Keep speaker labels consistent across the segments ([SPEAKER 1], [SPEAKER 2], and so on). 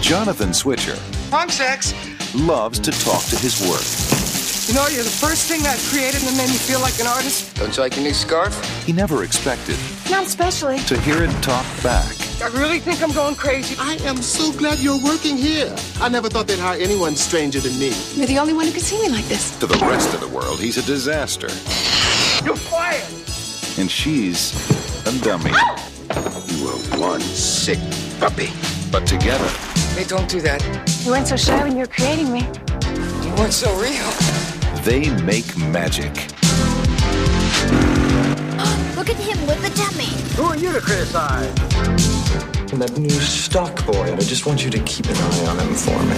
[SPEAKER 1] Jonathan Switzer
[SPEAKER 2] Punk sex.
[SPEAKER 1] loves to talk to his work.
[SPEAKER 2] You know, you're the first thing I've created that made me feel like an artist. Don't you like your new scarf?
[SPEAKER 1] He never expected
[SPEAKER 3] Not especially.
[SPEAKER 1] to hear it talk back.
[SPEAKER 2] I really think I'm going crazy.
[SPEAKER 4] I am so glad you're working here. I never thought they'd hire anyone stranger than me.
[SPEAKER 3] You're the only one who can see me like this.
[SPEAKER 1] To the rest of the world, he's a disaster.
[SPEAKER 2] You're fired.
[SPEAKER 1] And she's a dummy.
[SPEAKER 4] You were one sick puppy.
[SPEAKER 1] But together,
[SPEAKER 2] Hey, don't do that.
[SPEAKER 3] You weren't so shy when you were creating me.
[SPEAKER 2] You weren't so real.
[SPEAKER 1] they make magic.
[SPEAKER 5] Look at him with the dummy.
[SPEAKER 6] And that new stock boy, I just want you to keep an eye on him for me.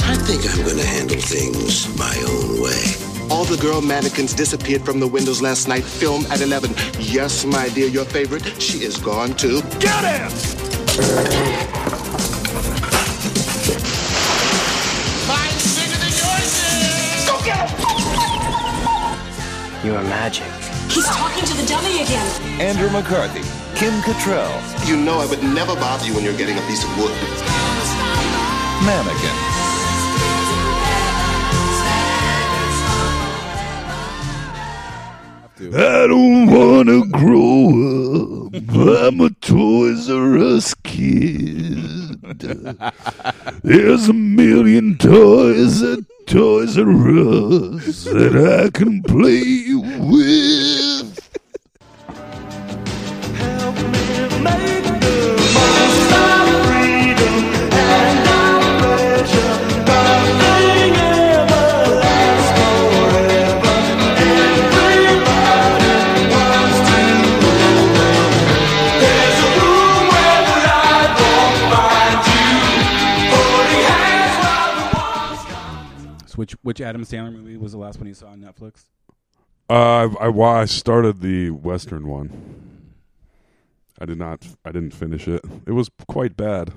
[SPEAKER 7] I think I'm going to handle things my own way.
[SPEAKER 4] All the girl mannequins disappeared from the windows last night. Film at 11. Yes, my dear, your favorite. She is gone too.
[SPEAKER 8] He's talking to the dummy again.
[SPEAKER 1] Andrew McCarthy, Kim Cattrall,
[SPEAKER 4] You know I would never bother you when you're getting a piece of wood.
[SPEAKER 1] Mannequin.
[SPEAKER 9] I don't wanna grow up. I'm a Toys R Us kid. There's a million toys at Toys R Us that I can play with.
[SPEAKER 10] So which which Adam Sandler movie was the last one you saw on Netflix?
[SPEAKER 11] Uh, I, I wa- I started the Western one. I did not. I didn't finish it. It was quite bad.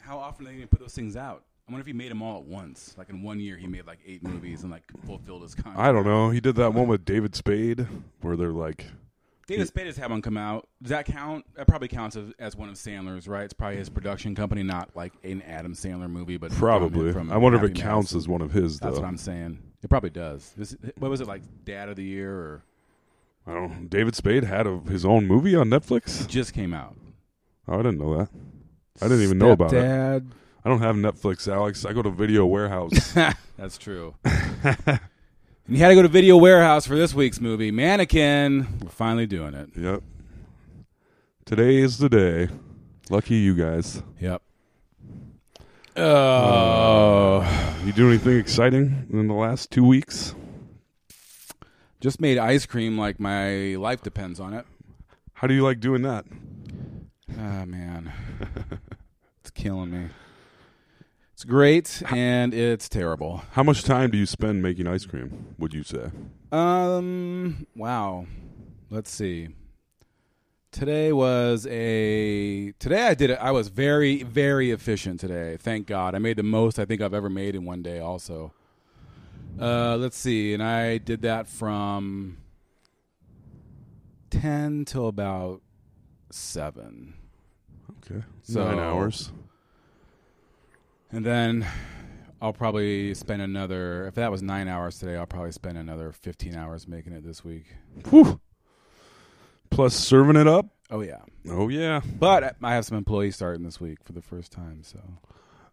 [SPEAKER 10] How often are they gonna put those things out? I wonder if he made them all at once. Like in one year, he made like eight movies and like fulfilled his contract.
[SPEAKER 11] I don't know. He did that one with David Spade, where they're like,
[SPEAKER 10] Data Spade has had one come out. Does that count? That probably counts as, as one of Sandler's, right? It's probably his production company, not like an Adam Sandler movie, but from-
[SPEAKER 11] probably.
[SPEAKER 10] from
[SPEAKER 11] I wonder if it
[SPEAKER 10] Happy
[SPEAKER 11] counts
[SPEAKER 10] Madison.
[SPEAKER 11] as one of his.
[SPEAKER 10] That's
[SPEAKER 11] though.
[SPEAKER 10] what I'm saying. It probably does. This, what was it like, Dad of the Year, or
[SPEAKER 11] I don't. know. David Spade had a, his own movie on Netflix.
[SPEAKER 10] just came out?
[SPEAKER 11] Oh, I didn't know that. I didn't even know about it.
[SPEAKER 10] Dad.
[SPEAKER 11] I don't have Netflix, Alex. I go to Video Warehouse.
[SPEAKER 10] That's true. and you had to go to Video Warehouse for this week's movie, Mannequin. We're finally doing it.
[SPEAKER 11] yep. Today is the day. Lucky you guys.
[SPEAKER 10] Yep. Oh.
[SPEAKER 11] You do anything exciting in the last two weeks?
[SPEAKER 10] just made ice cream like my life depends on it.
[SPEAKER 11] How do you like doing that?
[SPEAKER 10] Ah, man. it's killing me. It's great and it's terrible.
[SPEAKER 11] How much time do you spend making ice cream? Would you say?
[SPEAKER 10] Um, wow. Let's see. Today was a today I did it. I was very very efficient today. Thank God. I made the most I think I've ever made in one day also. Uh, let's see. And I did that from 10 till about 7.
[SPEAKER 11] Okay,
[SPEAKER 10] So-
[SPEAKER 11] nine hours.
[SPEAKER 10] And then I'll probably spend another, if that was nine hours today, I'll probably spend another 15 hours making it this week.
[SPEAKER 11] Whew. Plus serving it up.
[SPEAKER 10] Oh, yeah.
[SPEAKER 11] Oh yeah,
[SPEAKER 10] But I- I have some employees starting this week for the first time. So,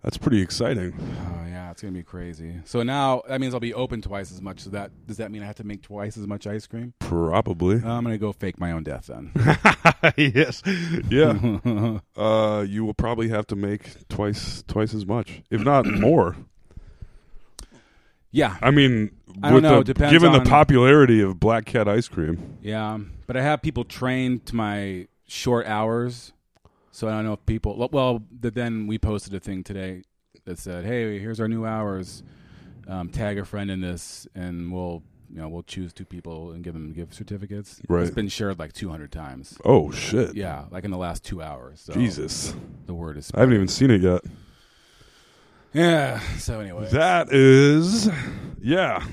[SPEAKER 11] that's pretty exciting.
[SPEAKER 10] oh, yeah, it's going to be crazy. So now that means I'll be open twice as much. So that does that mean I have to make twice as much ice cream?
[SPEAKER 11] Probably.
[SPEAKER 10] I'm going to go fake my own death then.
[SPEAKER 11] yes. Yeah. uh, you will probably have to make twice twice as much, if not more.
[SPEAKER 10] yeah.
[SPEAKER 11] I mean,
[SPEAKER 10] I don't
[SPEAKER 11] with
[SPEAKER 10] know,
[SPEAKER 11] the-
[SPEAKER 10] it depends
[SPEAKER 11] given
[SPEAKER 10] on-
[SPEAKER 11] the popularity of Black Cat ice cream,
[SPEAKER 10] Yeah, um, but I have people trained to my short hours, so I don't know if people. Well, but then we posted a thing today that said, "Hey, here's our new hours. Um, tag a friend in this, and we'll you know we'll choose two people and give them gift certificates." It's
[SPEAKER 11] Right.
[SPEAKER 10] been shared like 200 times.
[SPEAKER 11] oh shit,
[SPEAKER 10] Yeah, like in the last two hours. So
[SPEAKER 11] Jesus,
[SPEAKER 10] the word is.
[SPEAKER 11] I haven't even seen it yet.
[SPEAKER 10] Yeah. So anyway,
[SPEAKER 11] That is, yeah,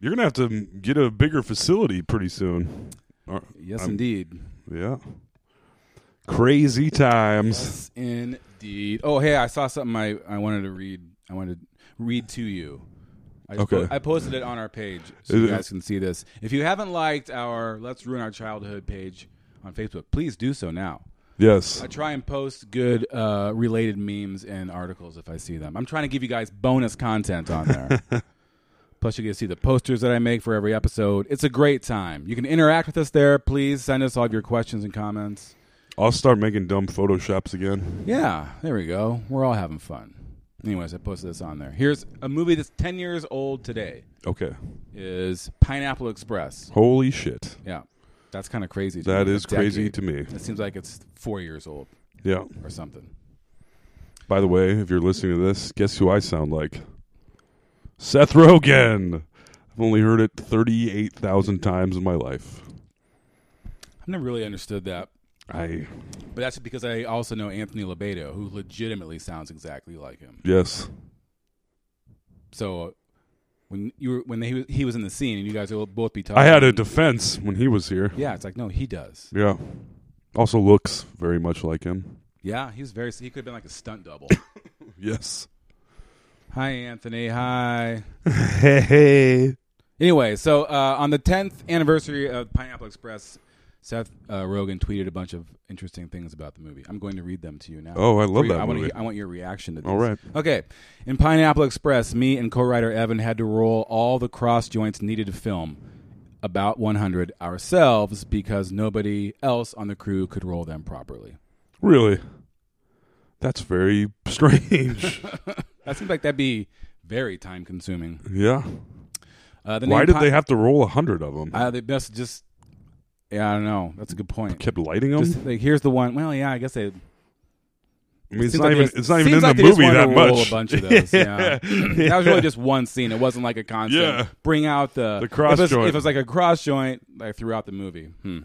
[SPEAKER 11] you're gonna have to get Uh, a bigger facility pretty soon. Or-
[SPEAKER 10] yes,
[SPEAKER 11] I'm-
[SPEAKER 10] indeed.
[SPEAKER 11] Yeah, Crazy times.
[SPEAKER 10] Indeed. Oh, hey, I saw something I, I wanted to read. I wanted to read to you. I
[SPEAKER 11] Okay.
[SPEAKER 10] po- I posted it on our page so
[SPEAKER 11] Is
[SPEAKER 10] you
[SPEAKER 11] it-
[SPEAKER 10] guys can see this. If you haven't liked our Let's Ruin Our Childhood page on Facebook, please do so now.
[SPEAKER 11] Yes.
[SPEAKER 10] I try and post good uh, related memes and articles if I see them. I'm trying to give you guys bonus content on there. Plus, you get to see the posters that I make for every episode. It's a great time. You can interact with us there. Please send us all of your questions and comments.
[SPEAKER 11] I'll start making dumb photoshops again.
[SPEAKER 10] Yeah, there we go. We're all having fun. Anyways, I posted this on there. Here's a movie that's 10 years old today.
[SPEAKER 11] Okay.
[SPEAKER 10] Is Pineapple Express.
[SPEAKER 11] Holy shit.
[SPEAKER 10] Yeah. That's kind of crazy. to
[SPEAKER 11] That
[SPEAKER 10] me.
[SPEAKER 11] is
[SPEAKER 10] A
[SPEAKER 11] crazy
[SPEAKER 10] decade.
[SPEAKER 11] to me.
[SPEAKER 10] It seems like it's four years old.
[SPEAKER 11] Yeah.
[SPEAKER 10] Or something.
[SPEAKER 11] By the way, if you're listening to this, guess who I sound like? Seth Rogen. I've only heard it 38,000 times in my life.
[SPEAKER 10] I've never really understood that.
[SPEAKER 11] I
[SPEAKER 10] But that's because I also know Anthony Lebedo, who legitimately sounds exactly like him.
[SPEAKER 11] yes.
[SPEAKER 10] So when you were when he was, he was in the scene and you guys will both be talking,
[SPEAKER 11] I had a defense when he was here.
[SPEAKER 10] Yeah, it's like no, he does.
[SPEAKER 11] Yeah. Also looks very much like him.
[SPEAKER 10] Yeah, he's very. He could have been like a stunt double.
[SPEAKER 11] yes.
[SPEAKER 10] Hi, Anthony. Hi.
[SPEAKER 11] Hey, hey.
[SPEAKER 10] Anyway, so uh, on the 10th anniversary of Pineapple Express, Seth uh, Rogen tweeted a bunch of interesting things about the movie. I'm going to read them to you now.
[SPEAKER 11] Oh, I love
[SPEAKER 10] For you-
[SPEAKER 11] that
[SPEAKER 10] I want
[SPEAKER 11] movie.
[SPEAKER 10] I want your reaction to this.
[SPEAKER 11] All right.
[SPEAKER 10] Okay. In Pineapple Express, me and co-writer Evan had to roll all the cross joints needed to film about 100 ourselves because nobody else on the crew could roll them properly.
[SPEAKER 11] Really? That's very strange.
[SPEAKER 10] That seems like that'd be very time consuming.
[SPEAKER 11] yeah.
[SPEAKER 10] Uh, the
[SPEAKER 11] Why
[SPEAKER 10] name
[SPEAKER 11] did
[SPEAKER 10] Pi-
[SPEAKER 11] they have to roll 100 of them?
[SPEAKER 10] Uh, they must just. Yeah, I don't know. That's a good point.
[SPEAKER 11] Kept lighting them?
[SPEAKER 10] Just, like, here's the one. Well, yeah, I guess they.
[SPEAKER 11] I mean, it's
[SPEAKER 10] Seems
[SPEAKER 11] not
[SPEAKER 10] like
[SPEAKER 11] even
[SPEAKER 10] they-
[SPEAKER 11] it's not even
[SPEAKER 10] seems
[SPEAKER 11] in
[SPEAKER 10] like
[SPEAKER 11] the
[SPEAKER 10] they just
[SPEAKER 11] movie
[SPEAKER 10] wanted to
[SPEAKER 11] that much.
[SPEAKER 10] roll a bunch of those. Yeah. that was
[SPEAKER 11] Yeah.
[SPEAKER 10] really just one scene. It wasn't like a constant.
[SPEAKER 11] Yeah.
[SPEAKER 10] Bring out the
[SPEAKER 11] The cross
[SPEAKER 10] if it was-
[SPEAKER 11] joint.
[SPEAKER 10] If it was like a cross joint, like throughout the movie. Hmm.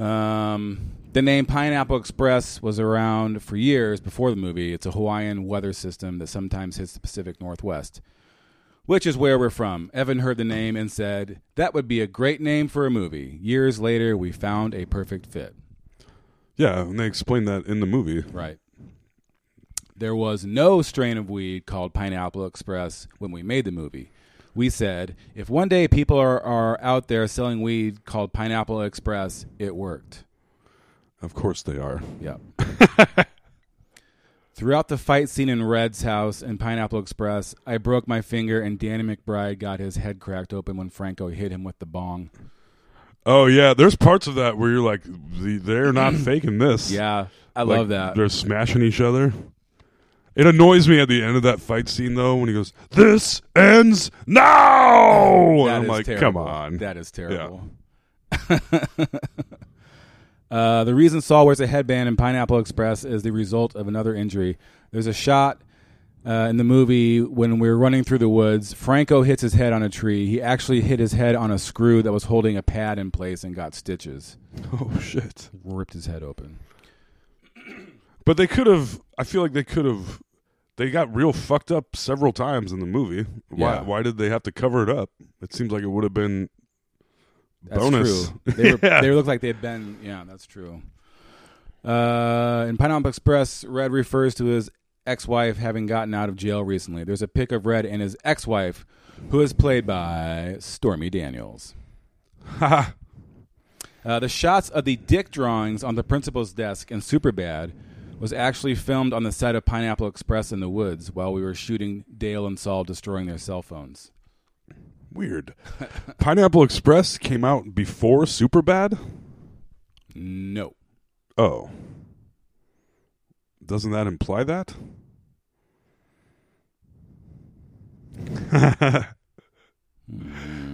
[SPEAKER 10] Um, the name Pineapple Express was around for years before the movie. It's a Hawaiian weather system that sometimes hits the Pacific Northwest, which is where we're from. Evan heard the name and said that would be a great name for a movie. Years later, we found a perfect fit.
[SPEAKER 11] Yeah, and they explain that in the movie.
[SPEAKER 10] Right. There was no strain of weed called Pineapple Express when we made the movie. We said, if one day people are, are out there selling weed called Pineapple Express, it worked.
[SPEAKER 11] Of course they are.
[SPEAKER 10] Yep. Throughout the fight scene in Red's house in Pineapple Express, I broke my finger and Danny McBride got his head cracked open when Franco hit him with the bong.
[SPEAKER 11] Oh yeah, there's parts of that where you're like, the- they're not faking this.
[SPEAKER 10] Yeah, I
[SPEAKER 11] Like,
[SPEAKER 10] love that.
[SPEAKER 11] They're smashing each other. It annoys me at the end of that fight scene though when he goes, "This ends
[SPEAKER 10] That
[SPEAKER 11] now." and I'm
[SPEAKER 10] is
[SPEAKER 11] like, "Come
[SPEAKER 10] terrible.
[SPEAKER 11] on."
[SPEAKER 10] That is terrible. uh, the reason Saul wears a headband in Pineapple Express is the result of another injury. There's a shot uh, in the movie when we're running through the woods. Franco hits his head on a tree. He actually hit his head on a screw that was holding a pad in place and got stitches.
[SPEAKER 11] Oh shit.
[SPEAKER 10] Ripped his head open.
[SPEAKER 11] But they could have I feel like they could have they got real fucked up several times in the movie. Why
[SPEAKER 10] Yeah.
[SPEAKER 11] why did they have to cover it up? It seems like it would have been
[SPEAKER 10] That's
[SPEAKER 11] bonus.
[SPEAKER 10] true. They, were,
[SPEAKER 11] Yeah.
[SPEAKER 10] they looked like they had been. Yeah, that's true. Uh, in Pineapple Express, Red refers to his ex-wife having gotten out of jail recently. There's a pic of Red and his ex-wife, who is played by Stormy Daniels. Uh, the shots of the dick drawings on the principal's desk in Superbad was actually filmed on the set of Pineapple Express in the woods while we were shooting Dale and Saul destroying their cell phones.
[SPEAKER 11] Weird. Pineapple Express came out before Superbad?
[SPEAKER 10] No.
[SPEAKER 11] Oh. Doesn't that imply that?
[SPEAKER 10] Hmm.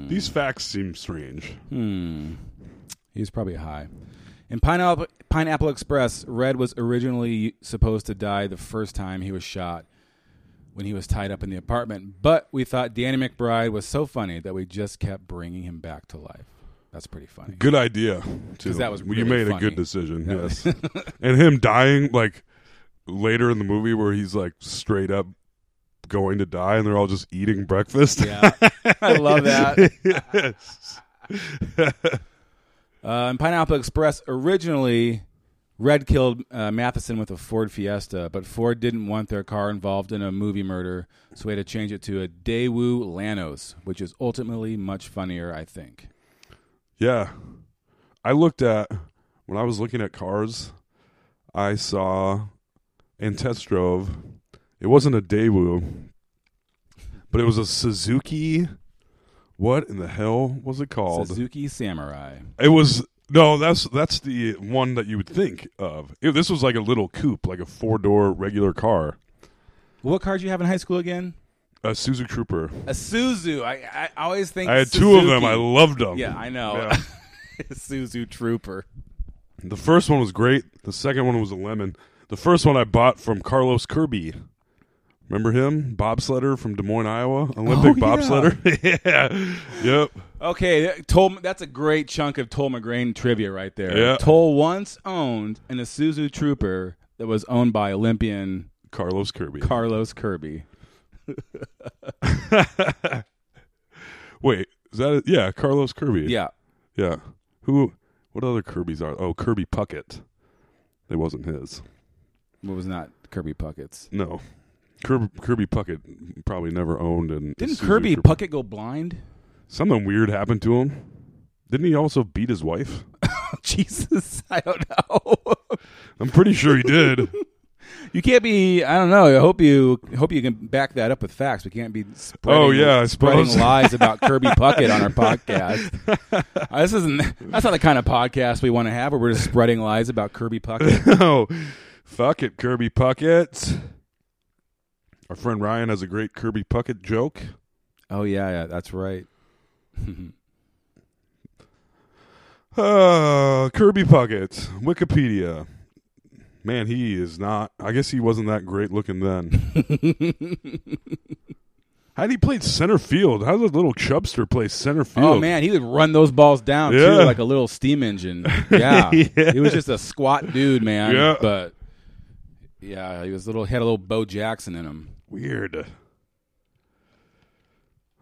[SPEAKER 11] These facts seem strange.
[SPEAKER 10] Hmm. He's probably high. In Pineapple, Pineapple Express, Red was originally supposed to die the first time he was shot when he was tied up in the apartment, but we thought Danny McBride was so funny that we just kept bringing him back to life. That's pretty funny.
[SPEAKER 11] Good idea. too.
[SPEAKER 10] 'Cause that was really
[SPEAKER 11] you made a
[SPEAKER 10] funny.
[SPEAKER 11] good decision.
[SPEAKER 10] That
[SPEAKER 11] yes.
[SPEAKER 10] was-
[SPEAKER 11] and him dying like later in the movie where he's like straight up going to die and they're all just eating breakfast.
[SPEAKER 10] Yeah. I love that.
[SPEAKER 11] yes.
[SPEAKER 10] Uh, and Pineapple Express originally, Red killed uh, Matheson with a Ford Fiesta, but Ford didn't want their car involved in a movie murder, so we had to change it to a Daewoo Lanos, which is ultimately much funnier, I think.
[SPEAKER 11] Yeah. I looked at when I was looking at cars, I saw and test drove. It wasn't a Daewoo, but it was a Suzuki. What in the hell was it called?
[SPEAKER 10] Suzuki Samurai.
[SPEAKER 11] It was no, that's that's the one that you would think of. Ew, this was like a little coupe, like a four door regular car,
[SPEAKER 10] What car did you have in high school again?
[SPEAKER 11] a Suzuki Trooper.
[SPEAKER 10] A Suzu. I, I always think
[SPEAKER 11] I had two of them.
[SPEAKER 10] Suzuki.
[SPEAKER 11] I loved them.
[SPEAKER 10] Yeah, I know.
[SPEAKER 11] Yeah.
[SPEAKER 10] Suzu Trooper.
[SPEAKER 11] The first one was great. The second one was a lemon. The first one I bought from Carlos Kirby. Remember him, bobsledder from Des Moines, Iowa, Olympic
[SPEAKER 10] Oh, yeah.
[SPEAKER 11] bobsledder. yeah, yep.
[SPEAKER 10] Okay, that- Tol, that's a great chunk of Toll McGrain trivia right there.
[SPEAKER 11] Yeah.
[SPEAKER 10] Toll once owned an Isuzu Trooper that was owned by Olympian
[SPEAKER 11] Carlos Kirby.
[SPEAKER 10] Carlos Kirby.
[SPEAKER 11] Wait, is that it? Yeah, Carlos Kirby.
[SPEAKER 10] Yeah.
[SPEAKER 11] yeah. Who? What other Kirby's are? Oh, Kirby Puckett. It wasn't his.
[SPEAKER 10] It was not Kirby Puckett's.
[SPEAKER 11] No, Kirby, Kirby Puckett probably never owned an.
[SPEAKER 10] Didn't
[SPEAKER 11] Isuzu
[SPEAKER 10] Kirby
[SPEAKER 11] Trooper.
[SPEAKER 10] Puckett go blind?
[SPEAKER 11] Something weird happened to him. Didn't he also beat his wife?
[SPEAKER 10] Oh, Jesus, I don't know.
[SPEAKER 11] I'm pretty sure he did.
[SPEAKER 10] you can't be. I don't know. I hope you hope you can back that up with facts. We can't be spreading,
[SPEAKER 11] Oh, yeah, I
[SPEAKER 10] spreading
[SPEAKER 11] suppose.
[SPEAKER 10] lies about Kirby Puckett on our podcast. Uh, this isn't. That's not the kind of podcast we want to have. Where we're just spreading lies about Kirby Puckett.
[SPEAKER 11] no. Fuck it, Kirby Puckett. Our friend Ryan has a great Kirby Puckett joke.
[SPEAKER 10] oh yeah, yeah, that's right.
[SPEAKER 11] Uh, Kirby Puckett, Wikipedia. Man, he is not. I guess he wasn't that great looking then. How'd he play center field? How does a little chubster play center field?
[SPEAKER 10] Oh man, he would run those balls down
[SPEAKER 11] Yeah.
[SPEAKER 10] too, like a little steam engine. Yeah. he was just a squat dude, man.
[SPEAKER 11] Yeah.
[SPEAKER 10] But yeah, he was a little had a little Bo Jackson in him.
[SPEAKER 11] Weird.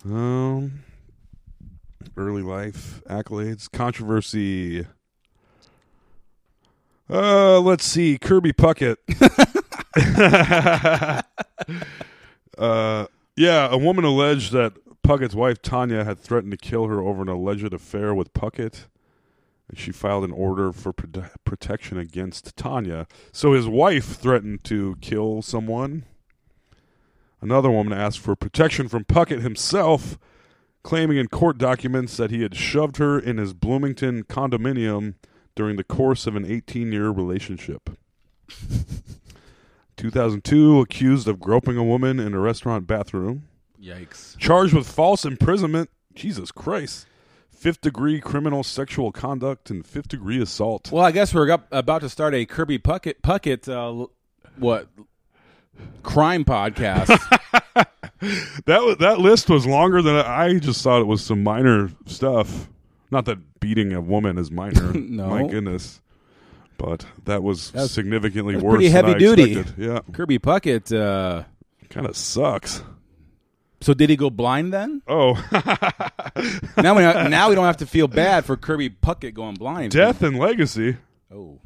[SPEAKER 11] Um, early life accolades, controversy. Uh, let's see, Kirby Puckett. uh, yeah, a woman alleged that Puckett's wife Tanya had threatened to kill her over an alleged affair with Puckett, and she filed an order for prote- protection against Tanya. So his wife threatened to kill someone. Another woman asked for protection from Puckett himself, claiming in court documents that he had shoved her in his Bloomington condominium during the course of an 18 year relationship. 2002, accused of groping a woman in a restaurant bathroom.
[SPEAKER 10] Yikes.
[SPEAKER 11] Charged with false imprisonment. Jesus Christ. Fifth degree criminal sexual conduct and fifth degree assault.
[SPEAKER 10] Well, I guess we're up, about to start a Kirby Puckett Puckett uh, l- what crime podcast.
[SPEAKER 11] That wa- that list was longer than I I just thought it was some minor stuff. Not that beating a woman is minor.
[SPEAKER 10] No.
[SPEAKER 11] my goodness. But that was
[SPEAKER 10] That's-
[SPEAKER 11] significantly
[SPEAKER 10] that's
[SPEAKER 11] worse.
[SPEAKER 10] pretty
[SPEAKER 11] than I
[SPEAKER 10] heavy duty.
[SPEAKER 11] expected. Yeah,
[SPEAKER 10] Kirby Puckett. Uh,
[SPEAKER 11] kind of sucks.
[SPEAKER 10] so did he go blind then?
[SPEAKER 11] Oh,
[SPEAKER 10] Now we now we don't have to feel bad for Kirby Puckett going blind.
[SPEAKER 11] death and legacy.
[SPEAKER 10] Oh.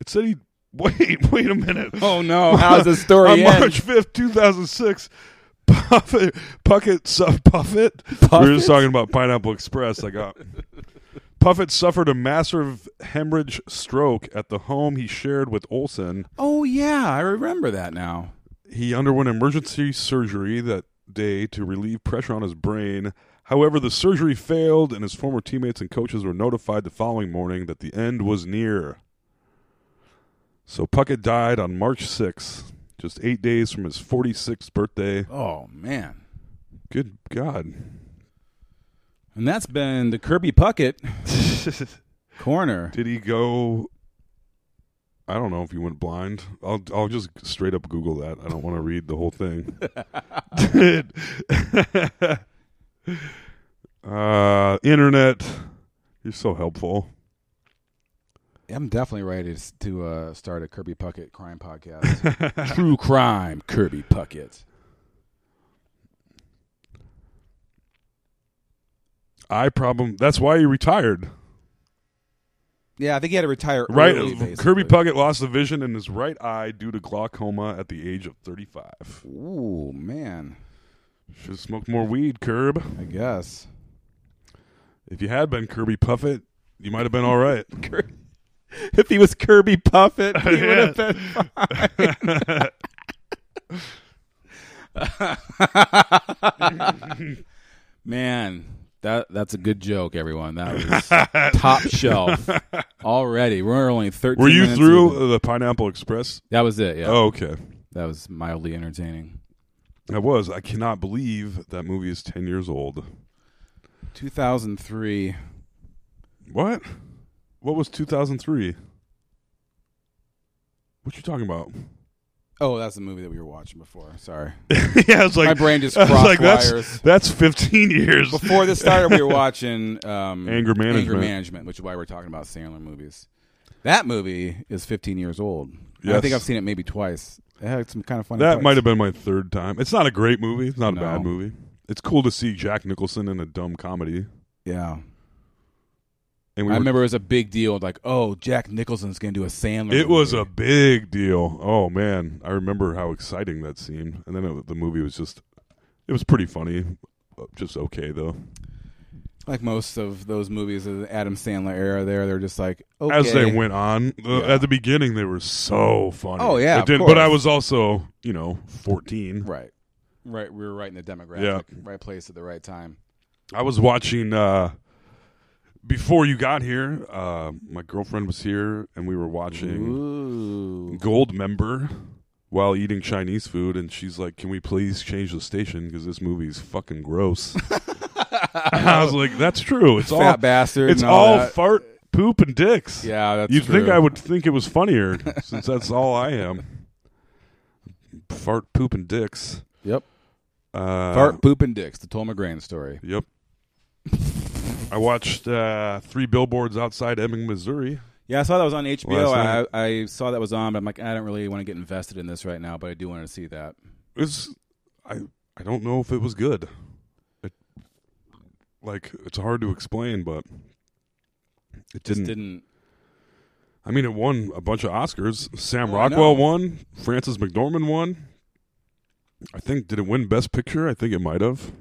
[SPEAKER 11] It said he. Wait, wait a minute.
[SPEAKER 10] Oh no! How's the story
[SPEAKER 11] On
[SPEAKER 10] end?
[SPEAKER 11] March fifth, two thousand six. Puffet, Puckett, su- Puffet. We were
[SPEAKER 10] Puffett?
[SPEAKER 11] just talking about Pineapple Express. I got Puffett suffered a massive hemorrhage stroke at the home he shared with Olson.
[SPEAKER 10] Oh yeah, I remember that now.
[SPEAKER 11] He underwent emergency surgery that day to relieve pressure on his brain. However, the surgery failed, and his former teammates and coaches were notified the following morning that the end was near. So Puckett died on March 6th, just eight days from his 46th birthday.
[SPEAKER 10] Oh man.
[SPEAKER 11] Good God.
[SPEAKER 10] And that's been the Kirby Puckett corner.
[SPEAKER 11] Did he go? I don't know if he went blind. I'll I'll just straight up Google that. I don't want to read the whole thing. Did uh, internet? You're so helpful.
[SPEAKER 10] I'm definitely ready to, to uh, start a Kirby Puckett crime podcast. True crime, Kirby Puckett.
[SPEAKER 11] Eye problem. That's why he retired,
[SPEAKER 10] Yeah, I think he had to retire
[SPEAKER 11] right?
[SPEAKER 10] early.
[SPEAKER 11] Kirby Puckett lost the vision in his right eye due to glaucoma at the age of 35.
[SPEAKER 10] Ooh, man.
[SPEAKER 11] Should have smoked more weed, Curb.
[SPEAKER 10] I guess.
[SPEAKER 11] If you had been Kirby Puffett, you might have been all right.
[SPEAKER 10] if he was Kirby Puffett, he
[SPEAKER 11] Yeah.
[SPEAKER 10] would have been fine. Man, that that's a good joke, everyone. That was top shelf already. We're only thirteen.
[SPEAKER 11] Were you
[SPEAKER 10] minutes in.
[SPEAKER 11] through the Pineapple Express?
[SPEAKER 10] That was it. Yeah.
[SPEAKER 11] Oh, okay.
[SPEAKER 10] That was mildly entertaining.
[SPEAKER 11] I was. I cannot believe that movie is 10 years old.
[SPEAKER 10] 2003.
[SPEAKER 11] What? What was 2003? What you talking about?
[SPEAKER 10] Oh, that's the movie that we were watching before. Sorry.
[SPEAKER 11] yeah, I was like-
[SPEAKER 10] my brain just
[SPEAKER 11] I was
[SPEAKER 10] crossed
[SPEAKER 11] like, that's-
[SPEAKER 10] wires.
[SPEAKER 11] that's 15 years.
[SPEAKER 10] before this started. We were watching um,
[SPEAKER 11] Anger Management.
[SPEAKER 10] Management, which is why we're talking about Sandler movies. That movie is 15 years old. And I
[SPEAKER 11] Yes.
[SPEAKER 10] think I've seen it maybe twice. It had some kind of funny.
[SPEAKER 11] That
[SPEAKER 10] parts.
[SPEAKER 11] might have been my third time. It's not a great movie. It's not
[SPEAKER 10] No.
[SPEAKER 11] a bad movie. It's cool to see Jack Nicholson in a dumb comedy.
[SPEAKER 10] Yeah.
[SPEAKER 11] And
[SPEAKER 10] I remember it was a big deal. Like, oh, Jack Nicholson's going to do a Sandler.
[SPEAKER 11] It
[SPEAKER 10] movie.
[SPEAKER 11] was a big deal. Oh man, I remember how exciting that seemed. And then it, the movie was just, it was pretty funny, Uh, just okay though.
[SPEAKER 10] like most of those movies of the Adam Sandler era. There, they're just like okay.
[SPEAKER 11] As they went on, the,
[SPEAKER 10] Yeah.
[SPEAKER 11] at the beginning they were so funny.
[SPEAKER 10] Oh, yeah,
[SPEAKER 11] It
[SPEAKER 10] of
[SPEAKER 11] didn't- but I
[SPEAKER 10] course.
[SPEAKER 11] was also you know fourteen.
[SPEAKER 10] Right, right. We were right in the demographic,
[SPEAKER 11] Yeah.
[SPEAKER 10] right place at the right time.
[SPEAKER 11] I was watching uh before you got here. Uh, my girlfriend was here, and we were watching Gold Member while eating Chinese food, and she's like, "Can we please change the station because this movie is fucking gross." I was like, "That's true. It's all
[SPEAKER 10] Fat bastard
[SPEAKER 11] It's
[SPEAKER 10] and all
[SPEAKER 11] all
[SPEAKER 10] that."
[SPEAKER 11] fart, poop, and dicks."
[SPEAKER 10] Yeah, that's
[SPEAKER 11] You'd think
[SPEAKER 10] true.
[SPEAKER 11] I would think it was funnier since that's all I am. Fart, poop, and dicks.
[SPEAKER 10] Yep.
[SPEAKER 11] Uh,
[SPEAKER 10] Fart, poop, and dicks. The Tom McGrain story.
[SPEAKER 11] Yep. I watched uh, Three Billboards Outside Ebbing, Missouri.
[SPEAKER 10] Yeah, I saw that was on HBO. I,
[SPEAKER 11] Last
[SPEAKER 10] I saw that was on, but I'm like, I don't really want to get invested in this right now, but I do want to see that.
[SPEAKER 11] It's I I don't know if it was good. It, like it's hard to explain, but it
[SPEAKER 10] Just
[SPEAKER 11] didn't.
[SPEAKER 10] didn't.
[SPEAKER 11] I mean, it won a bunch of Oscars. Sam
[SPEAKER 10] Oh, I know.
[SPEAKER 11] Rockwell won. Frances McDormand won. I think did it win Best Picture? I think it might have.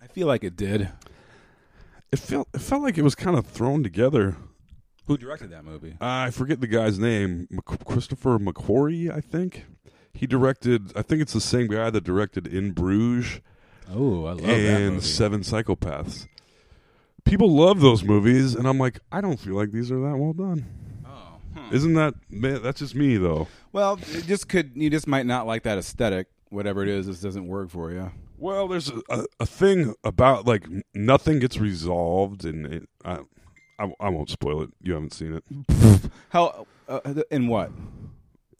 [SPEAKER 10] I feel like it did.
[SPEAKER 11] It felt it felt like it was kind of thrown together.
[SPEAKER 10] Who directed that movie?
[SPEAKER 11] I forget the guy's name, Mc- Christopher McQuarrie, I think. He directed. I think it's the same guy that directed In Bruges
[SPEAKER 10] Oh, I love that
[SPEAKER 11] and
[SPEAKER 10] movie.
[SPEAKER 11] Seven Psychopaths. People love those movies, and I'm like, I don't feel like these are that well done. Oh, isn't that man, that's just me though?
[SPEAKER 10] Well, it just could you just might not like that aesthetic. Whatever it is, this doesn't work for you.
[SPEAKER 11] Well, there's a, a, a thing about like n- nothing gets resolved, and it, I, I I won't spoil it. You haven't seen it.
[SPEAKER 10] How uh, in what?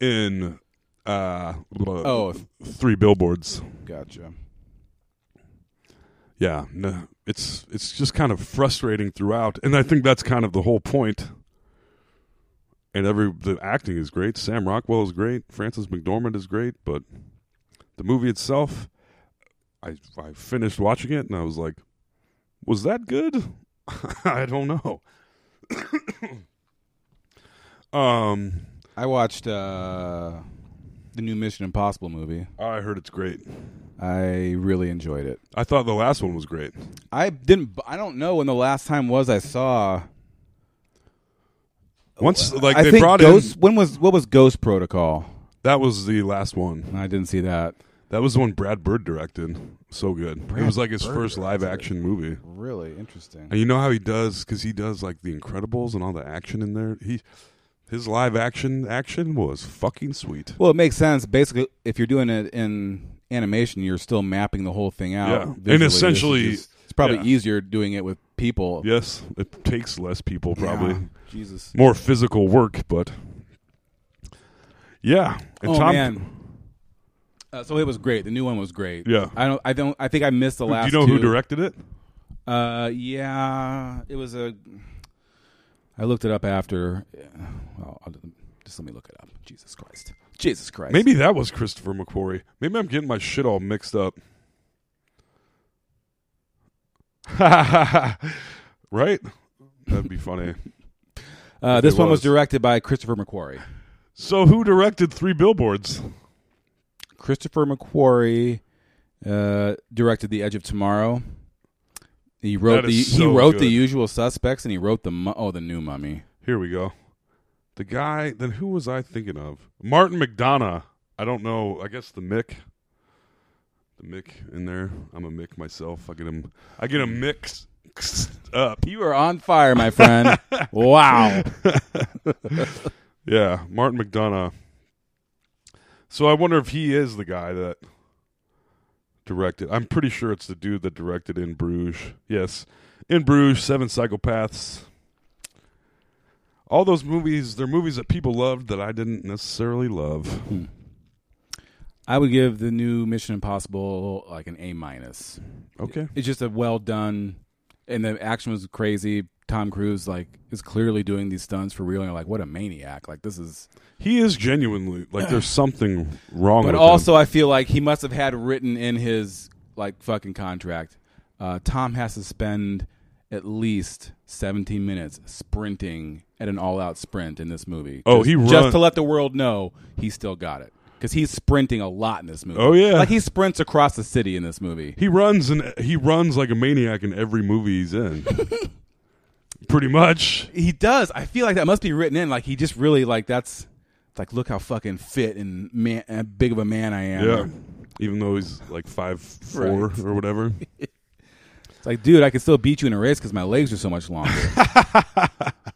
[SPEAKER 11] in uh blah,
[SPEAKER 10] Oh.
[SPEAKER 11] three billboards
[SPEAKER 10] Gotcha.
[SPEAKER 11] yeah no, it's it's just kind of frustrating throughout and i think that's kind of the whole point and every the acting is great sam rockwell is great francis mcdormand is great but the movie itself i i finished watching it and i was like was that good i don't know um
[SPEAKER 10] I watched uh the new Mission Impossible movie.
[SPEAKER 11] i heard it's great
[SPEAKER 10] I really enjoyed it.
[SPEAKER 11] i thought the last one was great
[SPEAKER 10] I didn't. I don't know when the last time was I saw.
[SPEAKER 11] Once, like
[SPEAKER 10] Oh, I
[SPEAKER 11] they
[SPEAKER 10] think
[SPEAKER 11] brought
[SPEAKER 10] Ghost.
[SPEAKER 11] in,
[SPEAKER 10] When was what was Ghost Protocol?
[SPEAKER 11] that was the last one.
[SPEAKER 10] I didn't see that.
[SPEAKER 11] That was the one Brad Bird directed. So good. it
[SPEAKER 10] Brad
[SPEAKER 11] was like his
[SPEAKER 10] Bird
[SPEAKER 11] first live action movie.
[SPEAKER 10] Really interesting.
[SPEAKER 11] And you know how he does because he does like The Incredibles and all the action in there. He, his live action action was fucking sweet.
[SPEAKER 10] Well, it makes sense. Basically, if you're doing it in animation, you're still mapping the whole thing out.
[SPEAKER 11] Yeah. And
[SPEAKER 10] visually. This is
[SPEAKER 11] essentially-
[SPEAKER 10] just- it's probably
[SPEAKER 11] yeah.
[SPEAKER 10] easier doing it with people.
[SPEAKER 11] Yes, it takes less people probably.
[SPEAKER 10] Yeah. Jesus.
[SPEAKER 11] more physical work, but yeah. And
[SPEAKER 10] oh
[SPEAKER 11] Tom,
[SPEAKER 10] man. Uh, so it was great. The new one was great.
[SPEAKER 11] Yeah.
[SPEAKER 10] I don't. I don't. I think I missed the
[SPEAKER 11] do
[SPEAKER 10] last.
[SPEAKER 11] you know who
[SPEAKER 10] two.
[SPEAKER 11] directed it?
[SPEAKER 10] Uh, yeah, it was a. I looked it up after. Yeah, well, I'll, just let me look it up. Jesus Christ. Jesus Christ.
[SPEAKER 11] Maybe that was Christopher McQuarrie. Maybe I'm getting my shit all mixed up. right? That'd be funny.
[SPEAKER 10] Uh,
[SPEAKER 11] If
[SPEAKER 10] this
[SPEAKER 11] it
[SPEAKER 10] one was
[SPEAKER 11] was.
[SPEAKER 10] directed by Christopher McQuarrie.
[SPEAKER 11] So who directed Three Billboards?
[SPEAKER 10] Christopher McQuarrie uh, directed The Edge of Tomorrow. He wrote
[SPEAKER 11] That
[SPEAKER 10] the
[SPEAKER 11] is
[SPEAKER 10] he
[SPEAKER 11] so
[SPEAKER 10] wrote
[SPEAKER 11] good.
[SPEAKER 10] the Usual Suspects and he wrote the mu- oh the new Mummy.
[SPEAKER 11] Here we go. The guy. Then who was I thinking of? Martin McDonough. I don't know. I guess the Mick. The Mick in there. I'm a Mick myself. I get him. I get him mixed up.
[SPEAKER 10] You are on fire, my friend. wow.
[SPEAKER 11] yeah, Martin McDonough. So I wonder if he is the guy that directed. I'm pretty sure it's the dude that directed In Bruges. Yes, In Bruges, Seven Psychopaths. All those movies, they're movies that people loved that I didn't necessarily love.
[SPEAKER 10] I would give the new Mission Impossible like an A minus.
[SPEAKER 11] Okay.
[SPEAKER 10] It's just a well done, and the action was crazy. Tom Cruise like is clearly doing these stunts for real, and you're like, what a maniac! Like this is.
[SPEAKER 11] He is genuinely like there's something wrong.
[SPEAKER 10] But
[SPEAKER 11] with
[SPEAKER 10] also, I feel like he must have had written in his like fucking contract, uh, Tom has to spend at least 17 minutes sprinting at an all-out sprint in this movie.
[SPEAKER 11] Oh,
[SPEAKER 10] Just-
[SPEAKER 11] he
[SPEAKER 10] just
[SPEAKER 11] run-
[SPEAKER 10] to let the world know he still got it because he's sprinting a lot in this movie.
[SPEAKER 11] Oh, yeah.
[SPEAKER 10] like he sprints across the city in this movie.
[SPEAKER 11] He runs and he runs like a maniac in every movie he's in. Pretty much.
[SPEAKER 10] He does. I feel like that must be written in. Like he just really like that's it's like look how fucking fit and man and big of a man I am.
[SPEAKER 11] Yeah. Um, Even though he's like five four
[SPEAKER 10] Right.
[SPEAKER 11] or whatever.
[SPEAKER 10] It's like, dude, I can still beat you in a race because my legs are so much longer.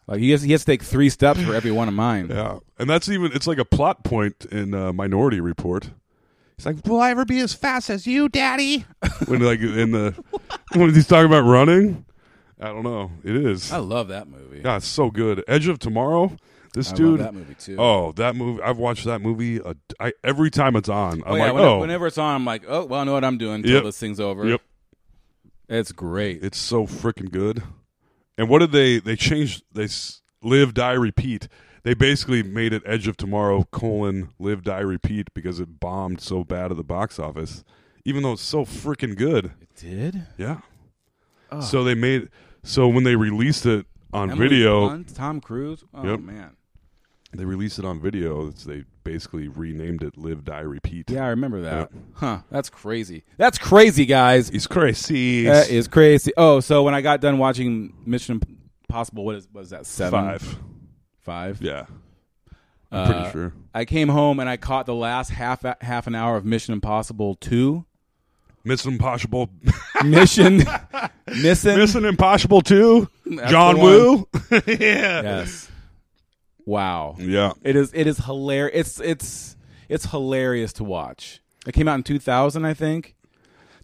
[SPEAKER 10] like he has, he has to take three steps for every one of mine.
[SPEAKER 11] Yeah. And that's even it's like a plot point in uh, Minority Report. He's like, "Will I ever be as fast as you, Daddy?" when like in the when he's talking about running. I don't know. It is.
[SPEAKER 10] I love that movie.
[SPEAKER 11] Yeah, it's so good. Edge of Tomorrow.
[SPEAKER 10] I
[SPEAKER 11] This
[SPEAKER 10] love
[SPEAKER 11] dude.
[SPEAKER 10] that movie, too.
[SPEAKER 11] Oh, that movie. I've watched that movie a, I, every time it's on. I'm
[SPEAKER 10] Oh, yeah,
[SPEAKER 11] like,
[SPEAKER 10] whenever,
[SPEAKER 11] oh,
[SPEAKER 10] whenever it's on, I'm like, oh, well, I know what I'm doing until
[SPEAKER 11] Yep.
[SPEAKER 10] this thing's over.
[SPEAKER 11] Yep.
[SPEAKER 10] It's great.
[SPEAKER 11] It's so freaking good. And what did they they changed they s- live die repeat. They basically made it Edge of Tomorrow colon live die repeat because it bombed so bad at the box office, even though it's so freaking good. It
[SPEAKER 10] did.
[SPEAKER 11] Yeah. So they made so when they released it on video,
[SPEAKER 10] Blunt, Tom Cruise. Oh
[SPEAKER 11] Yep.
[SPEAKER 10] man.
[SPEAKER 11] they released it on video. it's- They basically renamed it Live Die Repeat.
[SPEAKER 10] Yeah, I remember that. Huh. That's crazy.
[SPEAKER 11] That's
[SPEAKER 10] crazy, guys.
[SPEAKER 11] He's crazy.
[SPEAKER 10] That is crazy. Oh, so when I got done watching Mission Impossible, what is what is that? Seven,
[SPEAKER 11] Five.
[SPEAKER 10] Five?
[SPEAKER 11] Yeah. I'm pretty
[SPEAKER 10] Uh,
[SPEAKER 11] sure.
[SPEAKER 10] I came home and I caught the last half half an hour of Mission Impossible Two.
[SPEAKER 11] Mission Impossible.
[SPEAKER 10] Mission. Missing.
[SPEAKER 11] Missing Impossible Two.
[SPEAKER 10] That's
[SPEAKER 11] John
[SPEAKER 10] the one.
[SPEAKER 11] Woo. yeah.
[SPEAKER 10] Yes. Wow.
[SPEAKER 11] Yeah.
[SPEAKER 10] It is. It is hilarious. It's it's it's hilarious to watch. It came out in 2000, I think.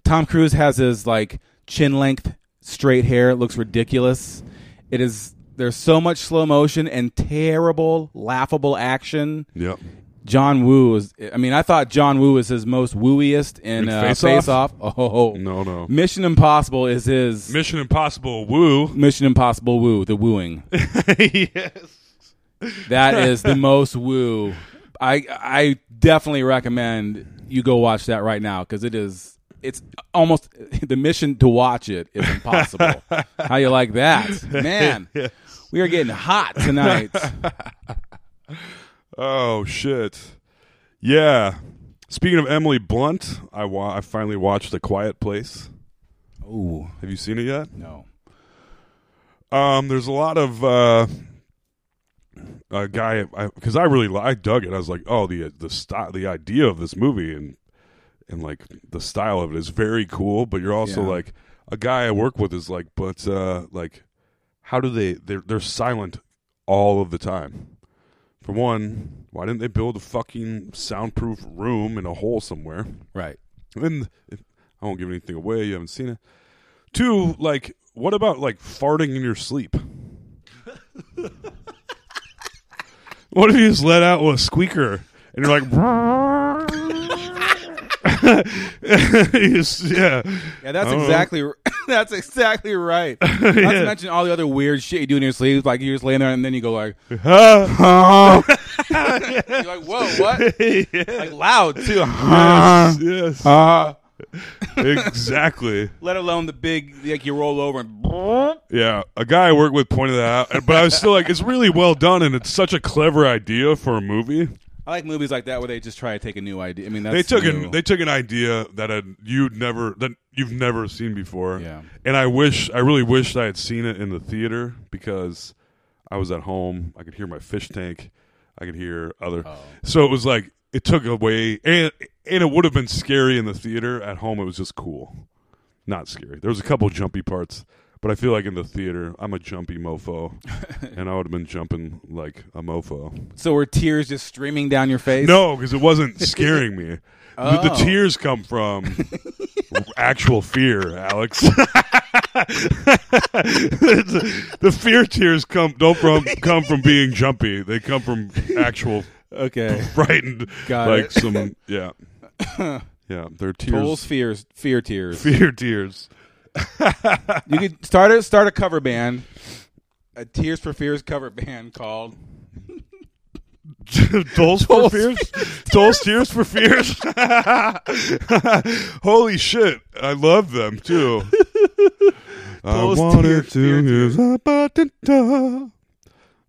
[SPEAKER 10] Tom Cruise has his like chin length straight hair. It looks ridiculous. It is. There's so much slow motion and terrible, laughable action.
[SPEAKER 11] Yep.
[SPEAKER 10] John Woo is. I mean, I thought John Woo was his most wooiest in
[SPEAKER 11] In
[SPEAKER 10] uh,
[SPEAKER 11] Face
[SPEAKER 10] Face Off.
[SPEAKER 11] Off?
[SPEAKER 10] Oh
[SPEAKER 11] No, no.
[SPEAKER 10] Mission Impossible is his
[SPEAKER 11] Mission Impossible Woo.
[SPEAKER 10] Mission Impossible Woo. The wooing.
[SPEAKER 11] yes.
[SPEAKER 10] That is the most woo. I I definitely recommend you go watch that right now because it is it's almost the mission to watch it is impossible. How you like that, man?
[SPEAKER 11] Yes.
[SPEAKER 10] We are getting hot tonight.
[SPEAKER 11] Oh shit. Yeah. Speaking of Emily Blunt, I wa- I finally watched The Quiet Place.
[SPEAKER 10] Oh
[SPEAKER 11] Have you seen it yet?
[SPEAKER 10] no,
[SPEAKER 11] Um, there's a lot of uh, a guy because I, really li- I dug it. I was like, oh, the the style, the idea of this movie and and like the style of it is very cool. But you're also
[SPEAKER 10] Yeah.
[SPEAKER 11] like a guy I work with is like, but uh, like, how do they they're they're silent all of the time? For one, why didn't they build a fucking soundproof room in a hole somewhere?
[SPEAKER 10] right?
[SPEAKER 11] And if, I won't give anything away. You haven't seen it. Two, like, what about like farting in your sleep? what if you just let out a squeaker and you're like, You just- yeah,
[SPEAKER 10] Yeah, that's
[SPEAKER 11] I don't know.
[SPEAKER 10] exactly that's exactly right. Not to mention all the other weird shit you do in your sleep, like you're just laying there and then you go like,
[SPEAKER 11] Huh?
[SPEAKER 10] you're like, whoa, what? Like loud too.
[SPEAKER 11] Uh-huh. yes, yes.
[SPEAKER 10] Ah.
[SPEAKER 11] exactly.
[SPEAKER 10] Let alone the big, like you roll over and.
[SPEAKER 11] Yeah, a guy I work with pointed that out, but I was still like, it's really well done, and it's such a clever idea for a movie.
[SPEAKER 10] I like movies like that where they just try to take a new idea. I mean, that's
[SPEAKER 11] they took
[SPEAKER 10] new.
[SPEAKER 11] an they took an idea that had, you'd never that you've never seen before.
[SPEAKER 10] Yeah.
[SPEAKER 11] and I wish I really wished I had seen it in the theater because I was at home. I could hear my fish tank. I could hear other.
[SPEAKER 10] Oh.
[SPEAKER 11] So it was like it took away and and it would have been scary in the theater. At home, it was just cool, not scary. There was a couple jumpy parts. But I feel like in the theater, I'm a jumpy mofo, and I would have been jumping like a mofo.
[SPEAKER 10] So were tears just streaming down your face?
[SPEAKER 11] No, because it wasn't scaring me. The- The,
[SPEAKER 10] Oh.
[SPEAKER 11] tears come from actual fear, Alex. the fear tears come don't from come from being jumpy. They come from actual
[SPEAKER 10] Okay.
[SPEAKER 11] frightened.
[SPEAKER 10] Got
[SPEAKER 11] like
[SPEAKER 10] it.
[SPEAKER 11] some yeah yeah. They're tears.
[SPEAKER 10] Fool's fears, fear tears,
[SPEAKER 11] Fear tears.
[SPEAKER 10] you could start a start a cover band, a Tears for Fears cover band called
[SPEAKER 11] Dolls for fears. Dolls tears for fears. Holy shit! I love them too. I
[SPEAKER 9] Dolls
[SPEAKER 11] wanted
[SPEAKER 9] tears,
[SPEAKER 11] to hear about the da-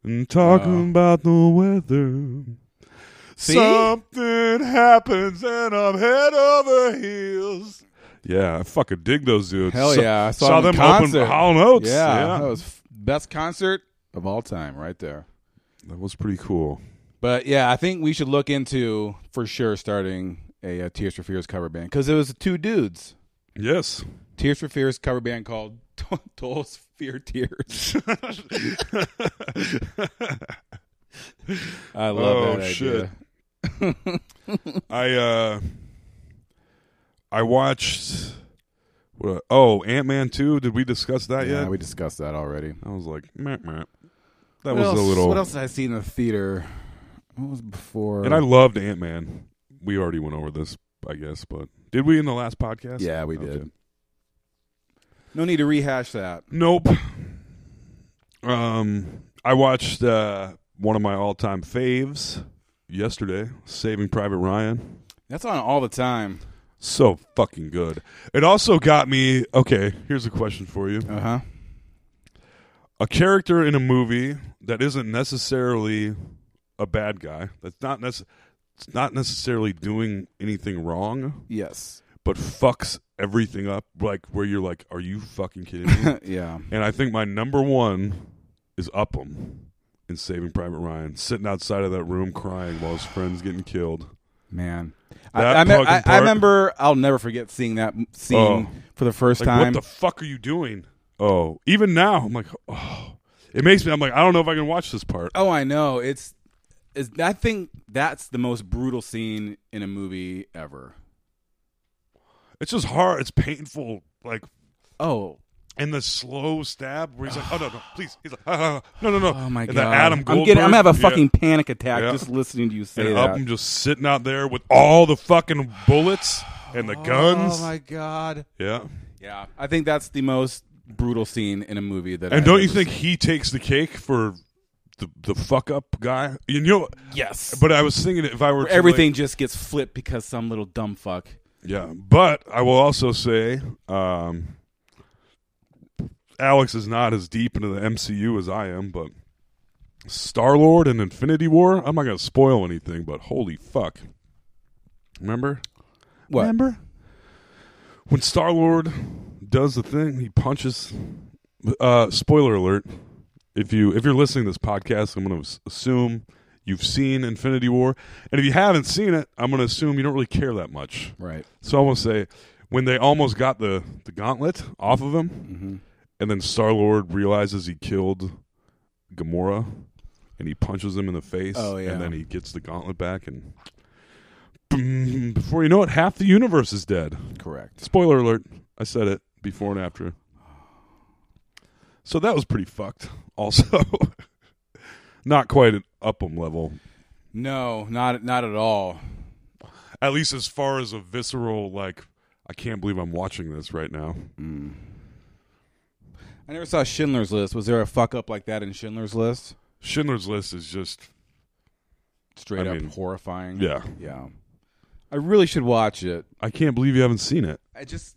[SPEAKER 11] and talking about the weather.
[SPEAKER 9] See?
[SPEAKER 11] Something happens and I'm head over heels. Yeah, I fucking dig those dudes.
[SPEAKER 10] Hell
[SPEAKER 11] Saw-
[SPEAKER 10] yeah! I saw,
[SPEAKER 11] saw
[SPEAKER 10] them
[SPEAKER 11] them
[SPEAKER 10] in concert.
[SPEAKER 11] open Hall Notes.
[SPEAKER 10] Yeah, that was f- best concert of all time, right there.
[SPEAKER 11] that was pretty cool.
[SPEAKER 10] But yeah, I think we should look into for sure starting a, uh Tears for Fears cover band because it was two dudes.
[SPEAKER 11] Yes,
[SPEAKER 10] Tears for Fears cover band called Dolls Fear Tears. I love
[SPEAKER 11] oh,
[SPEAKER 10] that idea.
[SPEAKER 11] shit. I uh I watched what oh, Ant Man two. Did we discuss that
[SPEAKER 10] Yeah,
[SPEAKER 11] yet?
[SPEAKER 10] we discussed that already.
[SPEAKER 11] I was like, meh, meh. That
[SPEAKER 10] What
[SPEAKER 11] was
[SPEAKER 10] else-
[SPEAKER 11] a little
[SPEAKER 10] What else did I see in the theater? What was before?
[SPEAKER 11] and I loved Ant Man. We already went over this, I guess, but did we in the last podcast?
[SPEAKER 10] Yeah, we
[SPEAKER 11] Okay.
[SPEAKER 10] did. No need to rehash that.
[SPEAKER 11] Nope. Um, I watched uh, one of my all-time faves yesterday, Saving Private Ryan.
[SPEAKER 10] That's on all the time.
[SPEAKER 11] So fucking good. It also got me. Okay, here's a question for you. Uh
[SPEAKER 10] huh.
[SPEAKER 11] A character in a movie that isn't necessarily a bad guy. That's not nece- It's not necessarily doing anything wrong.
[SPEAKER 10] Yes.
[SPEAKER 11] But fucks everything up. Like where you're like, are you fucking kidding me?
[SPEAKER 10] Yeah.
[SPEAKER 11] And I think my number one is Upham in Saving Private Ryan, sitting outside of that room crying while his friend's getting killed.
[SPEAKER 10] Man, I,
[SPEAKER 11] That
[SPEAKER 10] I, me-
[SPEAKER 11] fucking
[SPEAKER 10] I, I
[SPEAKER 11] part-
[SPEAKER 10] remember. I'll never forget seeing that m- scene
[SPEAKER 11] Oh.
[SPEAKER 10] for the first
[SPEAKER 11] Like,
[SPEAKER 10] time.
[SPEAKER 11] What the fuck are you doing? Oh, even now I'm like, oh, it makes me. I'm like, I don't know if I can watch this part.
[SPEAKER 10] oh, I know. It's. Is I think that's the most brutal scene in a movie ever.
[SPEAKER 11] It's just hard. It's painful. Like,
[SPEAKER 10] oh,
[SPEAKER 11] and the slow stab where he's like, oh no, no, please. He's like, ah, ah, ah. no, no, no.
[SPEAKER 10] Oh my
[SPEAKER 11] and
[SPEAKER 10] god!
[SPEAKER 11] The Adam Goldberg.
[SPEAKER 10] I'm getting. I'm gonna have a fucking
[SPEAKER 11] Yeah.
[SPEAKER 10] panic attack
[SPEAKER 11] Yeah.
[SPEAKER 10] just listening to you say
[SPEAKER 11] and
[SPEAKER 10] that.
[SPEAKER 11] Upham just sitting out there with all the fucking bullets and the guns.
[SPEAKER 10] Oh my god!
[SPEAKER 11] Yeah.
[SPEAKER 10] Yeah, I think that's the most brutal scene in a movie that.
[SPEAKER 11] And
[SPEAKER 10] I've
[SPEAKER 11] don't you
[SPEAKER 10] ever
[SPEAKER 11] think
[SPEAKER 10] seen.
[SPEAKER 11] he takes the cake for the the fuck up guy? You know.
[SPEAKER 10] Yes.
[SPEAKER 11] But I was thinking if I were
[SPEAKER 10] Where
[SPEAKER 11] to, like-
[SPEAKER 10] everything just gets flipped because some little dumb fuck?
[SPEAKER 11] Yeah, but I will also say, um, Alex is not as deep into the MCU as I am, but Star Lord and Infinity War. I'm not going to spoil anything, but holy fuck! Remember
[SPEAKER 10] What?
[SPEAKER 11] Remember when Star Lord does the thing? He punches. Uh, spoiler alert! If you if you're listening to this podcast, I'm going to assume you've seen Infinity War, and if you haven't seen it, I'm going to assume you don't really care that much.
[SPEAKER 10] Right.
[SPEAKER 11] So I'm going to say when they almost got the the gauntlet off of him,
[SPEAKER 10] Mm-hmm.
[SPEAKER 11] and then Star Lord realizes he killed Gamora, and he punches him in the face,
[SPEAKER 10] Oh, yeah.
[SPEAKER 11] and then he gets the gauntlet back and. Boom. Before you know it, half the universe is dead.
[SPEAKER 10] Correct.
[SPEAKER 11] Spoiler alert. I said it before and after. So that was pretty fucked, also. Not quite an Upham level.
[SPEAKER 10] No, not not at all.
[SPEAKER 11] At least as far as a visceral, like, I can't believe I'm watching this right now.
[SPEAKER 10] I never saw Schindler's List. Was there a fuck up like that in Schindler's List?
[SPEAKER 11] Schindler's List is just
[SPEAKER 10] Straight
[SPEAKER 11] I
[SPEAKER 10] up
[SPEAKER 11] mean,
[SPEAKER 10] horrifying.
[SPEAKER 11] yeah.
[SPEAKER 10] yeah. I really should watch it.
[SPEAKER 11] I can't believe you haven't seen it.
[SPEAKER 10] I just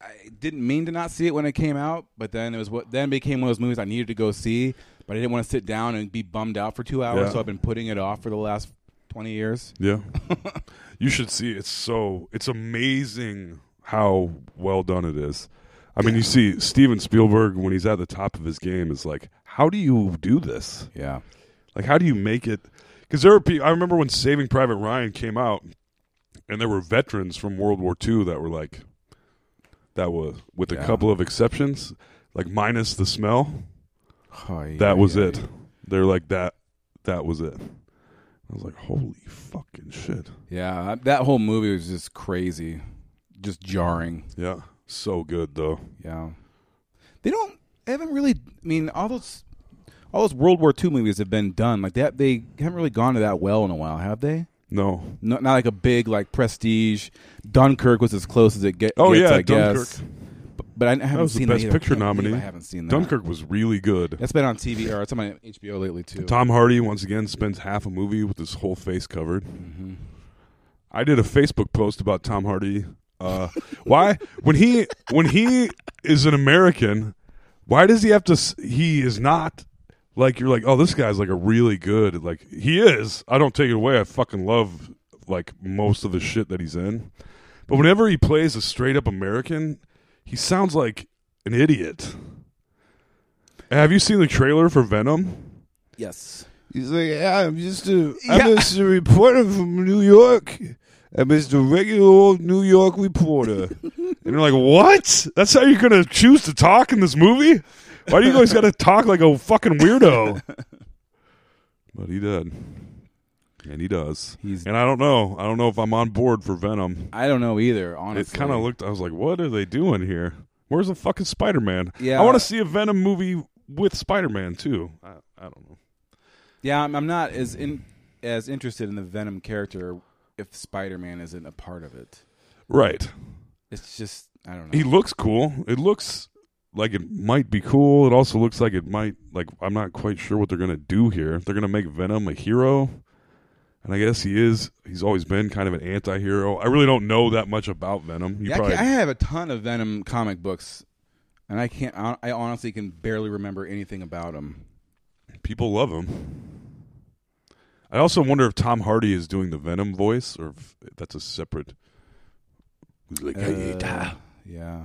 [SPEAKER 10] I didn't mean to not see it when it came out, but then it was what then became one of those movies I needed to go see, but I didn't want to sit down and be bummed out for two hours,
[SPEAKER 11] Yeah.
[SPEAKER 10] so I've been putting it off for the last twenty years.
[SPEAKER 11] Yeah. you should see it. it's so it's amazing how well done it is. I mean, you see Steven Spielberg when he's at the top of his game is like, how do you do this?
[SPEAKER 10] Yeah.
[SPEAKER 11] Like how do you make it cuz there are people, I remember when Saving Private Ryan came out and there were veterans from World War II that were like that was with a
[SPEAKER 10] Yeah.
[SPEAKER 11] couple of exceptions, like minus the smell.
[SPEAKER 10] Hi.
[SPEAKER 11] That was it. They're like that that was it. I was like, "Holy fucking shit."
[SPEAKER 10] Yeah, that whole movie was just crazy, just jarring.
[SPEAKER 11] Yeah, so good though.
[SPEAKER 10] Yeah, they don't they haven't really. I mean, all those all those World War II movies have been done like that. They haven't really gone to that well in a while, have they?
[SPEAKER 11] No,
[SPEAKER 10] no not like a big like prestige. Dunkirk was as close as it get,
[SPEAKER 11] Oh,
[SPEAKER 10] gets.
[SPEAKER 11] yeah,
[SPEAKER 10] I guess.
[SPEAKER 11] Dunkirk.
[SPEAKER 10] But, but I haven't
[SPEAKER 11] that was the
[SPEAKER 10] seen
[SPEAKER 11] best
[SPEAKER 10] that either.
[SPEAKER 11] picture
[SPEAKER 10] I can't believe
[SPEAKER 11] nominee.
[SPEAKER 10] I haven't seen that.
[SPEAKER 11] Dunkirk was really good.
[SPEAKER 10] That's been on TV or it's on my HBO lately too.
[SPEAKER 11] Tom Hardy once again spends half a movie with his whole face covered. I did a Facebook post about Tom Hardy. Uh, why when he when he is an American, why does he have to? s- He is not like you're like oh this guy's like a really good like he is. I don't take it away. I fucking love like most of the shit that he's in, but whenever he plays a straight up American, he sounds like an idiot. Have you seen the trailer for Venom?
[SPEAKER 10] Yes.
[SPEAKER 12] He's like, yeah, I'm just a, I'm just a reporter from New York. I'm just a regular old New York reporter.
[SPEAKER 11] And you're like, what? That's how you're going to choose to talk in this movie? Why do you guys got to talk like a fucking weirdo? but he did. And he does. and I don't know. I don't know if I'm on board for Venom.
[SPEAKER 10] I don't know either, honestly.
[SPEAKER 11] It kind of looked, I was like, what are they doing here? Where's the fucking Spider Man?
[SPEAKER 10] Yeah.
[SPEAKER 11] I want to see a Venom movie with Spider Man, too. I, I don't know.
[SPEAKER 10] Yeah, I'm, I'm not as in as interested in the Venom character if Spider-Man isn't a part of it.
[SPEAKER 11] Right.
[SPEAKER 10] It's just I don't know.
[SPEAKER 11] He looks cool. It looks like it might be cool. It also looks like it might like I'm not quite sure what they're gonna do here. They're gonna make Venom a hero. And I guess he is he's always been kind of an anti hero. I really don't know that much about Venom. You
[SPEAKER 10] Yeah, I,
[SPEAKER 11] probably
[SPEAKER 10] can- I have a ton of Venom comic books, and I can't. I I honestly can barely remember anything about them.
[SPEAKER 11] people love him. I also wonder if Tom Hardy is doing the Venom voice or if that's a separate He's like, "Hey, da."
[SPEAKER 10] yeah,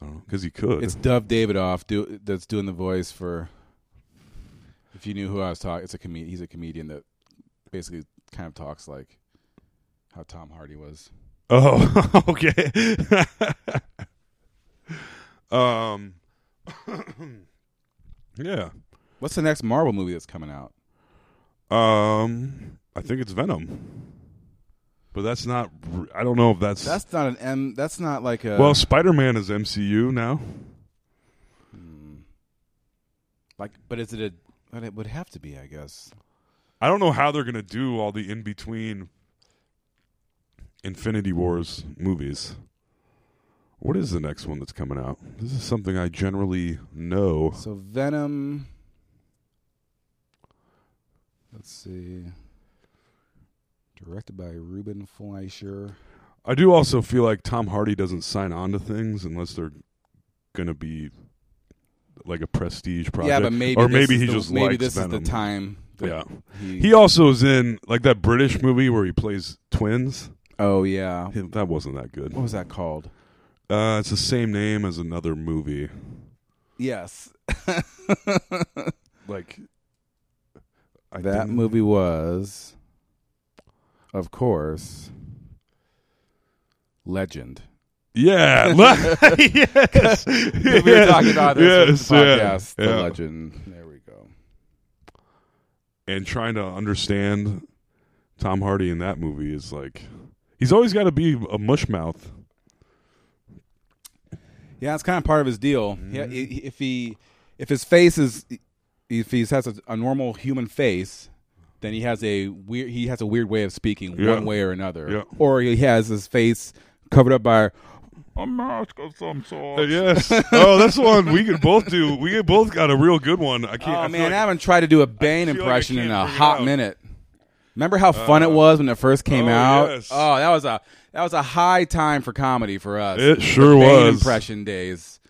[SPEAKER 11] I don't know, 'cause he could.
[SPEAKER 10] It's Dove Davidoff do, that's doing the voice for. If you knew who I was talking, it's a comedian. He's a comedian that basically kind of talks like how Tom Hardy was.
[SPEAKER 11] Oh, okay. um, yeah.
[SPEAKER 10] What's the next Marvel movie that's coming out?
[SPEAKER 11] Um, I think it's Venom. But that's not r- I don't know if that's,
[SPEAKER 10] That's uh, not an M. That's not like a
[SPEAKER 11] Well, Spider-Man is MCU now.
[SPEAKER 10] like. But is it a? But it would have to be, I guess.
[SPEAKER 11] I don't know how they're going to do all the in-between Infinity Wars movies. What is the next one that's coming out? This is something I generally know.
[SPEAKER 10] So Venom. Let's see. Directed by Ruben Fleischer.
[SPEAKER 11] I do also feel like Tom Hardy doesn't sign on to things unless they're going to be like a prestige project.
[SPEAKER 10] Yeah, but maybe
[SPEAKER 11] or
[SPEAKER 10] this
[SPEAKER 11] maybe
[SPEAKER 10] is
[SPEAKER 11] he
[SPEAKER 10] the-
[SPEAKER 11] just
[SPEAKER 10] maybe
[SPEAKER 11] likes
[SPEAKER 10] this is the
[SPEAKER 11] Venom.
[SPEAKER 10] time that
[SPEAKER 11] Yeah,
[SPEAKER 10] he-
[SPEAKER 11] he, also is in like that British movie where he plays twins.
[SPEAKER 10] Oh yeah,
[SPEAKER 11] that wasn't that good.
[SPEAKER 10] What was that called?
[SPEAKER 11] Uh, it's the same name as another movie.
[SPEAKER 10] Yes.
[SPEAKER 11] like
[SPEAKER 10] that
[SPEAKER 11] Mm-hmm.
[SPEAKER 10] movie was of course Legend.
[SPEAKER 11] Yeah, le- yes.
[SPEAKER 10] we were talking about this with
[SPEAKER 11] Yes,
[SPEAKER 10] the
[SPEAKER 11] yeah,
[SPEAKER 10] podcast, the
[SPEAKER 11] yeah.
[SPEAKER 10] legend. There we go.
[SPEAKER 11] and trying to understand Tom Hardy in that movie is like he's always got to be a mush mouth.
[SPEAKER 10] Yeah, it's kind of part of his deal. Yeah,
[SPEAKER 11] Mm-hmm.
[SPEAKER 10] i- i- if he if his face is if he has a, a normal human face, then he has a weird he has a weird way of speaking
[SPEAKER 11] Yeah.
[SPEAKER 10] one way or another.
[SPEAKER 11] Yeah.
[SPEAKER 10] Or he has his face covered up by "Oh,
[SPEAKER 11] A mask of some sort. Uh, Yes. Oh, that's one we could both do. We could both got a real good one. I can't.
[SPEAKER 10] Oh
[SPEAKER 11] I feel
[SPEAKER 10] man, I
[SPEAKER 11] like-
[SPEAKER 10] haven't tried to do a Bane
[SPEAKER 11] feel like I
[SPEAKER 10] impression in
[SPEAKER 11] can't
[SPEAKER 10] a
[SPEAKER 11] bring it
[SPEAKER 10] hot
[SPEAKER 11] out. Uh,
[SPEAKER 10] minute. Remember how fun it was when it first came
[SPEAKER 11] oh,
[SPEAKER 10] out?
[SPEAKER 11] yes.
[SPEAKER 10] Oh, that was a that was a high time for comedy for us.
[SPEAKER 11] It
[SPEAKER 10] The
[SPEAKER 11] sure
[SPEAKER 10] Bane
[SPEAKER 11] was.
[SPEAKER 10] Impression days.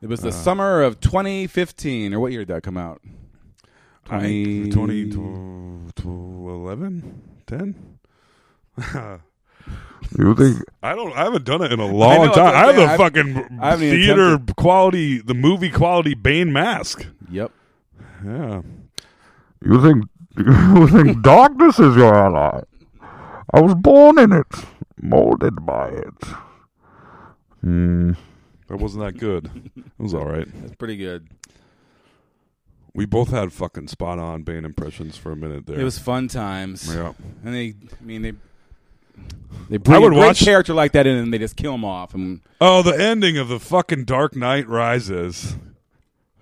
[SPEAKER 10] It was the
[SPEAKER 11] Uh.
[SPEAKER 10] summer of 2015, or what year did that come out?
[SPEAKER 11] I think 20 11 10
[SPEAKER 12] You think
[SPEAKER 11] I don't. I haven't done it in a
[SPEAKER 12] I know,
[SPEAKER 11] long
[SPEAKER 12] that's
[SPEAKER 11] time.
[SPEAKER 12] what
[SPEAKER 11] I
[SPEAKER 12] I'm
[SPEAKER 11] have a
[SPEAKER 12] saying.
[SPEAKER 11] fucking
[SPEAKER 12] I- I haven't even
[SPEAKER 11] theater
[SPEAKER 12] attempted.
[SPEAKER 11] quality, the movie quality Bane mask.
[SPEAKER 10] Yep.
[SPEAKER 11] Yeah.
[SPEAKER 9] You think you think darkness is your ally? I was born in it, molded by it. Hmm.
[SPEAKER 11] That wasn't that good. It was all right.
[SPEAKER 10] That's pretty good.
[SPEAKER 11] We both had fucking spot on Bane impressions for a minute there.
[SPEAKER 10] It was fun times.
[SPEAKER 11] Yeah.
[SPEAKER 10] And they, I mean, they they bring
[SPEAKER 11] I would
[SPEAKER 10] a great
[SPEAKER 11] watch-
[SPEAKER 10] character like that in, and they just kill him off. And
[SPEAKER 11] Oh, the ending of the fucking Dark Knight Rises.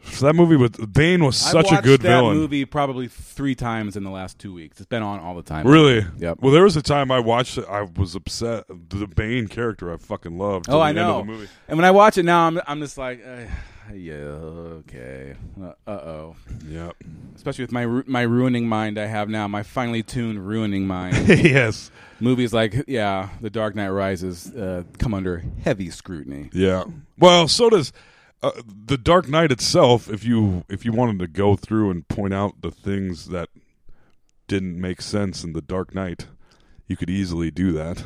[SPEAKER 11] So that movie with Bane was such
[SPEAKER 10] I
[SPEAKER 11] a
[SPEAKER 10] watched
[SPEAKER 11] good
[SPEAKER 10] that
[SPEAKER 11] villain.
[SPEAKER 10] Movie probably three times in the last two weeks. It's been on all the time.
[SPEAKER 11] Really?
[SPEAKER 10] Yep.
[SPEAKER 11] Well, there was a time I watched it. I was upset. The Bane character I fucking loved. till
[SPEAKER 10] Oh, I
[SPEAKER 11] the end of
[SPEAKER 10] know.
[SPEAKER 11] the movie.
[SPEAKER 10] And when I watch it now, I'm I'm just like, uh, yeah, okay, uh oh,
[SPEAKER 11] yep.
[SPEAKER 10] Especially with my ru- my ruining mind I have now, my finely tuned ruining mind.
[SPEAKER 11] Yes.
[SPEAKER 10] Movies like yeah, The Dark Knight Rises uh, come under heavy scrutiny.
[SPEAKER 11] Yeah. Well, so does uh, the Dark Knight itself. If you if you wanted to go through and point out the things that didn't make sense in the Dark Knight, you could easily do that,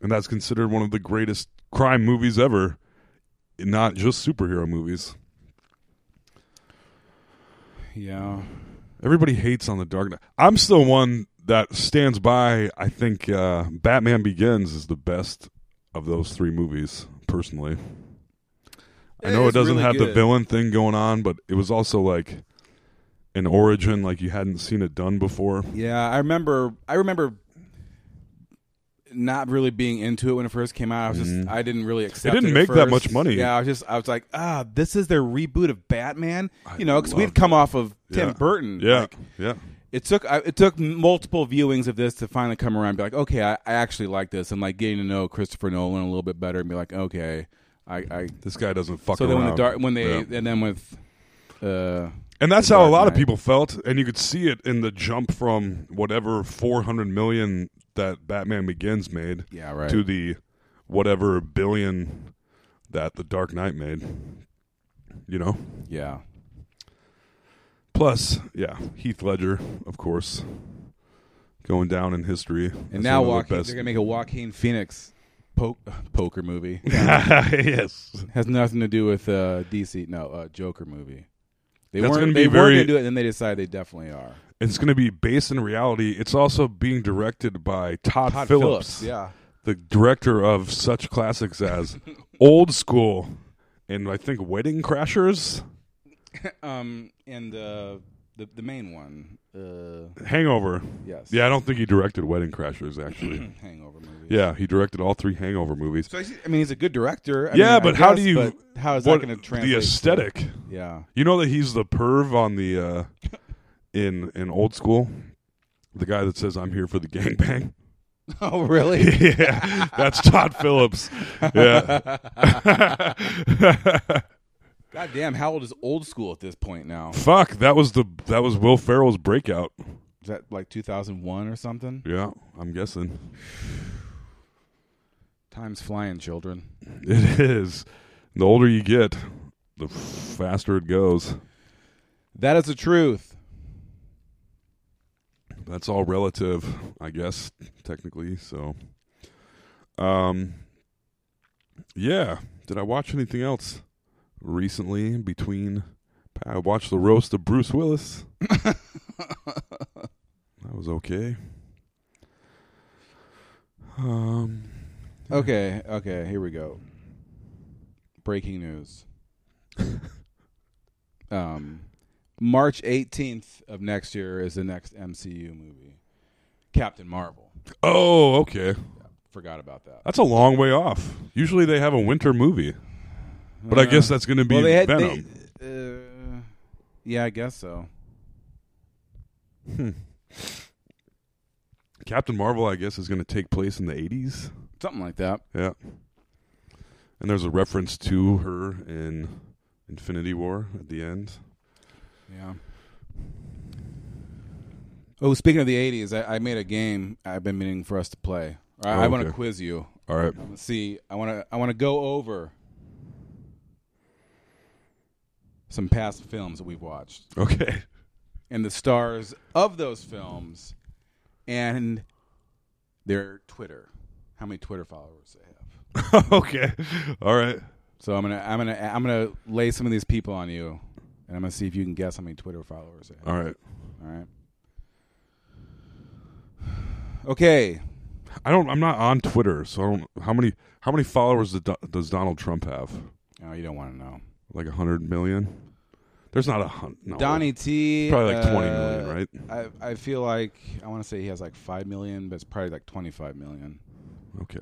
[SPEAKER 11] and that's considered one of the greatest crime movies ever, not just superhero movies.
[SPEAKER 10] Yeah.
[SPEAKER 11] Everybody hates on the Dark Knight. I'm still one that stands by. I think uh, Batman Begins is the best of those three movies, personally. I
[SPEAKER 10] It
[SPEAKER 11] know it
[SPEAKER 10] is
[SPEAKER 11] doesn't
[SPEAKER 10] really
[SPEAKER 11] have the
[SPEAKER 10] good.
[SPEAKER 11] villain thing going on, but it was also like an origin, like you hadn't seen it done before.
[SPEAKER 10] Yeah, I remember. I remember not really being into it when it first came out. I was just,
[SPEAKER 11] Mhm.
[SPEAKER 10] I didn't really accept.
[SPEAKER 11] didn't
[SPEAKER 10] at
[SPEAKER 11] make
[SPEAKER 10] first.
[SPEAKER 11] that much money.
[SPEAKER 10] Yeah, I was just, I was like, ah, this is their reboot of Batman. You know, because
[SPEAKER 11] loved
[SPEAKER 10] we'd come off of Tim
[SPEAKER 11] Yeah.
[SPEAKER 10] Burton.
[SPEAKER 11] Yeah,
[SPEAKER 10] Mm, Like,
[SPEAKER 11] yeah.
[SPEAKER 10] It took I, it took multiple viewings of this to finally come around. and Be like, okay, I, I actually like this, and like getting to know Christopher Nolan a little bit better, and be like, okay, I, I
[SPEAKER 11] this guy doesn't fuck
[SPEAKER 10] So then when
[SPEAKER 11] around.
[SPEAKER 10] the dark when they
[SPEAKER 11] Yeah.
[SPEAKER 10] and then with, uh,
[SPEAKER 11] And that's
[SPEAKER 10] The
[SPEAKER 11] how a
[SPEAKER 10] Dark
[SPEAKER 11] lot of
[SPEAKER 10] Knight.
[SPEAKER 11] people felt, and you could see it in the jump from whatever 400 million that Batman Begins made,
[SPEAKER 10] Yeah, right.
[SPEAKER 11] to the whatever billion that the Dark Knight made. You know?
[SPEAKER 10] Yeah.
[SPEAKER 11] Plus, yeah, Heath Ledger, of course, going down in history.
[SPEAKER 10] and now
[SPEAKER 11] walk.
[SPEAKER 10] Joaquin, they're gonna make a Joaquin Phoenix po- poker movie.
[SPEAKER 11] Yes.
[SPEAKER 10] has nothing to do with uh, DC. No, uh, Joker movie. They
[SPEAKER 11] That's
[SPEAKER 10] weren't.
[SPEAKER 11] gonna
[SPEAKER 10] They
[SPEAKER 11] be
[SPEAKER 10] weren't
[SPEAKER 11] very-
[SPEAKER 10] gonna do it, and then they decided they definitely are.
[SPEAKER 11] It's going to be based in reality. It's also being directed by Todd,
[SPEAKER 10] Todd Phillips,
[SPEAKER 11] Phillips,
[SPEAKER 10] yeah.
[SPEAKER 11] the director of such classics as Old School and I think Wedding Crashers,
[SPEAKER 10] um, and uh, the the main one, uh,
[SPEAKER 11] Hangover.
[SPEAKER 10] Yes.
[SPEAKER 11] Yeah, I don't think he directed Wedding Crashers actually.
[SPEAKER 10] Hangover movies.
[SPEAKER 11] Yeah, he directed all three Hangover movies.
[SPEAKER 10] So I see- I mean, he's a good director. I
[SPEAKER 11] yeah,
[SPEAKER 10] mean, I
[SPEAKER 11] but how
[SPEAKER 10] guess,
[SPEAKER 11] do you?
[SPEAKER 10] but How is
[SPEAKER 11] what-
[SPEAKER 10] that going to translate?
[SPEAKER 11] The
[SPEAKER 10] to-
[SPEAKER 11] aesthetic.
[SPEAKER 10] yeah.
[SPEAKER 11] You know that he's the perv on the uh, in in old school, the guy that says I'm here for the gangbang.
[SPEAKER 10] Oh, really?
[SPEAKER 11] yeah, that's Todd Phillips. Yeah.
[SPEAKER 10] God damn! How old is old school at this point now?
[SPEAKER 11] Fuck, that was the that was Will Ferrell's breakout.
[SPEAKER 10] Is that like 2001 or something?
[SPEAKER 11] Yeah, I'm guessing
[SPEAKER 10] Time's flying, children.
[SPEAKER 11] it is. The older you get, the faster it goes.
[SPEAKER 10] That is the truth.
[SPEAKER 11] That's all relative, I guess, technically. So, um, yeah. Did I watch anything else recently? Between, I watched the roast of Bruce Willis. that was okay. Um.
[SPEAKER 10] Okay. Okay. Here we go. Breaking news. um, March 18th of next year is the next MCU movie, Captain Marvel.
[SPEAKER 11] Oh, okay.
[SPEAKER 10] Forgot about that.
[SPEAKER 11] That's a long way off. Usually they have a winter movie, but I guess that's going to be
[SPEAKER 10] Uh, Well, they had- they-
[SPEAKER 11] Venom.
[SPEAKER 10] uh, yeah, I guess so.
[SPEAKER 11] Hmm. Captain Marvel, I guess, is going to take place in the 80s.
[SPEAKER 10] Something like that.
[SPEAKER 11] Yeah. And there's a reference to her in Infinity War at the end.
[SPEAKER 10] Yeah. Oh, speaking of the '80s, I, I made a game I've been meaning for us to play. I, I
[SPEAKER 11] Oh,
[SPEAKER 10] want to
[SPEAKER 11] okay.
[SPEAKER 10] quiz you.
[SPEAKER 11] All right.
[SPEAKER 10] Let's see. I want to. I want to go over some past films that we've watched.
[SPEAKER 11] Okay.
[SPEAKER 10] And the stars of those films, and their Twitter. How many Twitter followers they have?
[SPEAKER 11] okay. All right.
[SPEAKER 10] So I'm gonna. I'm gonna. I'm gonna lay some of these people on you, and I'm gonna see if you can guess how many Twitter followers they have.
[SPEAKER 11] All right.
[SPEAKER 10] All right. Okay.
[SPEAKER 11] I don't. I'm not on Twitter, so I don't. How many? How many followers does Do- does Donald Trump have?
[SPEAKER 10] Oh, you don't want to know.
[SPEAKER 11] Like a hundred million. There's not a hundred. No.
[SPEAKER 10] Donnie T.
[SPEAKER 11] Probably like twenty
[SPEAKER 10] uh,
[SPEAKER 11] million, right?
[SPEAKER 10] I I feel like I want to say he has like five million, but it's probably like twenty five million.
[SPEAKER 11] Okay.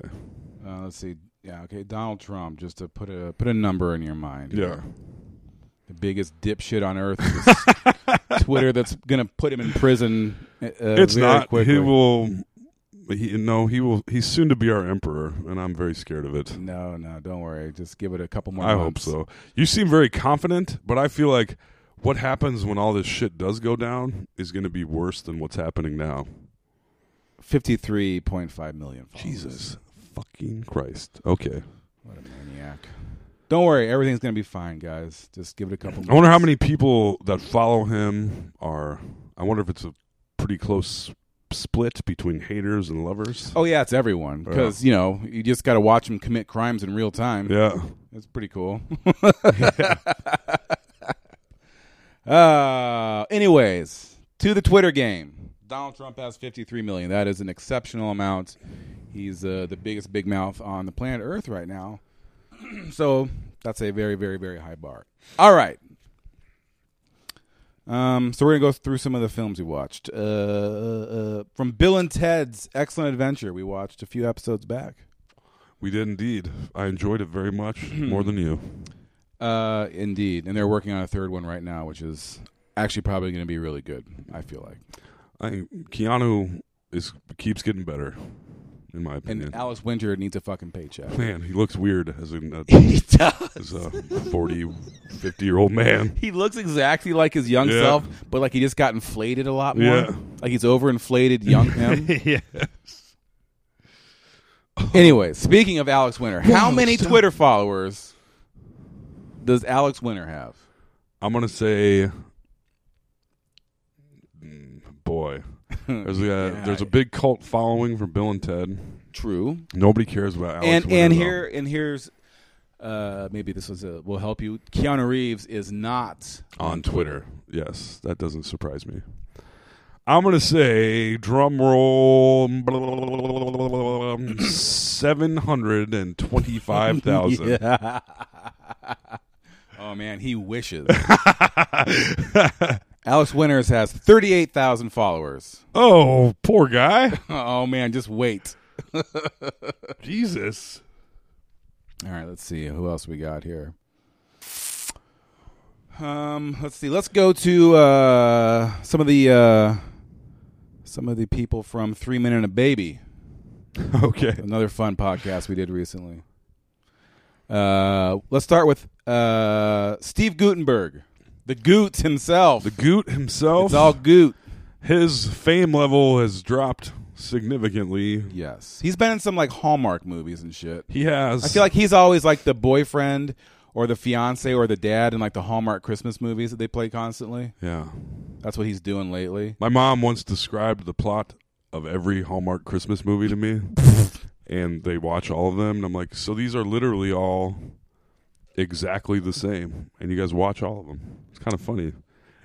[SPEAKER 10] Uh, let's see. Yeah. Okay. Donald Trump. Just to put a put a number in your mind.
[SPEAKER 11] Yeah.
[SPEAKER 10] The biggest dipshit on earth. Is Twitter. That's gonna put him in prison. Uh,
[SPEAKER 11] it's
[SPEAKER 10] very
[SPEAKER 11] not.
[SPEAKER 10] Quickly.
[SPEAKER 11] He will. He, no, he will. He's soon to be our emperor, and I'm very scared of it.
[SPEAKER 10] No, no, don't worry. Just give it a couple more.
[SPEAKER 11] I hope
[SPEAKER 10] months.
[SPEAKER 11] so. You seem very confident, but I feel like what happens when all this shit does go down is going to be worse than what's happening now.
[SPEAKER 10] Fifty three point five million. Followers.
[SPEAKER 11] Jesus fucking Christ. Okay.
[SPEAKER 10] What a maniac. Don't worry. Everything's gonna be fine, guys. Just give it a couple.
[SPEAKER 11] I wonder how
[SPEAKER 10] months.
[SPEAKER 11] many people that follow him are. I wonder if it's a pretty close split between haters and lovers.
[SPEAKER 10] Oh yeah, it's everyone because you know you just got to watch them commit crimes in real time.
[SPEAKER 11] Yeah.
[SPEAKER 10] that's pretty cool. uh, anyways, to the Twitter game. Donald Trump has 53 million. That is an exceptional amount. He's uh, the biggest big mouth on the planet Earth right now. so that's a very, very, very high bar. All right. Um, so we're gonna go through some of the films we watched. Uh, uh, from Bill and Ted's Excellent Adventure, we watched a few episodes back.
[SPEAKER 11] We did indeed. I enjoyed it very much,
[SPEAKER 10] Hmm.
[SPEAKER 11] more than you.
[SPEAKER 10] Uh, indeed, and they're working on a third one right now, which is actually probably gonna be really good. I feel like.
[SPEAKER 11] I think Keanu is keeps getting better, in my
[SPEAKER 10] And
[SPEAKER 11] opinion.
[SPEAKER 10] Alice Winter needs a fucking paycheck.
[SPEAKER 11] man, he looks weird as an a, he
[SPEAKER 10] does.
[SPEAKER 11] as a 40, 50 year old man.
[SPEAKER 10] He looks exactly like his young
[SPEAKER 11] Yeah.
[SPEAKER 10] self, but like he just got inflated a lot more.
[SPEAKER 11] Yeah.
[SPEAKER 10] Like he's overinflated young him.
[SPEAKER 11] yes.
[SPEAKER 10] Anyway, speaking of Alex Winter, how
[SPEAKER 11] Whoa,
[SPEAKER 10] many
[SPEAKER 11] stop.
[SPEAKER 10] Twitter followers does Alex Winter have?
[SPEAKER 11] I'm gonna say, mm, boy, there's a there's a big cult following from Bill and Ted.
[SPEAKER 10] True.
[SPEAKER 11] Nobody cares about Alex.
[SPEAKER 10] and
[SPEAKER 11] Winter,
[SPEAKER 10] and
[SPEAKER 11] though.
[SPEAKER 10] here and here's uh maybe this was a, will help you. Keanu Reeves is not
[SPEAKER 11] on Twitter. Yes, that doesn't surprise me. I'm gonna say drum roll seven hundred and twenty five thousand.
[SPEAKER 10] Yeah. Oh man, he wishes. Alex Winters has 38,000 followers.
[SPEAKER 11] Oh, poor guy.
[SPEAKER 10] oh man, just wait. All
[SPEAKER 11] Jesus.
[SPEAKER 10] right, let's see who else we got here. Um, let's see. Let's go to uh, some of the uh, some of the people from Three Men and a Baby.
[SPEAKER 11] Okay,
[SPEAKER 10] another fun podcast we did recently. Uh, let's start with uh, Steve Gutenberg, the Goot himself. The
[SPEAKER 11] Goot himself.
[SPEAKER 10] It's all Goot.
[SPEAKER 11] His fame level has dropped significantly.
[SPEAKER 10] Yes. He's been in some like Hallmark movies and shit.
[SPEAKER 11] He has.
[SPEAKER 10] I feel like he's always like the boyfriend or the fiance or the dad in like the Hallmark Christmas movies that they play constantly.
[SPEAKER 11] Yeah.
[SPEAKER 10] That's what he's doing lately.
[SPEAKER 11] My mom once described the plot of every Hallmark Christmas movie to me, and they watch all of them, and I'm like, so these are literally all exactly the same, and you guys watch all of them. It's kind of funny.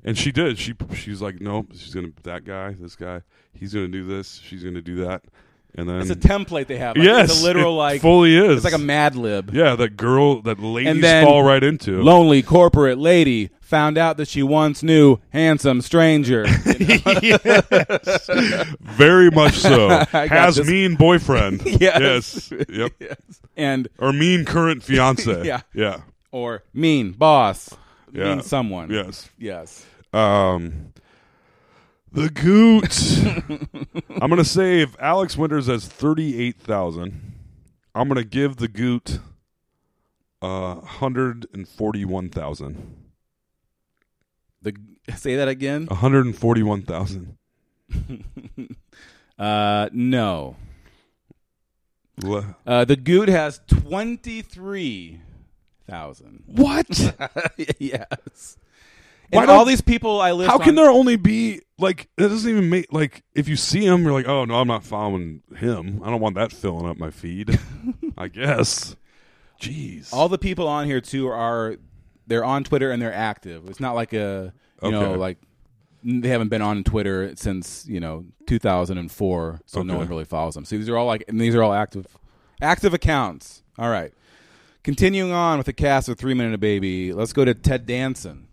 [SPEAKER 11] And she did. She she's like, nope. She's gonna that guy, this guy. He's gonna do this. She's gonna do that. And then
[SPEAKER 10] It's a template they have. Like,
[SPEAKER 11] yes,
[SPEAKER 10] it's a literal
[SPEAKER 11] it
[SPEAKER 10] like
[SPEAKER 11] fully
[SPEAKER 10] It's
[SPEAKER 11] is.
[SPEAKER 10] like a Mad Lib.
[SPEAKER 11] Yeah, that girl, that ladies
[SPEAKER 10] and then
[SPEAKER 11] fall right into.
[SPEAKER 10] lonely corporate lady found out that she once knew handsome stranger. You know?
[SPEAKER 11] Very much so.
[SPEAKER 10] I got
[SPEAKER 11] Has
[SPEAKER 10] this.
[SPEAKER 11] mean boyfriend.
[SPEAKER 10] Yes.
[SPEAKER 11] Yes. Yep.
[SPEAKER 10] And
[SPEAKER 11] or mean current fiance.
[SPEAKER 10] Yeah.
[SPEAKER 11] Yeah.
[SPEAKER 10] Or mean boss.
[SPEAKER 11] Yeah.
[SPEAKER 10] Mean someone.
[SPEAKER 11] Yes.
[SPEAKER 10] Yes.
[SPEAKER 11] Um, the Goot. I'm gonna say if Alex Winters has thirty eight thousand, I'm gonna give the Goot uh hundred and forty one thousand.
[SPEAKER 10] The say that again.
[SPEAKER 11] One hundred and forty one thousand.
[SPEAKER 10] Uh, no. Uh, the Goot has 23,000.
[SPEAKER 11] What?
[SPEAKER 10] yes.
[SPEAKER 11] Why
[SPEAKER 10] And
[SPEAKER 11] don't-
[SPEAKER 10] all these people I list
[SPEAKER 11] How can
[SPEAKER 10] on-
[SPEAKER 11] there only be like that? Doesn't even make like if you see him, you're like, oh no, I'm not following him. I don't want that filling up my feed. I guess. Jeez.
[SPEAKER 10] All the people on here too are they're on Twitter and they're active. It's not like a you know
[SPEAKER 11] Okay.
[SPEAKER 10] like n- they haven't been on Twitter since you know 2004, so no
[SPEAKER 11] Okay.
[SPEAKER 10] one really follows them. So these are all like and these are all active active accounts. All right, continuing on with the cast of Three Men and a Baby. Let's go to Ted Danson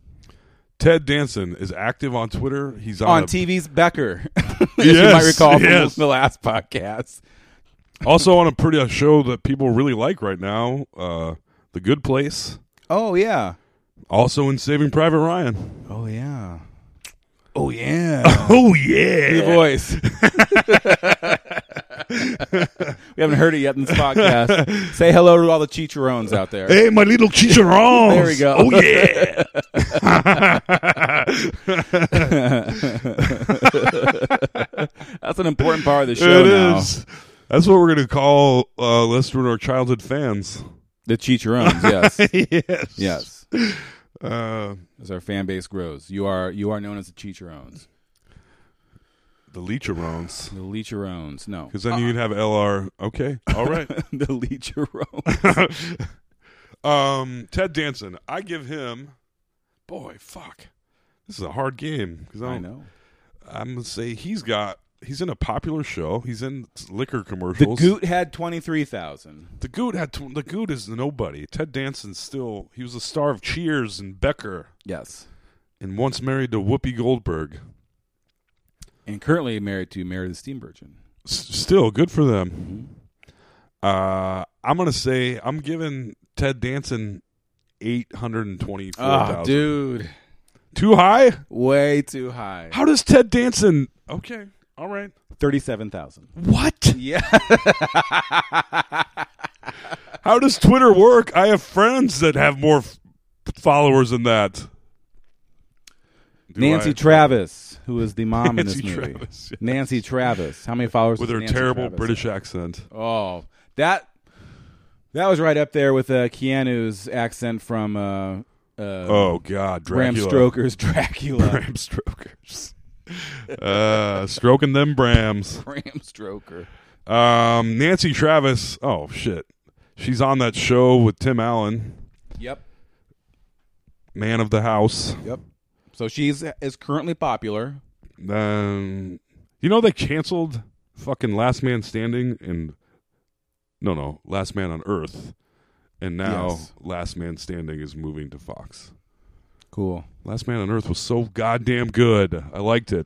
[SPEAKER 11] Ted Danson is active on Twitter. He's on,
[SPEAKER 10] on
[SPEAKER 11] a-
[SPEAKER 10] TV's Becker, as you
[SPEAKER 11] Yes,
[SPEAKER 10] might recall from
[SPEAKER 11] yes.
[SPEAKER 10] the last podcast.
[SPEAKER 11] also on a pretty a show that people really like right now, uh, The Good Place.
[SPEAKER 10] Oh yeah.
[SPEAKER 11] Also in Saving Private Ryan.
[SPEAKER 10] Oh yeah. Oh yeah.
[SPEAKER 11] Oh, yeah.
[SPEAKER 10] New voice. we haven't heard it yet in this podcast. Say hello to all the chicharrones out there.
[SPEAKER 9] Hey, my little chicharrones.
[SPEAKER 10] there we go.
[SPEAKER 9] Oh, yeah.
[SPEAKER 10] That's an important part of the
[SPEAKER 11] It
[SPEAKER 10] show now.
[SPEAKER 11] is. That's what we're going to call uh, listeners our childhood fans.
[SPEAKER 10] The chicharrones, yes.
[SPEAKER 11] yes.
[SPEAKER 10] Yes.
[SPEAKER 11] Uh,
[SPEAKER 10] As our fan base grows, you are you are known as the chicharrones.
[SPEAKER 11] The leecherones.
[SPEAKER 10] The leecherones. No.
[SPEAKER 11] Because then you'd have LR. Okay. All right.
[SPEAKER 10] the leecherones.
[SPEAKER 11] um, Ted Danson. I give him. Boy, fuck. This is a hard game. Cause I,
[SPEAKER 10] I
[SPEAKER 11] don't-
[SPEAKER 10] know.
[SPEAKER 11] I'm going to say he's got. He's in a popular show. He's in liquor
[SPEAKER 10] The
[SPEAKER 11] commercials.
[SPEAKER 10] Goot had 23,000.
[SPEAKER 11] The Goot had tw- the Goot is nobody. Ted Danson's still he was a star of Cheers and Becker.
[SPEAKER 10] Yes.
[SPEAKER 11] And once married to Whoopi Goldberg.
[SPEAKER 10] And currently married to Mary the Steam Virgin.
[SPEAKER 11] S- still good for them.
[SPEAKER 10] Mm-hmm.
[SPEAKER 11] Uh, I'm gonna say I'm giving Ted Danson eight hundred and twenty-four thousand.
[SPEAKER 10] Oh, dude.
[SPEAKER 11] Too high?
[SPEAKER 10] Way too high.
[SPEAKER 11] How does Ted Danson? Okay, all right.
[SPEAKER 10] 37,000.
[SPEAKER 11] What?
[SPEAKER 10] Yeah.
[SPEAKER 11] How does Twitter work? I have friends that have more f- followers than that. Do
[SPEAKER 10] Nancy
[SPEAKER 11] I-
[SPEAKER 10] Travis, who is the mom in this
[SPEAKER 11] Nancy
[SPEAKER 10] movie.
[SPEAKER 11] Travis, yes.
[SPEAKER 10] Nancy Travis. How many followers
[SPEAKER 11] with
[SPEAKER 10] does
[SPEAKER 11] her
[SPEAKER 10] Nancy
[SPEAKER 11] terrible
[SPEAKER 10] Travis
[SPEAKER 11] British
[SPEAKER 10] have?
[SPEAKER 11] accent.
[SPEAKER 10] Oh, that that was right up there with uh, Keanu's accent from uh, uh,
[SPEAKER 11] Oh God,
[SPEAKER 10] Bram
[SPEAKER 11] Dracula.
[SPEAKER 10] Stoker's Dracula.
[SPEAKER 11] Bram Stoker's. uh, stroking them Brams.
[SPEAKER 10] Bram Stoker.
[SPEAKER 11] Um, Nancy Travis. Oh shit, she's on that show with Tim Allen,
[SPEAKER 10] Yep.
[SPEAKER 11] Man of the House.
[SPEAKER 10] Yep. So she's is currently popular.
[SPEAKER 11] Um, you know they canceled fucking Last Man Standing and no, no, Last Man on Earth, and now
[SPEAKER 10] Yes.
[SPEAKER 11] Last Man Standing is moving to Fox.
[SPEAKER 10] Cool.
[SPEAKER 11] Last Man on Earth was so goddamn good. I liked it.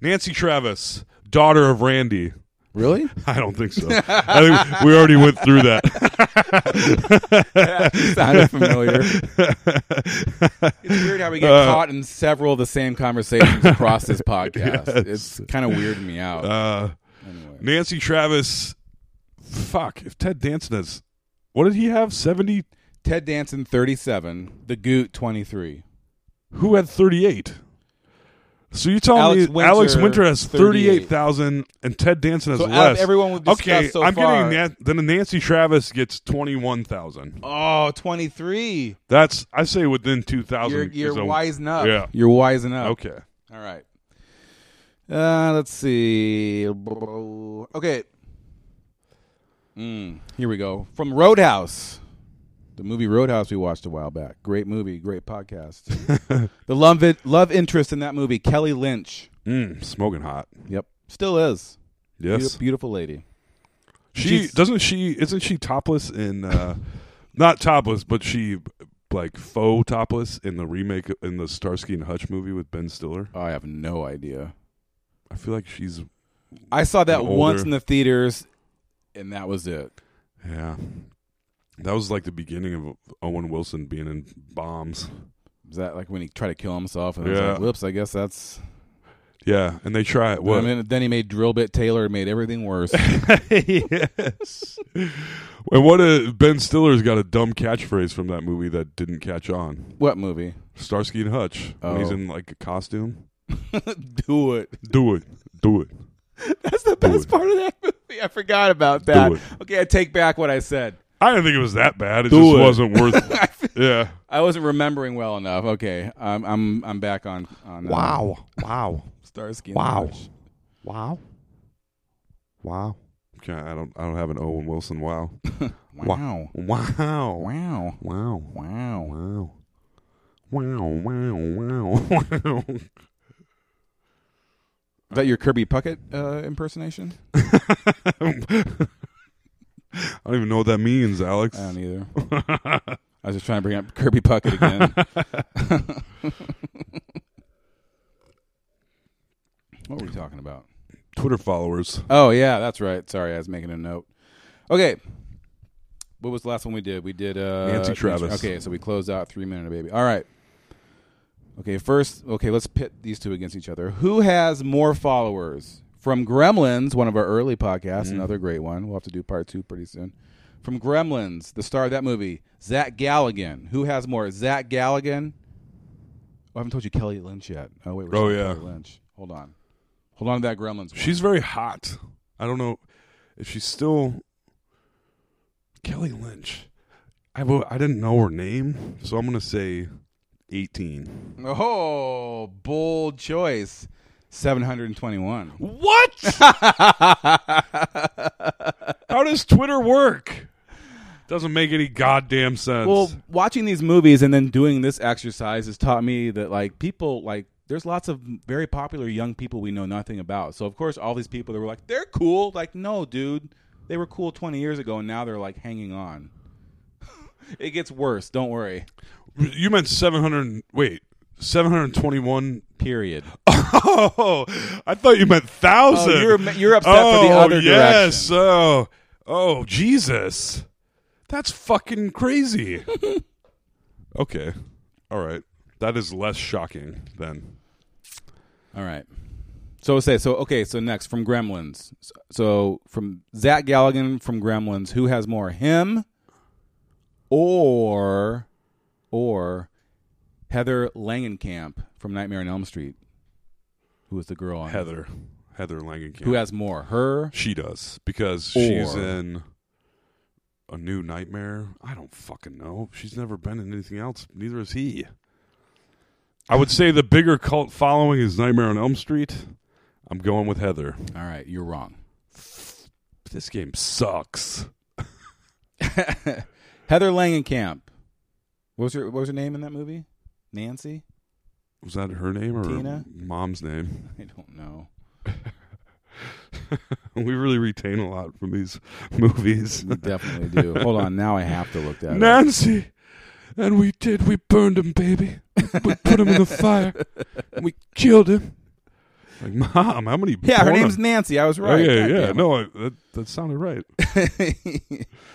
[SPEAKER 11] Nancy Travis, daughter of Randy.
[SPEAKER 10] Really?
[SPEAKER 11] I don't think so. I think we already went through that.
[SPEAKER 10] sounded familiar. It's weird how we get
[SPEAKER 11] Uh,
[SPEAKER 10] caught in several of the same conversations across this podcast.
[SPEAKER 11] Yes.
[SPEAKER 10] It's kind of weirding me out.
[SPEAKER 11] Uh, Nancy Travis. Fuck. If Ted Danson has, what did he have? Seventy.
[SPEAKER 10] Ted Danson, 37. The Goot, 23.
[SPEAKER 11] Who had thirty-eight? So you're telling
[SPEAKER 10] Alex
[SPEAKER 11] me
[SPEAKER 10] Winter,
[SPEAKER 11] Alex Winter has
[SPEAKER 10] 38.
[SPEAKER 11] thirty-eight thousand, and Ted Danson has
[SPEAKER 10] So out of
[SPEAKER 11] less.
[SPEAKER 10] everyone we've discussed
[SPEAKER 11] okay,
[SPEAKER 10] so
[SPEAKER 11] I'm
[SPEAKER 10] far-
[SPEAKER 11] getting Nan- then Nancy Travis gets twenty-one thousand.
[SPEAKER 10] Oh, 23.
[SPEAKER 11] That's I say within two thousand.
[SPEAKER 10] You're, you're wising up.
[SPEAKER 11] Yeah.
[SPEAKER 10] You're wising up.
[SPEAKER 11] Okay.
[SPEAKER 10] All right. Uh, let's see. Okay. Mm, here we go. From Roadhouse, the movie Roadhouse we watched a while back. Great movie, great podcast. the love, in- love interest in that movie, Kelly Lynch.
[SPEAKER 11] Mm, smoking hot.
[SPEAKER 10] Yep. Still is.
[SPEAKER 11] Yes.
[SPEAKER 10] Beauti- beautiful lady.
[SPEAKER 11] She
[SPEAKER 10] She's-
[SPEAKER 11] doesn't she isn't she topless in uh not topless, but she like faux topless in the remake in the Starsky and Hutch movie with Ben Stiller.
[SPEAKER 10] I have no idea.
[SPEAKER 11] I feel like she's
[SPEAKER 10] I saw that
[SPEAKER 11] An
[SPEAKER 10] once
[SPEAKER 11] older-
[SPEAKER 10] in the theaters, and that was it.
[SPEAKER 11] yeah. That was like the beginning of Owen Wilson being in bombs.
[SPEAKER 10] Is that like when he tried to kill himself? And I
[SPEAKER 11] Yeah.
[SPEAKER 10] was like, whoops, I guess that's.
[SPEAKER 11] Yeah, and they try it. What?
[SPEAKER 10] And then, then he made Drill Bit Taylor and made everything worse.
[SPEAKER 11] yes. and what a Ben Stiller's got a dumb catchphrase from that movie that didn't catch on.
[SPEAKER 10] what movie?
[SPEAKER 11] Starsky and Hutch. When he's
[SPEAKER 10] Oh.
[SPEAKER 11] in like a costume.
[SPEAKER 10] Do it.
[SPEAKER 11] Do it. Do it.
[SPEAKER 10] That's the best part of that movie. I forgot about that. Okay, I take back what I said.
[SPEAKER 11] I didn't think it was that bad. It
[SPEAKER 10] Do
[SPEAKER 11] just
[SPEAKER 10] it.
[SPEAKER 11] wasn't worth. yeah.
[SPEAKER 10] I wasn't remembering well enough. Okay, I'm I'm I'm back on on. uh,
[SPEAKER 11] Wow.
[SPEAKER 12] Wow.
[SPEAKER 10] Starsky. and
[SPEAKER 12] Wow.
[SPEAKER 10] Hutch.
[SPEAKER 12] Wow. Wow.
[SPEAKER 11] Okay, I don't. I don't have an Owen Wilson. Wow.
[SPEAKER 10] Wow. Wow.
[SPEAKER 11] Wow. Wow.
[SPEAKER 10] Wow.
[SPEAKER 11] Wow. Wow. Wow. Wow. Wow.
[SPEAKER 10] Is that your Kirby Puckett uh, impersonation?
[SPEAKER 11] I don't even know what that means, Alex.
[SPEAKER 10] I don't either. I was just trying to bring up Kirby Puckett again. what were we talking about?
[SPEAKER 11] Twitter followers.
[SPEAKER 10] Oh yeah, that's right. Sorry, I was making a note. Okay. What was the last one we did? We did uh
[SPEAKER 11] Nancy Travis.
[SPEAKER 10] Okay, so we closed out three minute baby. All right. Okay, first okay, let's pit these two against each other. Who has more followers? From Gremlins, one of our early podcasts,
[SPEAKER 11] Mhm.
[SPEAKER 10] another great one. We'll have to do part two pretty soon. From Gremlins, the star of that movie, Zach Galligan. Who has more? Zach Galligan? Oh, I haven't told you Kelly Lynch yet. Oh wait, we're
[SPEAKER 11] Oh,
[SPEAKER 10] still
[SPEAKER 11] yeah.
[SPEAKER 10] Kelly Lynch. Hold on. Hold on to that Gremlins.
[SPEAKER 11] She's very hot. I don't know if she's still Kelly Lynch. I wo- I didn't know her name, so I'm gonna say eighteen.
[SPEAKER 10] Oh, bold choice. 721.
[SPEAKER 11] What? How does Twitter work? Doesn't make any goddamn sense.
[SPEAKER 10] Well, watching these movies and then doing this exercise has taught me that, like, people, like, there's lots of very popular young people we know nothing about. So, of course, all these people that were like, they're cool. Like, no, dude. They were cool 20 years ago, and now they're, like, hanging on. it gets worse. Don't worry.
[SPEAKER 11] you meant seven hundred. Wait, seven hundred twenty-one.
[SPEAKER 10] Period.
[SPEAKER 11] Oh, I thought you meant thousand.
[SPEAKER 10] Oh, you're- you're upset for the
[SPEAKER 11] Oh,
[SPEAKER 10] other
[SPEAKER 11] yes. Oh, oh, Jesus, that's fucking crazy. okay, all right, that is less shocking then.
[SPEAKER 10] All right. So say so. Okay. So next from Gremlins. So, so from Zach Galligan from Gremlins, who has more, him or or Heather Langenkamp from Nightmare on Elm Street, who is the girl on
[SPEAKER 11] Heather, Heather Langenkamp.
[SPEAKER 10] Who has more, her?
[SPEAKER 11] She does because she's
[SPEAKER 10] Or-
[SPEAKER 11] in a new nightmare. I don't fucking know. She's never been in anything else. Neither has he. I would say the bigger cult following is Nightmare on Elm Street. I'm going with Heather.
[SPEAKER 10] All right, you're wrong.
[SPEAKER 11] This game sucks.
[SPEAKER 10] Heather Langenkamp. What was her What was her name in that movie? Nancy.
[SPEAKER 11] Was that her name or
[SPEAKER 10] Tina?
[SPEAKER 11] mom's name?
[SPEAKER 10] I don't know.
[SPEAKER 11] We really retain a lot from these movies. We
[SPEAKER 10] definitely do. Hold on, now I have to look that up.
[SPEAKER 11] Nancy. And we did. We burned him, baby. We put him in the fire. We killed him. Like, mom, how many?
[SPEAKER 10] Yeah, her
[SPEAKER 11] porno-
[SPEAKER 10] name's Nancy. I was right.
[SPEAKER 11] Yeah, yeah.
[SPEAKER 10] God
[SPEAKER 11] yeah.
[SPEAKER 10] damn it.
[SPEAKER 11] No, I, that that sounded right.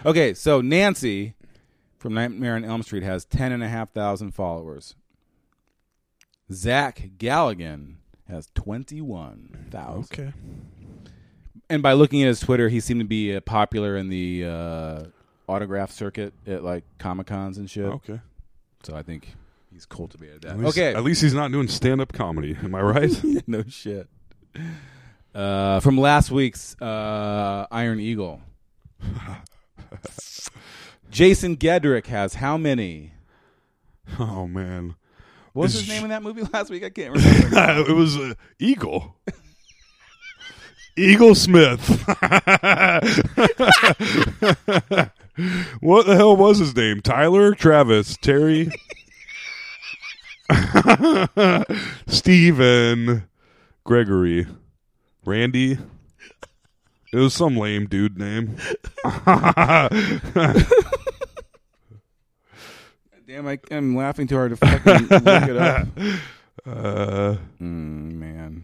[SPEAKER 10] okay, so Nancy from Nightmare on Elm Street has ten and a half thousand followers. Zach Galligan has twenty one thousand.
[SPEAKER 11] Okay.
[SPEAKER 10] And by looking at his Twitter, he seemed to be uh, popular in the uh, autograph circuit at like Comic Cons and shit.
[SPEAKER 11] Okay.
[SPEAKER 10] So I think he's cultivated that.
[SPEAKER 11] At least-
[SPEAKER 10] okay.
[SPEAKER 11] At least he's not doing stand-up comedy. Am I right?
[SPEAKER 10] no shit. Uh, from last week's uh, Iron Eagle. Jason Gedrick has how many?
[SPEAKER 11] oh man.
[SPEAKER 10] What was
[SPEAKER 11] Is
[SPEAKER 10] his
[SPEAKER 11] sh-
[SPEAKER 10] name in that movie last week? I can't remember.
[SPEAKER 11] it was uh, Eagle. Eagle Smith. what the hell was his name? Tyler, Travis, Terry, Steven, Gregory, Randy. It was some lame dude name.
[SPEAKER 10] Damn, I, I'm laughing too hard to fucking look it up.
[SPEAKER 11] Uh,
[SPEAKER 10] Mm, man.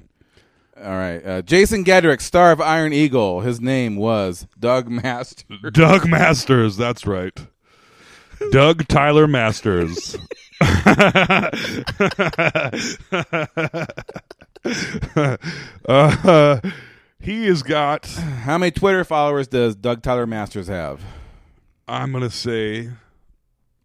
[SPEAKER 10] All right. Uh, Jason Gedrick, star of Iron Eagle. His name was Doug Master.
[SPEAKER 11] Doug Masters, that's right. Doug Tyler Masters. uh, he has got,
[SPEAKER 10] How many Twitter followers does Doug Tyler Masters have?
[SPEAKER 11] I'm going to say,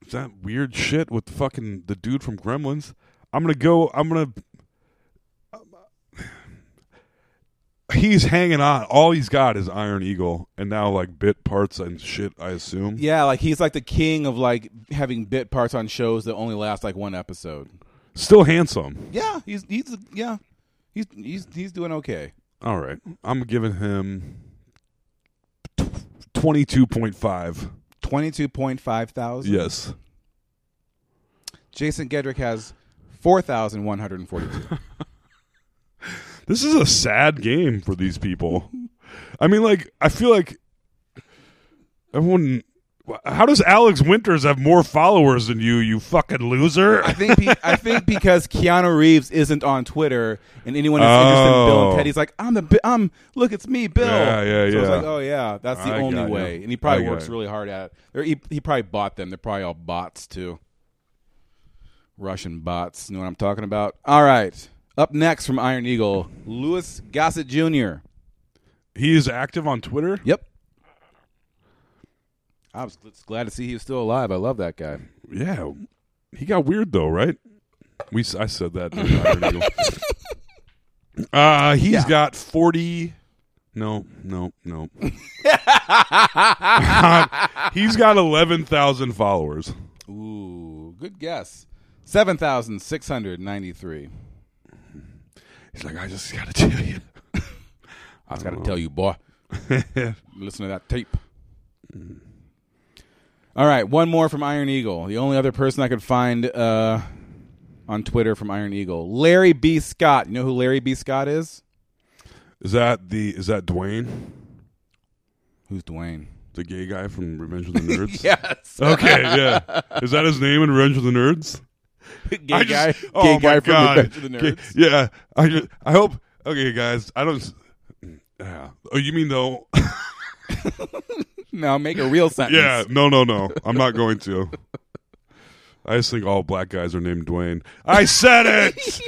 [SPEAKER 11] is that weird shit with fucking the dude from Gremlins. I'm going to go, I'm going to, he's hanging on. All he's got is Iron Eagle, and now like bit parts and shit. I assume.
[SPEAKER 10] Yeah, like he's like the king of like having bit parts on shows that only last like one episode.
[SPEAKER 11] Still handsome.
[SPEAKER 10] Yeah, he's he's yeah, he's he's he's doing okay.
[SPEAKER 11] All right, I'm giving him twenty two point five.
[SPEAKER 10] Twenty two point five thousand.
[SPEAKER 11] Yes.
[SPEAKER 10] Jason Gedrick has four thousand one hundred and forty two.
[SPEAKER 11] This is a sad game for these people. I mean, like I feel like everyone. How does Alex Winters have more followers than you? You fucking loser.
[SPEAKER 10] I think be, I think because Keanu Reeves isn't on Twitter, and anyone who's interested in Bill
[SPEAKER 11] Oh.
[SPEAKER 10] and Teddy's like, I'm the Bi- I'm look, it's me, Bill.
[SPEAKER 11] Yeah, yeah,
[SPEAKER 10] So it's
[SPEAKER 11] yeah.
[SPEAKER 10] like, oh yeah, that's the
[SPEAKER 11] I
[SPEAKER 10] only
[SPEAKER 11] got you.
[SPEAKER 10] way. And he probably
[SPEAKER 11] I got
[SPEAKER 10] works
[SPEAKER 11] you.
[SPEAKER 10] really hard at it. Or he he probably bought them. They're probably all bots too. Russian bots. You know what I'm talking about? All right. Up next from Iron Eagle, Lewis Gossett Jr.
[SPEAKER 11] He is active on Twitter.
[SPEAKER 10] Yep. I was gl- glad to see he was still alive. I love that guy.
[SPEAKER 11] Yeah, he got weird though, right? We s- I said that. during Iron Eagle. uh he's
[SPEAKER 10] Yeah.
[SPEAKER 11] got forty. No, no, no. he's got eleven thousand followers.
[SPEAKER 10] Ooh, good guess. 7,693.
[SPEAKER 11] He's like, I just got to tell you.
[SPEAKER 10] I just got to tell you, boy. Listen to that tape. All right, one more from Iron Eagle. The only other person I could find uh, on Twitter from Iron Eagle, Larry B. Scott. You know who Larry B. Scott is?
[SPEAKER 11] Is that the is that Dwayne?
[SPEAKER 10] Who's Dwayne?
[SPEAKER 11] The gay guy from Revenge of the Nerds?
[SPEAKER 10] Yes.
[SPEAKER 11] Okay, yeah. Is that his name in Revenge of the Nerds?
[SPEAKER 10] Gay
[SPEAKER 11] I
[SPEAKER 10] guy-
[SPEAKER 11] just- oh
[SPEAKER 10] gay guy
[SPEAKER 11] my
[SPEAKER 10] from
[SPEAKER 11] God.
[SPEAKER 10] Revenge of the
[SPEAKER 11] Gay-
[SPEAKER 10] Nerds.
[SPEAKER 11] yeah. I just, I hope okay guys, I don't s- yeah. Oh, you mean though?
[SPEAKER 10] Now make a real sentence.
[SPEAKER 11] yeah, no, no, no. I'm not going to. I just think all black guys are named Dwayne. I said it.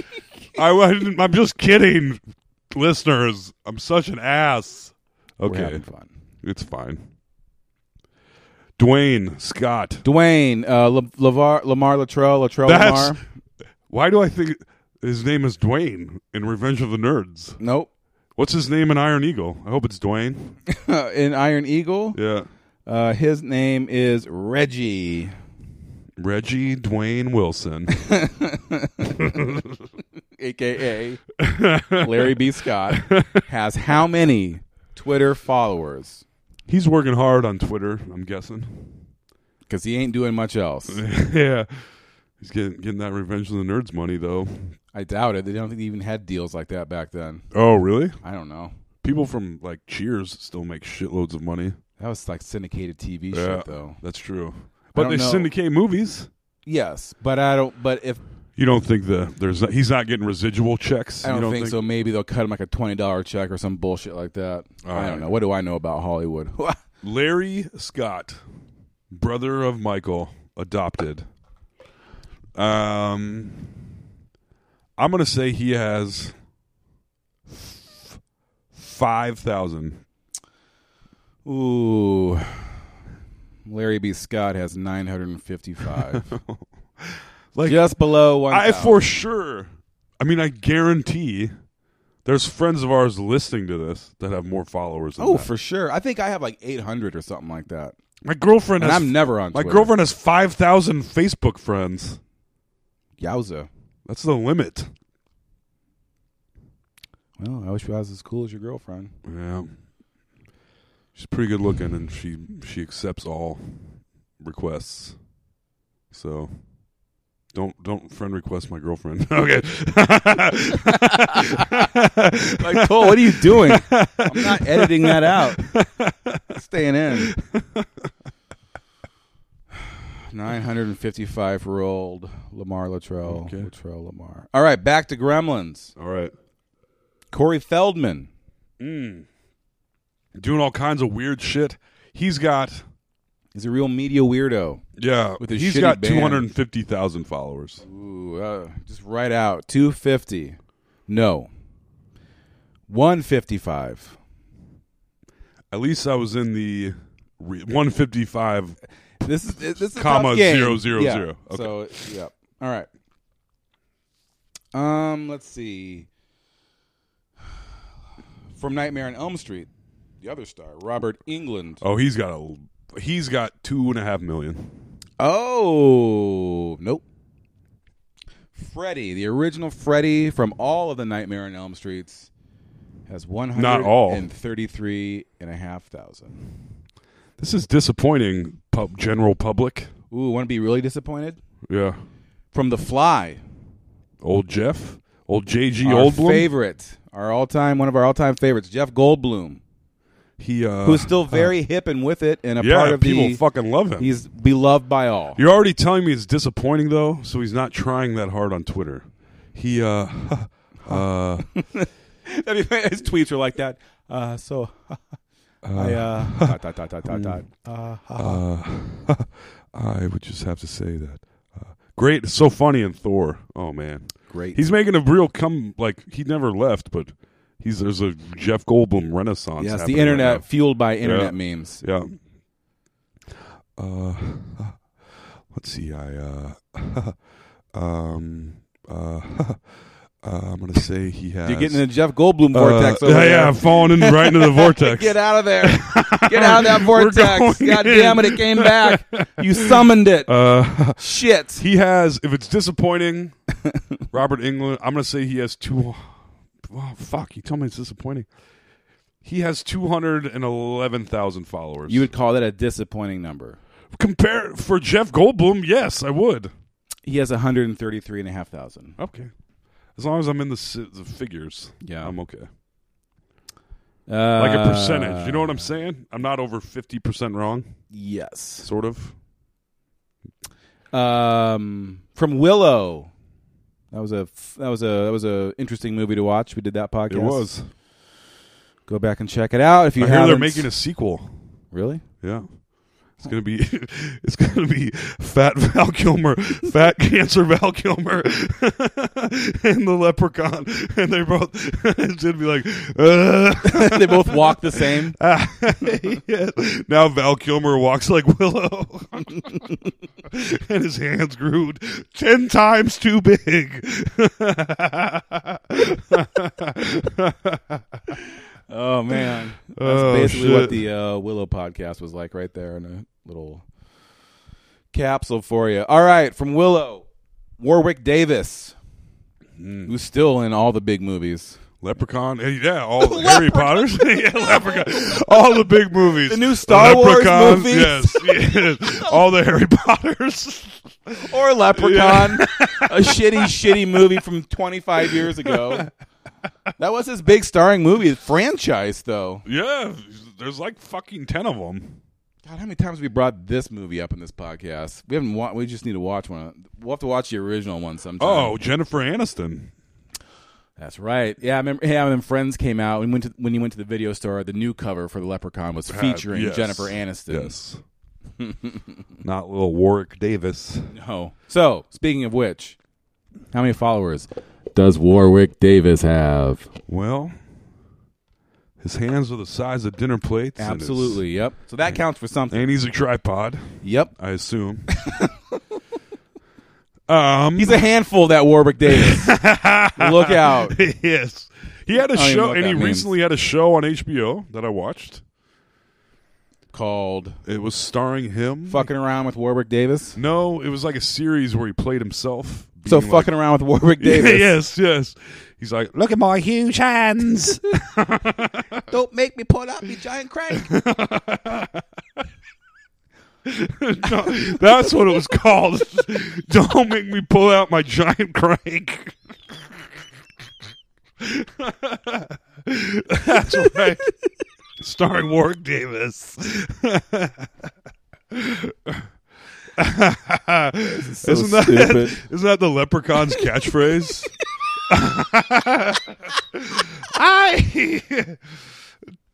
[SPEAKER 11] I, wasn't- I'm just kidding, listeners. I'm such an ass. Okay,
[SPEAKER 10] having fun.
[SPEAKER 11] It's fine. Dwayne Scott.
[SPEAKER 10] Dwayne, uh, La- Lavar, Lamar Latrell, Latrell
[SPEAKER 11] That's
[SPEAKER 10] Lamar.
[SPEAKER 11] why do I think his name is Dwayne in Revenge of the Nerds?
[SPEAKER 10] Nope.
[SPEAKER 11] What's his name in Iron Eagle? I hope it's Dwayne.
[SPEAKER 10] in Iron Eagle.
[SPEAKER 11] Yeah.
[SPEAKER 10] Uh, his name is Reggie.
[SPEAKER 11] Reggie Dwayne Wilson.
[SPEAKER 10] AKA Larry B. Scott has how many Twitter followers?
[SPEAKER 11] He's working hard on Twitter, I'm guessing.
[SPEAKER 10] Because he ain't doing much else.
[SPEAKER 11] yeah. He's getting getting that Revenge of the Nerds money though.
[SPEAKER 10] I doubt it. They don't think they even had deals like that back then.
[SPEAKER 11] Oh, really?
[SPEAKER 10] I don't know.
[SPEAKER 11] People from like Cheers still make shitloads of money.
[SPEAKER 10] That was like syndicated TV shit, though.
[SPEAKER 11] That's true. But
[SPEAKER 10] don't
[SPEAKER 11] they
[SPEAKER 10] know.
[SPEAKER 11] syndicate movies.
[SPEAKER 10] Yes, but I don't. But if
[SPEAKER 11] You don't think the there's he's not getting residual checks?
[SPEAKER 10] I
[SPEAKER 11] You
[SPEAKER 10] don't, think, so, maybe they'll cut him like a twenty dollar check or some bullshit like that. I
[SPEAKER 11] right.
[SPEAKER 10] don't know. What do I know about Hollywood?
[SPEAKER 11] Larry Scott, brother of Michael, adopted. Um, I'm gonna say he has five thousand.
[SPEAKER 10] Ooh. Larry B. Scott has 955.
[SPEAKER 11] Like
[SPEAKER 10] Just below one.
[SPEAKER 11] I for sure. I mean, I guarantee there's friends of ours listening to this that have more followers. Than
[SPEAKER 10] Oh,
[SPEAKER 11] that.
[SPEAKER 10] for sure. I think I have like 800 or something like that.
[SPEAKER 11] my girlfriend.
[SPEAKER 10] And
[SPEAKER 11] has,
[SPEAKER 10] I'm never on
[SPEAKER 11] My
[SPEAKER 10] Twitter.
[SPEAKER 11] girlfriend has five thousand Facebook friends.
[SPEAKER 10] Yowza.
[SPEAKER 11] That's the limit.
[SPEAKER 10] Well, I wish I was as cool as your girlfriend.
[SPEAKER 11] Yeah. She's pretty good looking and she she accepts all requests. So don't don't friend request my girlfriend. okay.
[SPEAKER 10] Like, Cole, what are you doing? I'm not editing that out. It's Staying in. 955 year old Lamar Latrell. Latrell Lamar. All right, back to Gremlins.
[SPEAKER 11] All right.
[SPEAKER 10] Corey Feldman.
[SPEAKER 11] Mm. Doing all kinds of weird shit. He's got
[SPEAKER 10] He's a real media weirdo.
[SPEAKER 11] yeah,
[SPEAKER 10] With his
[SPEAKER 11] he's
[SPEAKER 10] shitty
[SPEAKER 11] got
[SPEAKER 10] band.
[SPEAKER 11] 250,000 followers.
[SPEAKER 10] Ooh, uh, just right out. 250. No. 155.
[SPEAKER 11] At least I was in the re- 155
[SPEAKER 10] This is this is a
[SPEAKER 11] Comma
[SPEAKER 10] tough game.
[SPEAKER 11] zero, zero,
[SPEAKER 10] yeah.
[SPEAKER 11] zero. Okay.
[SPEAKER 10] So yeah. All right. Um, let's see. from Nightmare on Elm Street, the other star, Robert England.
[SPEAKER 11] Oh, he's got a he's got two and a half million.
[SPEAKER 10] Oh nope. Freddy, the original Freddy from all of the Nightmare on Elm Streets, has one
[SPEAKER 11] Not
[SPEAKER 10] hundred
[SPEAKER 11] all.
[SPEAKER 10] and thirty-three and a half thousand.
[SPEAKER 11] This is disappointing, pub, general public.
[SPEAKER 10] Ooh, want to be really disappointed?
[SPEAKER 11] Yeah.
[SPEAKER 10] From The Fly.
[SPEAKER 11] Old Jeff, old JG
[SPEAKER 10] our
[SPEAKER 11] Oldblum.
[SPEAKER 10] favorite, our all-time, one of our all-time favorites, Jeff Goldblum.
[SPEAKER 11] He uh,
[SPEAKER 10] who's still very hip and with it, and a
[SPEAKER 11] Yeah,
[SPEAKER 10] part of
[SPEAKER 11] people
[SPEAKER 10] the
[SPEAKER 11] fucking love him.
[SPEAKER 10] He's beloved by all.
[SPEAKER 11] You're already telling me it's disappointing though, so he's not trying that hard on Twitter. He uh uh
[SPEAKER 10] I mean, his tweets are like that. Uh, so I uh, dot, dot, dot, dot, dot, dot. Uh,
[SPEAKER 11] uh, I would just have to say that uh, great. It's so funny in Thor. Oh man,
[SPEAKER 10] Great.
[SPEAKER 11] He's making a real come. Like he never left, but he's there's a Jeff Goldblum renaissance.
[SPEAKER 10] Yes, the
[SPEAKER 11] happening
[SPEAKER 10] internet
[SPEAKER 11] now.
[SPEAKER 10] fueled by internet memes.
[SPEAKER 11] Yeah. Uh, let's see. I uh, um uh. Uh, I'm gonna say he has.
[SPEAKER 10] You're getting in the Jeff Goldblum vortex
[SPEAKER 11] Uh,
[SPEAKER 10] over
[SPEAKER 11] yeah,
[SPEAKER 10] there.
[SPEAKER 11] yeah, I'm falling in right into the vortex.
[SPEAKER 10] Get out of there. Get out of that
[SPEAKER 11] We're
[SPEAKER 10] vortex.
[SPEAKER 11] going
[SPEAKER 10] God
[SPEAKER 11] in.
[SPEAKER 10] damn it, it came back. You summoned it.
[SPEAKER 11] Uh,
[SPEAKER 10] Shit.
[SPEAKER 11] He has. If it's disappointing, Robert England. I'm gonna say he has two wow fuck! You tell me it's disappointing. He has two hundred and eleven thousand followers.
[SPEAKER 10] You would call that a disappointing number.
[SPEAKER 11] Compare for Jeff Goldblum. Yes, I would.
[SPEAKER 10] He has 133 and a half thousand.
[SPEAKER 11] Okay, as long as I'm in the, si- the figures, yeah, I'm okay. like a
[SPEAKER 10] Uh,
[SPEAKER 11] percentage. You know what I'm saying? I'm not over fifty percent wrong.
[SPEAKER 10] Yes,
[SPEAKER 11] sort of.
[SPEAKER 10] Um, from Willow. That was a f- that was a that was a interesting movie to watch. We did that podcast.
[SPEAKER 11] It was.
[SPEAKER 10] Go back and check it out if you
[SPEAKER 11] I hear they're
[SPEAKER 10] haven't.
[SPEAKER 11] making a sequel.
[SPEAKER 10] Really?
[SPEAKER 11] Yeah. It's gonna be, it's gonna be Fat Val Kilmer, Fat Cancer Val Kilmer, and the Leprechaun, and they both, it's gonna be like, uh.
[SPEAKER 10] They both walk the same?
[SPEAKER 11] Ah, yeah. Now Val Kilmer walks like Willow, and his hands grew ten times too big.
[SPEAKER 10] oh man, that's
[SPEAKER 11] Oh,
[SPEAKER 10] basically
[SPEAKER 11] shit.
[SPEAKER 10] what the uh, Willow podcast was like, right there in a little capsule for you. All right, from Willow, Warwick Davis,
[SPEAKER 11] Mm.
[SPEAKER 10] who's still in all the big movies.
[SPEAKER 11] Leprechaun, Hey, yeah, all the Harry Potter's, yeah, Leprechaun, all the big movies,
[SPEAKER 10] The new Star Wars
[SPEAKER 11] Leprechaun,
[SPEAKER 10] movies.
[SPEAKER 11] yes, yes, all the Harry Potters,
[SPEAKER 10] or Leprechaun, a shitty, shitty movie from 25 years ago. That was his big starring movie franchise, though.
[SPEAKER 11] yeah. There's like fucking ten of them.
[SPEAKER 10] God, how many times have we brought this movie up in this podcast? We haven't. Wa- we just need to watch one. We'll have to watch the original one sometime.
[SPEAKER 11] Oh, Jennifer Aniston.
[SPEAKER 10] that's right. Yeah, I remember. Yeah, when Friends came out, we went to when you went to the video store. The new cover for the Leprechaun was
[SPEAKER 11] Uh,
[SPEAKER 10] featuring
[SPEAKER 11] yes.
[SPEAKER 10] Jennifer Aniston.
[SPEAKER 11] Yes. Not little Warwick Davis.
[SPEAKER 10] No. Oh, So, speaking of which, how many followers does Warwick Davis have?
[SPEAKER 11] Well, his hands are the size of dinner plates. and his-
[SPEAKER 10] Absolutely. Yep. So that counts for something.
[SPEAKER 11] And he's a tripod.
[SPEAKER 10] Yep.
[SPEAKER 11] I assume. um,
[SPEAKER 10] He's a handful, that Warwick Davis. Look out.
[SPEAKER 11] yes. He had
[SPEAKER 10] I don't even
[SPEAKER 11] a
[SPEAKER 10] know
[SPEAKER 11] show,
[SPEAKER 10] what
[SPEAKER 11] and
[SPEAKER 10] that
[SPEAKER 11] he
[SPEAKER 10] means.
[SPEAKER 11] recently had a show on HBO that I watched.
[SPEAKER 10] Called.
[SPEAKER 11] It was starring him.
[SPEAKER 10] Fucking around with Warwick Davis?
[SPEAKER 11] No, it was like a series where he played himself.
[SPEAKER 10] So
[SPEAKER 11] being
[SPEAKER 10] fucking around with Warwick Davis.
[SPEAKER 11] yes, yes. He's like, look at my huge hands.
[SPEAKER 10] Don't make me pull out me giant crank.
[SPEAKER 11] No, that's what it was called. Don't make me pull out my giant crank. that's right. Starring Warwick Davis.
[SPEAKER 10] is so
[SPEAKER 11] isn't that
[SPEAKER 10] stupid.
[SPEAKER 11] isn't that the leprechaun's catchphrase? I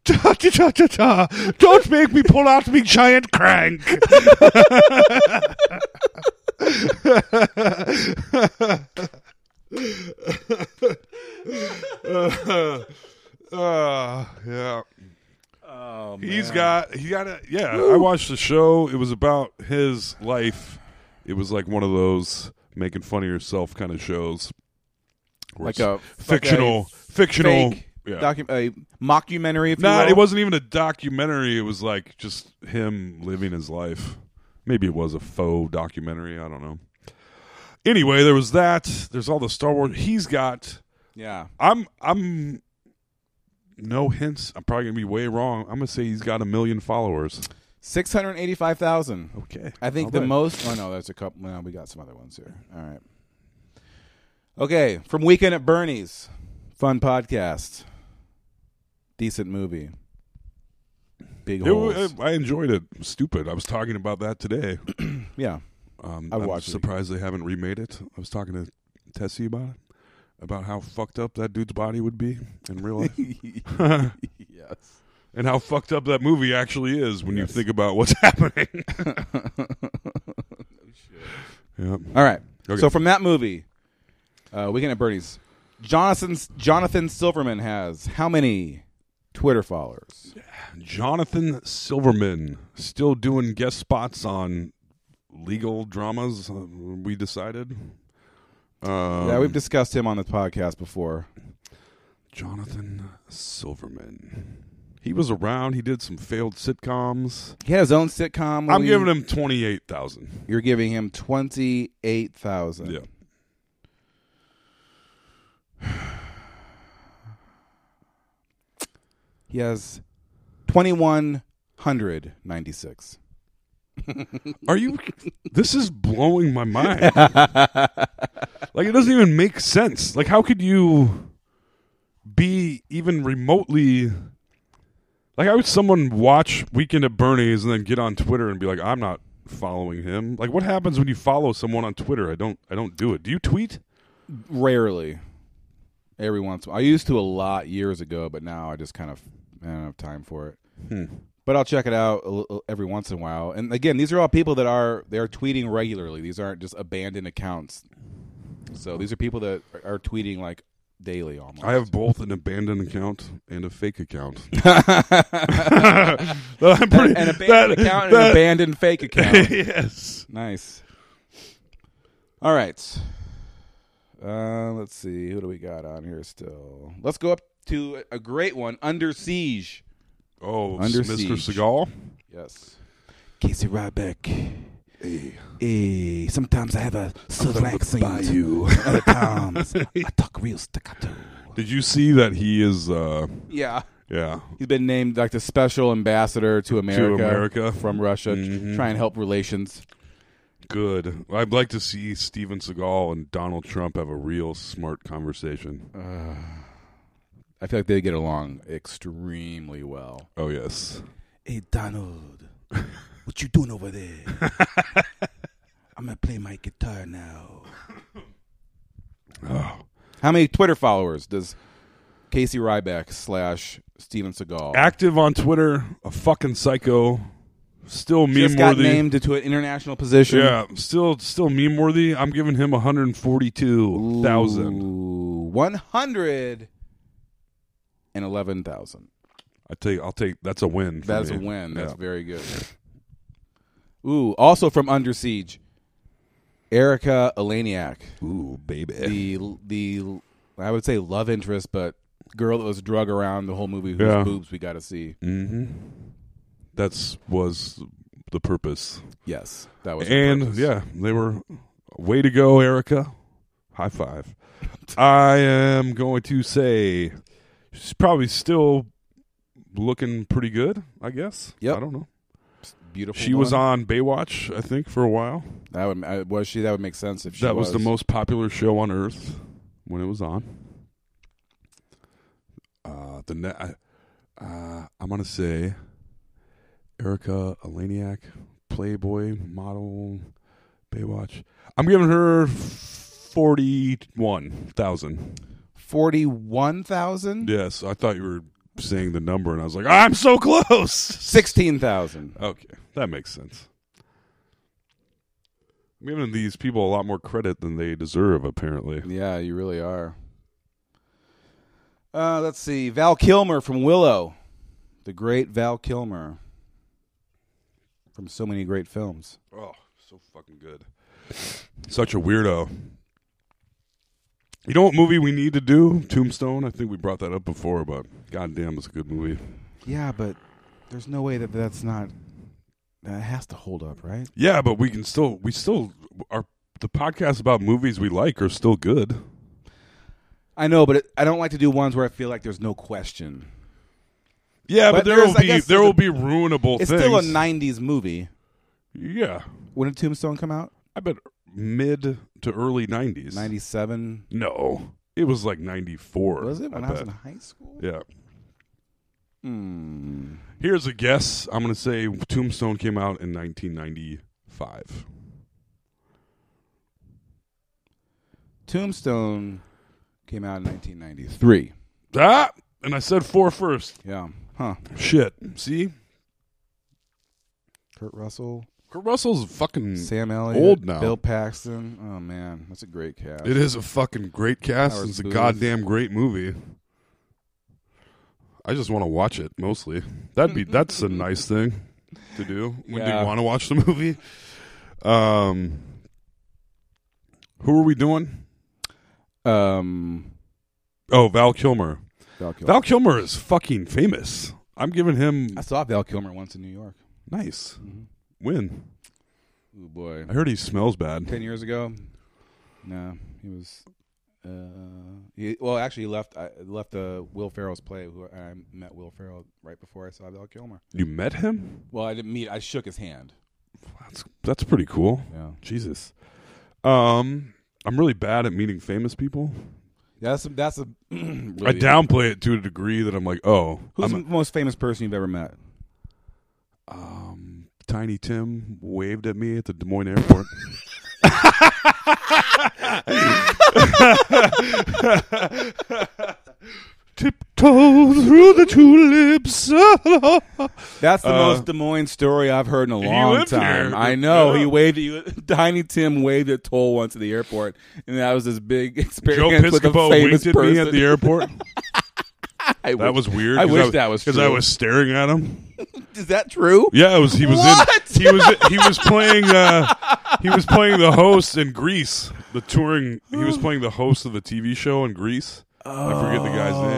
[SPEAKER 11] ta, ta, ta, ta, ta. Don't make me pull out me giant crank. uh, uh, yeah.
[SPEAKER 10] Oh,
[SPEAKER 11] He's
[SPEAKER 10] man.
[SPEAKER 11] got he got a yeah. I watched the show. It was about his life. It was like one of those making fun of yourself kind of shows, where
[SPEAKER 10] Like
[SPEAKER 11] it's
[SPEAKER 10] a- like a
[SPEAKER 11] fictional fictional
[SPEAKER 10] fake
[SPEAKER 11] Yeah.
[SPEAKER 13] docu- a mockumentary. If you
[SPEAKER 11] Nah,
[SPEAKER 13] will.
[SPEAKER 11] it wasn't even a documentary. It was like just him living his life. Maybe it was a faux documentary. I don't know. Anyway, there was that. There's all the Star Wars he's got.
[SPEAKER 10] Yeah.
[SPEAKER 11] I'm. I'm. No hints. I'm probably gonna be way wrong. I'm gonna say he's got a million followers.
[SPEAKER 10] Six hundred eighty-five thousand.
[SPEAKER 11] Okay.
[SPEAKER 10] I think
[SPEAKER 11] All
[SPEAKER 10] the
[SPEAKER 11] right.
[SPEAKER 10] most. Oh no, there's a couple. No, we got some other ones here. All right. Okay, from Weekend at Bernie's, fun podcast, decent movie. Big
[SPEAKER 11] It wa-
[SPEAKER 10] holes.
[SPEAKER 11] I enjoyed it. Stupid. I was talking about that today.
[SPEAKER 10] Yeah.
[SPEAKER 11] Um,
[SPEAKER 10] I
[SPEAKER 11] I'm
[SPEAKER 10] watched it.
[SPEAKER 11] surprised they haven't remade it. I was talking to Tessie about it, about how fucked up that dude's body would be in real life.
[SPEAKER 10] yes.
[SPEAKER 11] And how fucked up that movie actually is when you think about what's happening.
[SPEAKER 10] Oh,
[SPEAKER 11] Yep.
[SPEAKER 10] All right.
[SPEAKER 11] Okay.
[SPEAKER 10] So from that movie, uh, Weekend at Bernie's, Jonathan's Jonathan Silverman has how many Twitter followers?
[SPEAKER 11] Jonathan Silverman still doing guest spots on legal dramas. uh, We decided. Um,
[SPEAKER 10] yeah, we've discussed him on the podcast before.
[SPEAKER 11] Jonathan Silverman. He was around. He did some failed sitcoms.
[SPEAKER 10] He had his own sitcom.
[SPEAKER 11] I'm
[SPEAKER 10] Lee.
[SPEAKER 11] giving him twenty eight thousand.
[SPEAKER 10] You're giving him twenty eight thousand.
[SPEAKER 11] Yeah.
[SPEAKER 10] He has twenty one hundred ninety six.
[SPEAKER 11] Are you? This is blowing my mind. like it doesn't even make sense. Like how could you be even remotely? Like how would someone watch Weekend at Bernie's and then get on Twitter and be like, "I'm not following him." Like what happens when you follow someone on Twitter? I don't. I don't do it. Do you tweet?
[SPEAKER 10] Rarely. Every once in a while. I used to a lot years ago, but now I just kind of I don't have time for it.
[SPEAKER 11] Hmm.
[SPEAKER 10] But I'll check it out a li- every once in a while. And again, these are all people that are they're tweeting regularly. These aren't just abandoned accounts. So these are people that are are tweeting like daily almost.
[SPEAKER 11] I have both an abandoned account and a fake account. I'm pretty-
[SPEAKER 10] an abandoned
[SPEAKER 11] that-
[SPEAKER 10] account and an
[SPEAKER 11] that-
[SPEAKER 10] abandoned fake account.
[SPEAKER 11] yes.
[SPEAKER 10] Nice. All right. Uh, let's see. Who do we got on here still? Let's go up to a great one Under Siege.
[SPEAKER 11] Oh,
[SPEAKER 10] Under
[SPEAKER 11] Mr.
[SPEAKER 10] Siege.
[SPEAKER 11] Seagal.
[SPEAKER 10] Yes. Casey Ryback. Hey. Sometimes I have a southern accent. Other times I talk real staccato.
[SPEAKER 11] Did you see that he is? uh
[SPEAKER 10] Yeah.
[SPEAKER 11] Yeah.
[SPEAKER 10] He's been named like the special ambassador to America, Mm-hmm.
[SPEAKER 11] America.
[SPEAKER 10] from Russia, t-
[SPEAKER 11] Mhm.
[SPEAKER 10] try and help relations.
[SPEAKER 11] Good. I'd like to see Steven Seagal and Donald Trump have a real smart conversation.
[SPEAKER 10] I feel like they get along extremely well.
[SPEAKER 11] Oh yes.
[SPEAKER 14] Hey, Donald, what you doing over there? I'm gonna play my guitar now.
[SPEAKER 11] Ah.
[SPEAKER 10] How many Twitter followers does Casey Ryback slash Steven Seagal?
[SPEAKER 11] Active on Twitter, a fucking psycho, still meme
[SPEAKER 10] Just got
[SPEAKER 11] worthy.
[SPEAKER 10] named into an international position.
[SPEAKER 11] Yeah, still still meme worthy. I'm giving him 142,000.
[SPEAKER 10] One hundred and eleven thousand.
[SPEAKER 11] I take I'll take that's a win. for
[SPEAKER 10] That's
[SPEAKER 11] me.
[SPEAKER 10] a win. That's
[SPEAKER 11] Yeah.
[SPEAKER 10] very good. Ooh, also from Under Siege, Erica Eleniak.
[SPEAKER 11] Ooh, baby.
[SPEAKER 10] The the I would say love interest, but girl that was drug around the whole movie whose
[SPEAKER 11] Yeah.
[SPEAKER 10] boobs we got to see.
[SPEAKER 11] Mhm. That's was the purpose.
[SPEAKER 10] Yes, that was the
[SPEAKER 11] And
[SPEAKER 10] purpose.
[SPEAKER 11] yeah, they were way to go, Erica. High five. I am going to say she's probably still looking pretty good. I guess. Yeah. I don't know.
[SPEAKER 10] Beautiful.
[SPEAKER 11] She was
[SPEAKER 10] woman.
[SPEAKER 11] on Baywatch, I think, for a while.
[SPEAKER 10] That would I- was she. That would make sense if she
[SPEAKER 11] that was.
[SPEAKER 10] was
[SPEAKER 11] the most popular show on Earth when it was on. Uh, the ne- I, uh, I'm gonna say Erica Eleniak, Playboy model, Baywatch. I'm giving her forty-one thousand.
[SPEAKER 10] Forty-one thousand.
[SPEAKER 11] Yes, I thought you were saying the number, and I was like, I'm so close.
[SPEAKER 10] Sixteen thousand.
[SPEAKER 11] Okay, that makes sense. I'm giving these people a lot more credit than they deserve, apparently.
[SPEAKER 10] Yeah, you really are. Uh, let's see. Val Kilmer from Willow, the great Val Kilmer from so many great films.
[SPEAKER 11] Oh, so fucking good. Such a weirdo. You know what movie we need to do? Tombstone. I think we brought that up before, but goddamn, it's a good movie.
[SPEAKER 10] Yeah, but there's no way that that's not. That has to hold up, right?
[SPEAKER 11] Yeah, but we can still we still our the podcasts about movies we like are still good.
[SPEAKER 10] I know, but it, I don't like to do ones where I feel like there's no question.
[SPEAKER 11] Yeah, but, there
[SPEAKER 10] there's-
[SPEAKER 11] will
[SPEAKER 10] I
[SPEAKER 11] be
[SPEAKER 10] guess
[SPEAKER 11] there
[SPEAKER 10] there's
[SPEAKER 11] will
[SPEAKER 10] a-
[SPEAKER 11] be ruinable.
[SPEAKER 10] It's
[SPEAKER 11] things.
[SPEAKER 10] still a '90s movie.
[SPEAKER 11] Yeah.
[SPEAKER 10] When did Tombstone come out?
[SPEAKER 11] I bet mid to early nineties.
[SPEAKER 10] Ninety seven.
[SPEAKER 11] No, it was like ninety four.
[SPEAKER 10] Was it when I was in high
[SPEAKER 11] school? Yeah. Hmm. Here's a guess. I'm gonna say Tombstone came out in 1995.
[SPEAKER 10] Tombstone came out in 1993.
[SPEAKER 15] Three.
[SPEAKER 11] Ah, and I said four first.
[SPEAKER 10] Yeah. Huh.
[SPEAKER 11] Shit. See,
[SPEAKER 10] Kurt Russell,
[SPEAKER 11] Kurt Russell's fucking
[SPEAKER 10] Mm. Sam Elliott,
[SPEAKER 11] old now.
[SPEAKER 10] Bill Paxton. Oh man, that's a great cast.
[SPEAKER 11] It is a fucking great cast.
[SPEAKER 10] Howard
[SPEAKER 11] It's a
[SPEAKER 10] Booth.
[SPEAKER 11] goddamn great movie. I just want to watch it mostly. That'd be that's a nice thing to do when
[SPEAKER 15] Yeah.
[SPEAKER 11] you want to watch the movie. Um, who are we doing?
[SPEAKER 10] Um,
[SPEAKER 11] oh Val Kilmer.
[SPEAKER 10] Val Kilmer.
[SPEAKER 11] Val Kilmer is fucking famous. I'm giving him.
[SPEAKER 10] I saw Val Kilmer once in New York.
[SPEAKER 11] Nice.
[SPEAKER 10] Mm-hmm.
[SPEAKER 11] Win.
[SPEAKER 10] Oh boy.
[SPEAKER 11] I heard he smells bad.
[SPEAKER 10] Ten years ago. No, he was. Uh, he, well, actually, he left. I left uh, Will Ferrell's play. Who I met Will Ferrell right before I saw Val Kilmer.
[SPEAKER 11] You met him?
[SPEAKER 10] Well, I didn't meet. I shook his hand.
[SPEAKER 11] That's pretty cool.
[SPEAKER 10] Yeah.
[SPEAKER 11] Jesus. Um, I'm really bad at meeting famous people.
[SPEAKER 10] Yeah, that's a, that's a.
[SPEAKER 11] I
[SPEAKER 10] really-
[SPEAKER 11] downplay it to a degree that I'm like, oh,
[SPEAKER 10] Who's
[SPEAKER 11] I'm
[SPEAKER 10] the most famous person you've ever met?
[SPEAKER 11] Um, Tiny Tim waved at me at the Des Moines airport. Tiptoe through the tulips.
[SPEAKER 10] That's the
[SPEAKER 15] Uh,
[SPEAKER 10] most Des Moines story I've heard in a
[SPEAKER 15] he
[SPEAKER 10] long
[SPEAKER 15] lived
[SPEAKER 10] time.
[SPEAKER 15] here.
[SPEAKER 10] I know
[SPEAKER 15] Yeah.
[SPEAKER 10] he waved at you. Tiny Tim waved at Toll once at the airport, and that was his big experience with a
[SPEAKER 11] Piscopo
[SPEAKER 10] famous
[SPEAKER 11] winked at me at
[SPEAKER 10] person.
[SPEAKER 11] the airport.
[SPEAKER 10] I
[SPEAKER 11] that
[SPEAKER 10] wish-
[SPEAKER 11] was weird.
[SPEAKER 10] I
[SPEAKER 11] 'cause
[SPEAKER 10] wish that was
[SPEAKER 11] because I
[SPEAKER 10] true.
[SPEAKER 11] was staring at him.
[SPEAKER 10] Is that true?
[SPEAKER 11] Yeah, it was. He was
[SPEAKER 10] What?
[SPEAKER 11] in. He was. He was playing. Uh, he was playing the host in Greece. The touring. He was playing the host of the TV show in Greece. I forget the guy's
[SPEAKER 10] Oh.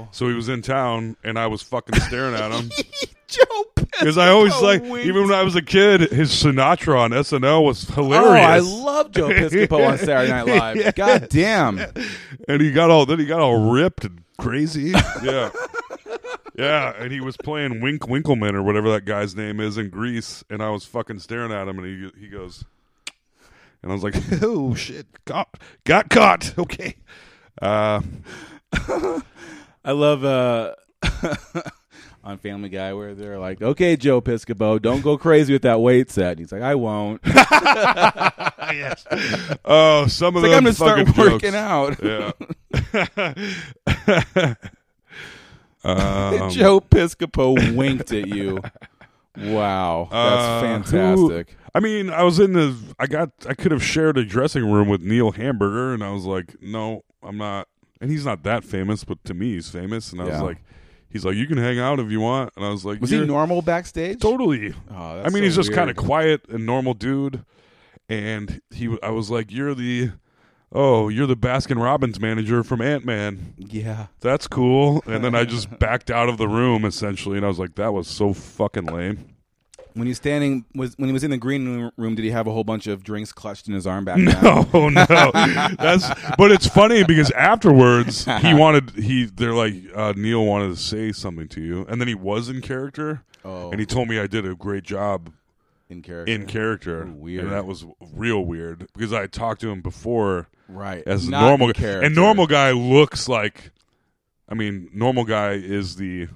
[SPEAKER 11] name. So he was in town, and I was fucking staring at him.
[SPEAKER 10] Joe
[SPEAKER 11] Because I always
[SPEAKER 15] Piscopo
[SPEAKER 11] like,
[SPEAKER 15] wins.
[SPEAKER 11] even when I was a kid, his Sinatra on SNL was hilarious.
[SPEAKER 10] Oh, I love Joe Piscopo on Saturday Night Live. God damn!
[SPEAKER 11] And he got all then he got all ripped and crazy. Yeah, yeah. And he was playing Wink Winkleman or whatever that guy's name is in Greece, and I was fucking staring at him, and he he goes, and I was like, oh shit, got got caught. Okay. Uh,
[SPEAKER 10] I love uh, on Family Guy where they're like, "Okay, Joe Piscopo, don't go crazy with that weight set." And he's like, "I won't."
[SPEAKER 11] yes. Oh, some of
[SPEAKER 10] It's like, I'm
[SPEAKER 11] them
[SPEAKER 10] gonna start
[SPEAKER 11] fucking
[SPEAKER 10] working
[SPEAKER 11] jokes.
[SPEAKER 10] out.
[SPEAKER 11] Yeah. Um,
[SPEAKER 10] Joe Piscopo winked at you. Wow,
[SPEAKER 11] uh,
[SPEAKER 10] that's
[SPEAKER 11] who-
[SPEAKER 10] fantastic.
[SPEAKER 11] I mean, I was in the. I got. I could have shared a dressing room with Neil Hamburger, and I was like, no, I'm not. And he's not that famous, but to me, he's famous. And I was
[SPEAKER 10] Yeah.
[SPEAKER 11] like, he's like, you can hang out if you want. And I was like,
[SPEAKER 10] Was he
[SPEAKER 11] "You're-
[SPEAKER 10] normal backstage?
[SPEAKER 11] Totally.
[SPEAKER 10] Oh,
[SPEAKER 11] I
[SPEAKER 10] that's
[SPEAKER 11] mean,
[SPEAKER 10] so
[SPEAKER 11] he's just
[SPEAKER 10] weird.
[SPEAKER 11] kind of quiet and normal dude. And he, w- I was like, you're the, oh, you're the Baskin Robbins manager from Ant Man.
[SPEAKER 10] Yeah.
[SPEAKER 11] That's cool. And then I just backed out of the room essentially, and I was like, that was so fucking lame.
[SPEAKER 10] When he's standing, was when he was in the green room, did he have a whole bunch of drinks clutched in his arm back?
[SPEAKER 11] No, oh no, that's. But it's funny because afterwards he wanted he. They're like uh, Neil wanted to say something to you, and then he was in character.
[SPEAKER 10] Oh.
[SPEAKER 11] and he told me I did a great job
[SPEAKER 10] In character.
[SPEAKER 11] In character,
[SPEAKER 10] Weird.
[SPEAKER 11] And that was real weird because I had talked to him before,
[SPEAKER 10] Right.
[SPEAKER 11] As a
[SPEAKER 10] Not
[SPEAKER 11] normal
[SPEAKER 10] in
[SPEAKER 11] guy,
[SPEAKER 10] character.
[SPEAKER 11] and normal guy looks like. I mean, normal guy is the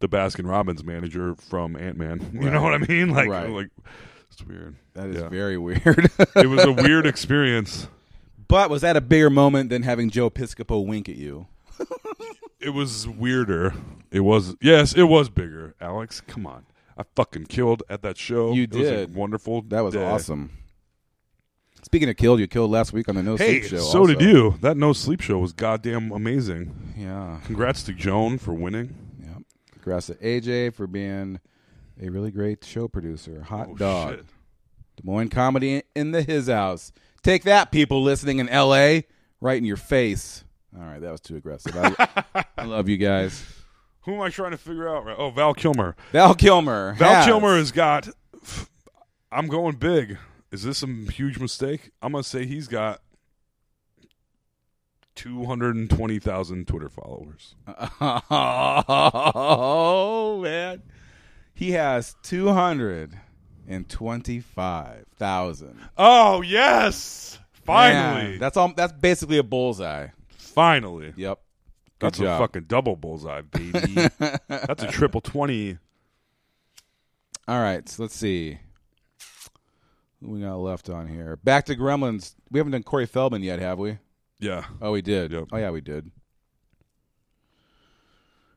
[SPEAKER 11] the Baskin Robbins manager from Ant Man. You know what I mean? Like,
[SPEAKER 10] Right.
[SPEAKER 11] like it's weird.
[SPEAKER 10] That is
[SPEAKER 11] Yeah.
[SPEAKER 10] very weird.
[SPEAKER 11] it was a weird experience.
[SPEAKER 10] But was that a bigger moment than having Joe Piscopo wink at you?
[SPEAKER 11] It was weirder. It was yes, it was bigger. Alex, come on. I fucking killed at that show.
[SPEAKER 10] You
[SPEAKER 11] It was a
[SPEAKER 10] did.
[SPEAKER 11] wonderful.
[SPEAKER 10] That was
[SPEAKER 11] day.
[SPEAKER 10] awesome. Speaking of killed, you killed last week on the No
[SPEAKER 11] Hey,
[SPEAKER 10] Sleep Show.
[SPEAKER 11] so
[SPEAKER 10] also.
[SPEAKER 11] did you. That no sleep show was goddamn amazing.
[SPEAKER 10] Yeah.
[SPEAKER 11] Congrats to Joan for winning.
[SPEAKER 10] Yeah. Congrats to AJ for being a really great show producer. Hot
[SPEAKER 11] Oh,
[SPEAKER 10] dog. Des Moines comedy in the his house. Take that, people listening in L.A. right in your face. All right, that was too aggressive. I, I love you guys.
[SPEAKER 11] Who am I trying to figure out? right- Oh, Val Kilmer.
[SPEAKER 10] Val Kilmer
[SPEAKER 11] Val
[SPEAKER 10] has.
[SPEAKER 11] Kilmer has got. I'm going big. Is this a huge mistake? I'm gonna say he's got two hundred and twenty thousand Twitter followers.
[SPEAKER 10] Oh man, he has two hundred and twenty-five thousand.
[SPEAKER 11] Oh yes, finally.
[SPEAKER 10] Man, that's all. That's basically a bullseye.
[SPEAKER 11] Finally.
[SPEAKER 10] Yep. Good
[SPEAKER 11] That's a
[SPEAKER 10] job.
[SPEAKER 11] fucking double bullseye, baby. That's a triple twenty.
[SPEAKER 10] All right, so let's see. What we got left on here? Back to Gremlins. We haven't done Corey Feldman yet, have we?
[SPEAKER 11] Yeah.
[SPEAKER 10] Oh, we did. Oh, yeah, we did.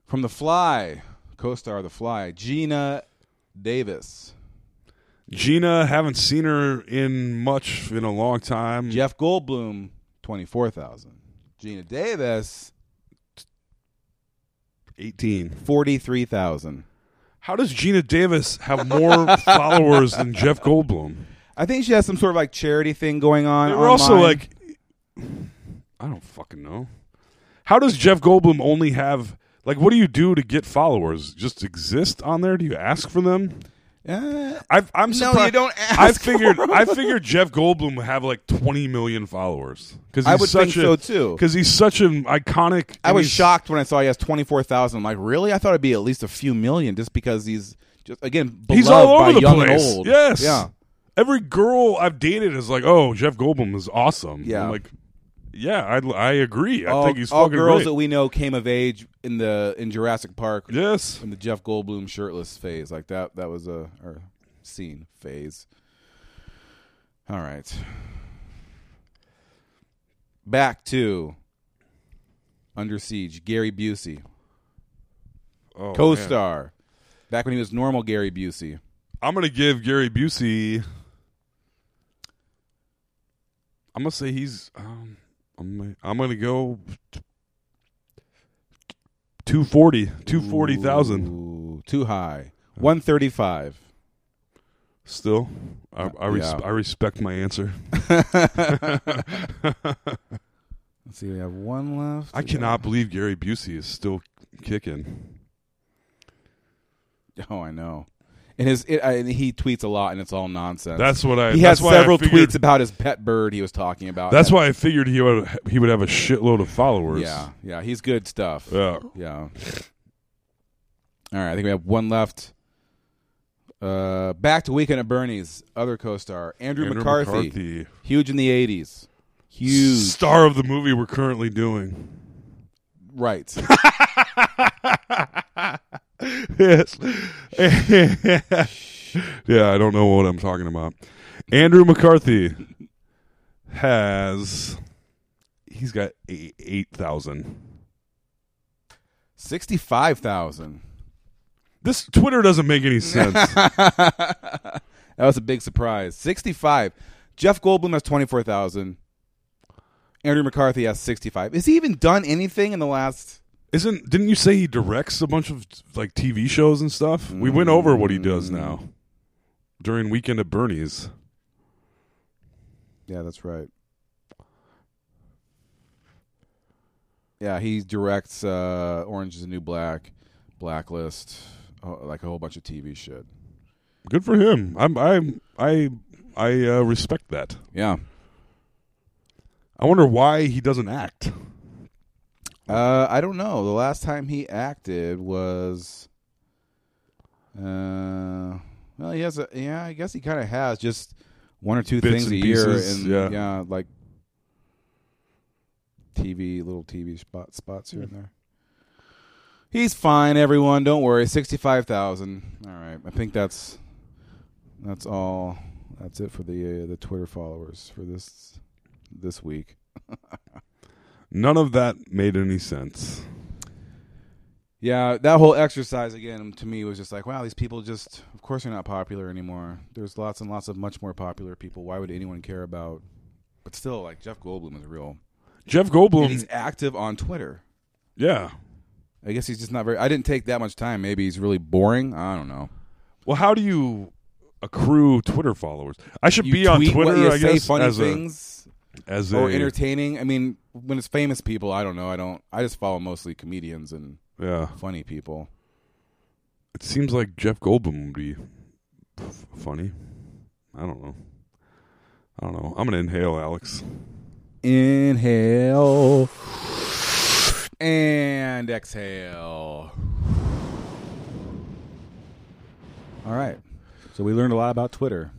[SPEAKER 10] From The Fly, co-star of The Fly, Gina Davis.
[SPEAKER 11] Gina, haven't seen her in much in a long time.
[SPEAKER 10] Jeff Goldblum, twenty-four thousand. Gina Davis,
[SPEAKER 11] eighteen
[SPEAKER 10] forty-three thousand.
[SPEAKER 11] How does Gina Davis have more followers than Jeff Goldblum?
[SPEAKER 10] I think she has some sort of like charity thing going on.
[SPEAKER 11] They were also
[SPEAKER 10] online.
[SPEAKER 11] like, I don't fucking know. How does Jeff Goldblum only have like? What do you do to get followers? Just exist on there? Do you ask for them? I've, I'm
[SPEAKER 10] no,
[SPEAKER 11] surprised.
[SPEAKER 10] you don't
[SPEAKER 11] I
[SPEAKER 10] ask
[SPEAKER 11] figured.
[SPEAKER 10] for 'em.
[SPEAKER 11] I figured Jeff Goldblum would have like 20 million followers because
[SPEAKER 10] I would think so, too.
[SPEAKER 11] Because he's such an iconic.
[SPEAKER 10] I was
[SPEAKER 11] he's-
[SPEAKER 10] shocked when I saw he has twenty four thousand. I'm like, really? I thought it'd be at least a few million, just because he's just again beloved
[SPEAKER 11] He's all
[SPEAKER 10] by
[SPEAKER 11] over the
[SPEAKER 10] young
[SPEAKER 11] place.
[SPEAKER 10] and old.
[SPEAKER 11] Yes.
[SPEAKER 10] yeah.
[SPEAKER 11] Every girl I've dated is like, "Oh, Jeff Goldblum is awesome."
[SPEAKER 10] Yeah.
[SPEAKER 11] I'm like, yeah, I, I agree. I
[SPEAKER 10] all,
[SPEAKER 11] think he's
[SPEAKER 10] all
[SPEAKER 11] fucking
[SPEAKER 10] girls
[SPEAKER 11] great.
[SPEAKER 10] that we know came of age in the in Jurassic Park.
[SPEAKER 11] Yes,
[SPEAKER 10] in the Jeff Goldblum shirtless phase, like that. That was a or scene phase. All right, back to Under Siege. Gary Busey,
[SPEAKER 11] Oh, man.
[SPEAKER 10] co-star, back when he was normal Gary Busey.
[SPEAKER 11] I'm gonna give Gary Busey. I'm gonna say he's. Um, I'm, gonna- I'm gonna go. t- 240 240,000
[SPEAKER 10] too high 135
[SPEAKER 11] still I I, res-
[SPEAKER 10] Yeah.
[SPEAKER 11] I respect my answer
[SPEAKER 10] Let's see, we have one left.
[SPEAKER 11] I cannot believe Gary Busey is still kicking
[SPEAKER 10] Oh, I know. And his it, I, and he tweets a lot, and it's all nonsense.
[SPEAKER 11] That's what I-
[SPEAKER 10] He
[SPEAKER 11] that's
[SPEAKER 10] has
[SPEAKER 11] why I
[SPEAKER 10] several
[SPEAKER 11] figured-
[SPEAKER 10] tweets about his pet bird he was talking about.
[SPEAKER 11] That's why I figured he would he would have a shitload of followers
[SPEAKER 10] Yeah, yeah, he's good stuff.
[SPEAKER 11] Yeah.
[SPEAKER 10] yeah. All right, I think we have one left. Uh, back to Weekend at Bernie's other co-star Andrew,
[SPEAKER 11] Andrew
[SPEAKER 10] McCarthy.
[SPEAKER 11] McCarthy.
[SPEAKER 10] huge in the '80s, huge
[SPEAKER 11] star of the movie we're currently doing
[SPEAKER 10] right.
[SPEAKER 11] yes. yeah, I don't know what I'm talking about. Andrew McCarthy has he's got eight eight thousand.
[SPEAKER 10] Sixty-five thousand.
[SPEAKER 11] This Twitter doesn't make any sense.
[SPEAKER 10] that was a big surprise. 65. Jeff Goldblum has 24,000. Andrew McCarthy has 65. Has he even done anything in the last
[SPEAKER 11] Isn't didn't you say he directs a bunch of like TV shows and stuff? We went over what he does now during Weekend at Bernie's.
[SPEAKER 10] Yeah, that's right. Yeah, he directs uh Orange is the New Black, Blacklist, oh, like a whole bunch of TV shit.
[SPEAKER 11] Good for him. I'm I'm I I uh, respect that.
[SPEAKER 10] Yeah.
[SPEAKER 11] I wonder why he doesn't act.
[SPEAKER 10] Uh, I don't know. The last time he acted was, uh, well, he has a yeah. I guess he kind of has just one or two
[SPEAKER 11] Bits
[SPEAKER 10] things
[SPEAKER 11] and
[SPEAKER 10] a
[SPEAKER 11] pieces,
[SPEAKER 10] year,
[SPEAKER 11] yeah.
[SPEAKER 10] and like TV little TV spot spots here and
[SPEAKER 11] Hmm.
[SPEAKER 10] there. He's fine, everyone. Don't worry. Sixty-five thousand. All right. I think that's that's all. That's it for the uh, the Twitter followers for this this week.
[SPEAKER 11] None of that made any sense.
[SPEAKER 10] Yeah, that whole exercise again to me was just like, wow, these people just, of course, they're not popular anymore. There's lots and lots of much more popular people. Why would anyone care about? But still, like Jeff Goldblum is real.
[SPEAKER 11] Jeff Goldblum-
[SPEAKER 10] And he's active on Twitter.
[SPEAKER 11] Yeah.
[SPEAKER 10] I guess he's just not very. I didn't take that much time. Maybe he's really boring. I don't know.
[SPEAKER 11] Well, how do you accrue Twitter followers? I should
[SPEAKER 10] You
[SPEAKER 11] be on
[SPEAKER 10] tweet what
[SPEAKER 11] Twitter.
[SPEAKER 10] you
[SPEAKER 11] I
[SPEAKER 10] say
[SPEAKER 11] guess
[SPEAKER 10] funny
[SPEAKER 11] as a-
[SPEAKER 10] things.
[SPEAKER 11] As
[SPEAKER 10] or
[SPEAKER 11] a-
[SPEAKER 10] entertaining. I mean, when it's famous people, I don't know. I don't. I just follow mostly comedians and
[SPEAKER 11] Yeah.
[SPEAKER 10] funny people.
[SPEAKER 11] It seems like Jeff Goldblum would be f- funny. I don't know. I don't know. I'm gonna inhale, Alex.
[SPEAKER 10] Inhale and exhale. All right. So we learned a lot about Twitter.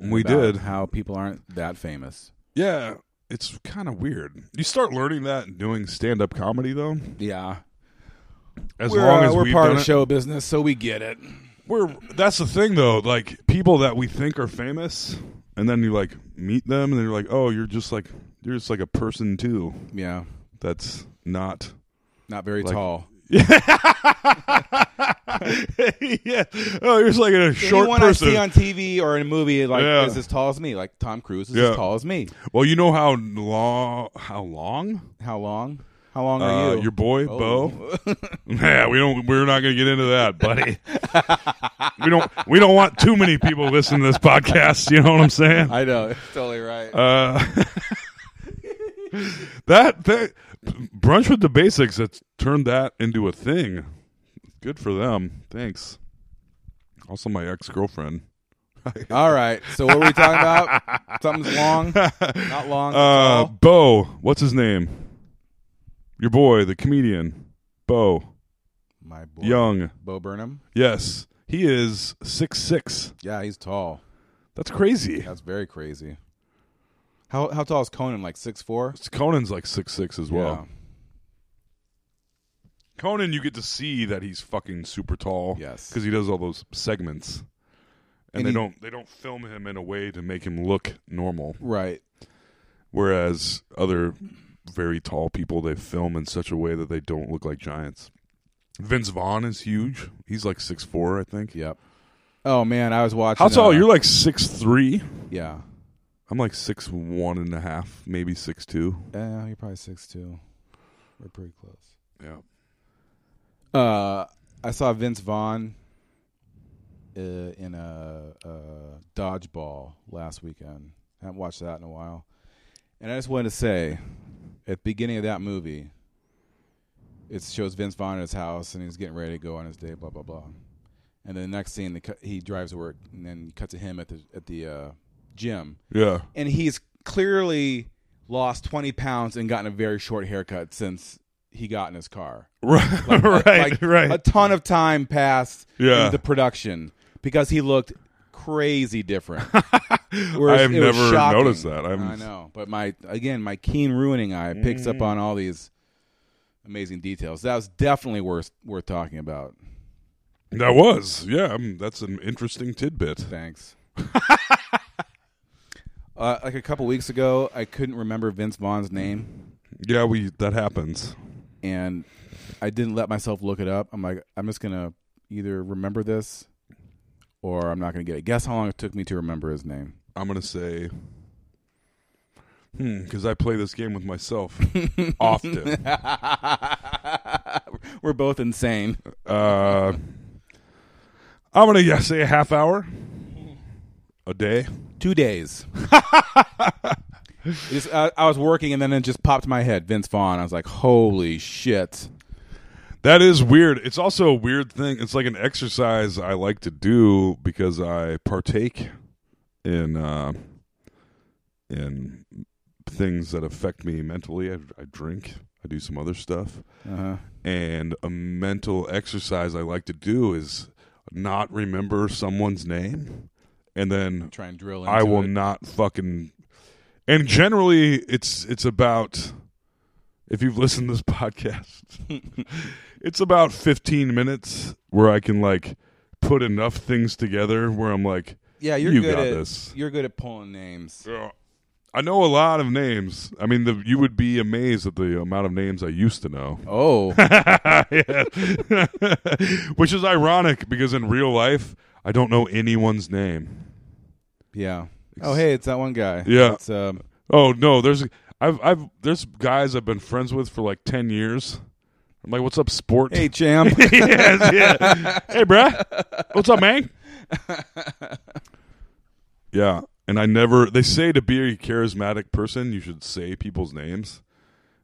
[SPEAKER 11] We
[SPEAKER 10] About
[SPEAKER 11] did.
[SPEAKER 10] how people aren't that famous.
[SPEAKER 11] Yeah, it's kind of weird. You start learning that doing stand-up comedy, though.
[SPEAKER 10] Yeah.
[SPEAKER 11] As
[SPEAKER 10] We're,
[SPEAKER 11] long
[SPEAKER 10] uh,
[SPEAKER 11] as
[SPEAKER 10] we're
[SPEAKER 11] we've
[SPEAKER 10] part
[SPEAKER 11] done
[SPEAKER 10] of
[SPEAKER 11] it-
[SPEAKER 10] show business, so we get it.
[SPEAKER 11] We're that's the thing though. Like people that we think are famous, and then you like meet them, and they're like, "Oh, you're just like you're just like a person too."
[SPEAKER 10] Yeah,
[SPEAKER 11] that's not
[SPEAKER 10] not very
[SPEAKER 11] like-
[SPEAKER 10] tall.
[SPEAKER 11] yeah. Oh, you're just like a short
[SPEAKER 10] Anyone
[SPEAKER 11] person.
[SPEAKER 10] I see on TV or in a movie like
[SPEAKER 11] Yeah.
[SPEAKER 10] is as tall as me. Like Tom Cruise is
[SPEAKER 11] Yeah.
[SPEAKER 10] as tall as me.
[SPEAKER 11] Well, you know how long? How long?
[SPEAKER 10] How long? How long are
[SPEAKER 11] Uh,
[SPEAKER 10] you?
[SPEAKER 11] Your boy,
[SPEAKER 10] Oh.
[SPEAKER 11] Bo. yeah, we don't. We're not going to get into that, buddy. we don't. We don't want too many people listening to this podcast. You know what I'm saying?
[SPEAKER 10] I know. Totally right.
[SPEAKER 11] Uh, that that brunch with the basics that's turned that into a thing. Good for them. Thanks. Also, my ex girlfriend.
[SPEAKER 10] All right. So what were we talking about? Something's long. Not long.
[SPEAKER 11] Uh, Bo, what's his name? Your boy, the comedian, Bo.
[SPEAKER 10] My boy,
[SPEAKER 11] Young.
[SPEAKER 10] Bo Burnham.
[SPEAKER 11] Yes, he is six six.
[SPEAKER 10] Yeah, he's tall.
[SPEAKER 11] That's crazy.
[SPEAKER 10] That's very crazy. How how tall is Conan? Like six four?
[SPEAKER 11] Conan's like six six as well. Conan, you get to see that he's fucking super tall. Yes, because he does all those segments,
[SPEAKER 10] And
[SPEAKER 11] and, they
[SPEAKER 10] he-
[SPEAKER 11] don't they don't film him in a way to make him look normal.
[SPEAKER 10] Right.
[SPEAKER 11] Whereas other very tall people, they film in such a way that they don't look like giants. Vince Vaughn is huge. He's like six four, I think.
[SPEAKER 10] Yep. Oh man, I was watching.
[SPEAKER 11] How tall?
[SPEAKER 10] uh,
[SPEAKER 11] You're like six three.
[SPEAKER 10] Yeah.
[SPEAKER 11] I'm like six one and a half, maybe six two.
[SPEAKER 10] Yeah, you're probably six two. We're pretty close.
[SPEAKER 11] Yeah.
[SPEAKER 10] Uh, I saw Vince Vaughn uh, in a, a dodgeball last weekend. I haven't watched that in a while, and I just wanted to say, at the beginning of that movie, it shows Vince Vaughn at his house and he's getting ready to go on his day, blah blah blah. And then the next scene, they cut, he drives to work, and then you cut to him at the at the uh, gym.
[SPEAKER 11] Yeah.
[SPEAKER 10] and he's clearly lost twenty pounds and gotten a very short haircut since he got in his car.
[SPEAKER 11] Right,
[SPEAKER 10] Like- like-
[SPEAKER 11] right,
[SPEAKER 10] like
[SPEAKER 11] right.
[SPEAKER 10] A ton of time passed
[SPEAKER 11] Yeah.
[SPEAKER 10] in the production because he looked crazy different.
[SPEAKER 11] I
[SPEAKER 10] Whereas
[SPEAKER 11] have
[SPEAKER 10] it was
[SPEAKER 11] never
[SPEAKER 10] shocking.
[SPEAKER 11] noticed that. I'm-
[SPEAKER 10] I know, but my again, my keen ruining eye picks up
[SPEAKER 11] Mm.
[SPEAKER 10] on all these amazing details. That was definitely worth worth talking about.
[SPEAKER 11] That was, yeah. um, that's an interesting tidbit.
[SPEAKER 10] Thanks. Uh, like a couple weeks ago, I couldn't remember Vince Vaughn's name.
[SPEAKER 11] Yeah, we that happens.
[SPEAKER 10] And I didn't let myself look it up. I'm like, I'm just gonna either remember this, or I'm not gonna get it. Guess how long it took me to remember his name?
[SPEAKER 11] I'm gonna say, hmm, because I play this game with myself often.
[SPEAKER 10] We're both insane.
[SPEAKER 11] Uh, I'm gonna yeah, say a half hour, a day,
[SPEAKER 10] two days. It just- I, I was working, and then it just popped in my head. Vince Vaughn. I was like, holy shit.
[SPEAKER 11] That is weird. It's also a weird thing. It's like an exercise I like to do because I partake in uh, in things that affect me mentally. I, I drink. I do some other stuff.
[SPEAKER 10] Uh-huh.
[SPEAKER 11] And a mental exercise I like to do is not remember someone's name, and then
[SPEAKER 10] Try and drill
[SPEAKER 11] I
[SPEAKER 10] into
[SPEAKER 11] will
[SPEAKER 10] it.
[SPEAKER 11] not fucking. And generally, it's it's about if you've listened to this podcast, it's about 15 minutes where I can like put enough things together where I'm like,
[SPEAKER 10] Yeah, you're
[SPEAKER 11] you
[SPEAKER 10] good
[SPEAKER 11] got
[SPEAKER 10] at
[SPEAKER 11] this.
[SPEAKER 10] you're good at pulling names.
[SPEAKER 11] I know a lot of names. I mean, the, you would be amazed at the amount of names I used to know.
[SPEAKER 10] Oh,
[SPEAKER 11] which is ironic because in real life, I don't know anyone's name.
[SPEAKER 10] Yeah. Oh, hey, it's that one guy.
[SPEAKER 11] Yeah.
[SPEAKER 10] It's, um,
[SPEAKER 11] oh no, there's I've I've there's guys I've been friends with for like ten years. I'm like, what's up, sport?
[SPEAKER 10] Hey, champ.
[SPEAKER 11] yes, yeah. Hey, bruh. What's up, man? Yeah. And I never. They say to be a charismatic person, you should say people's names.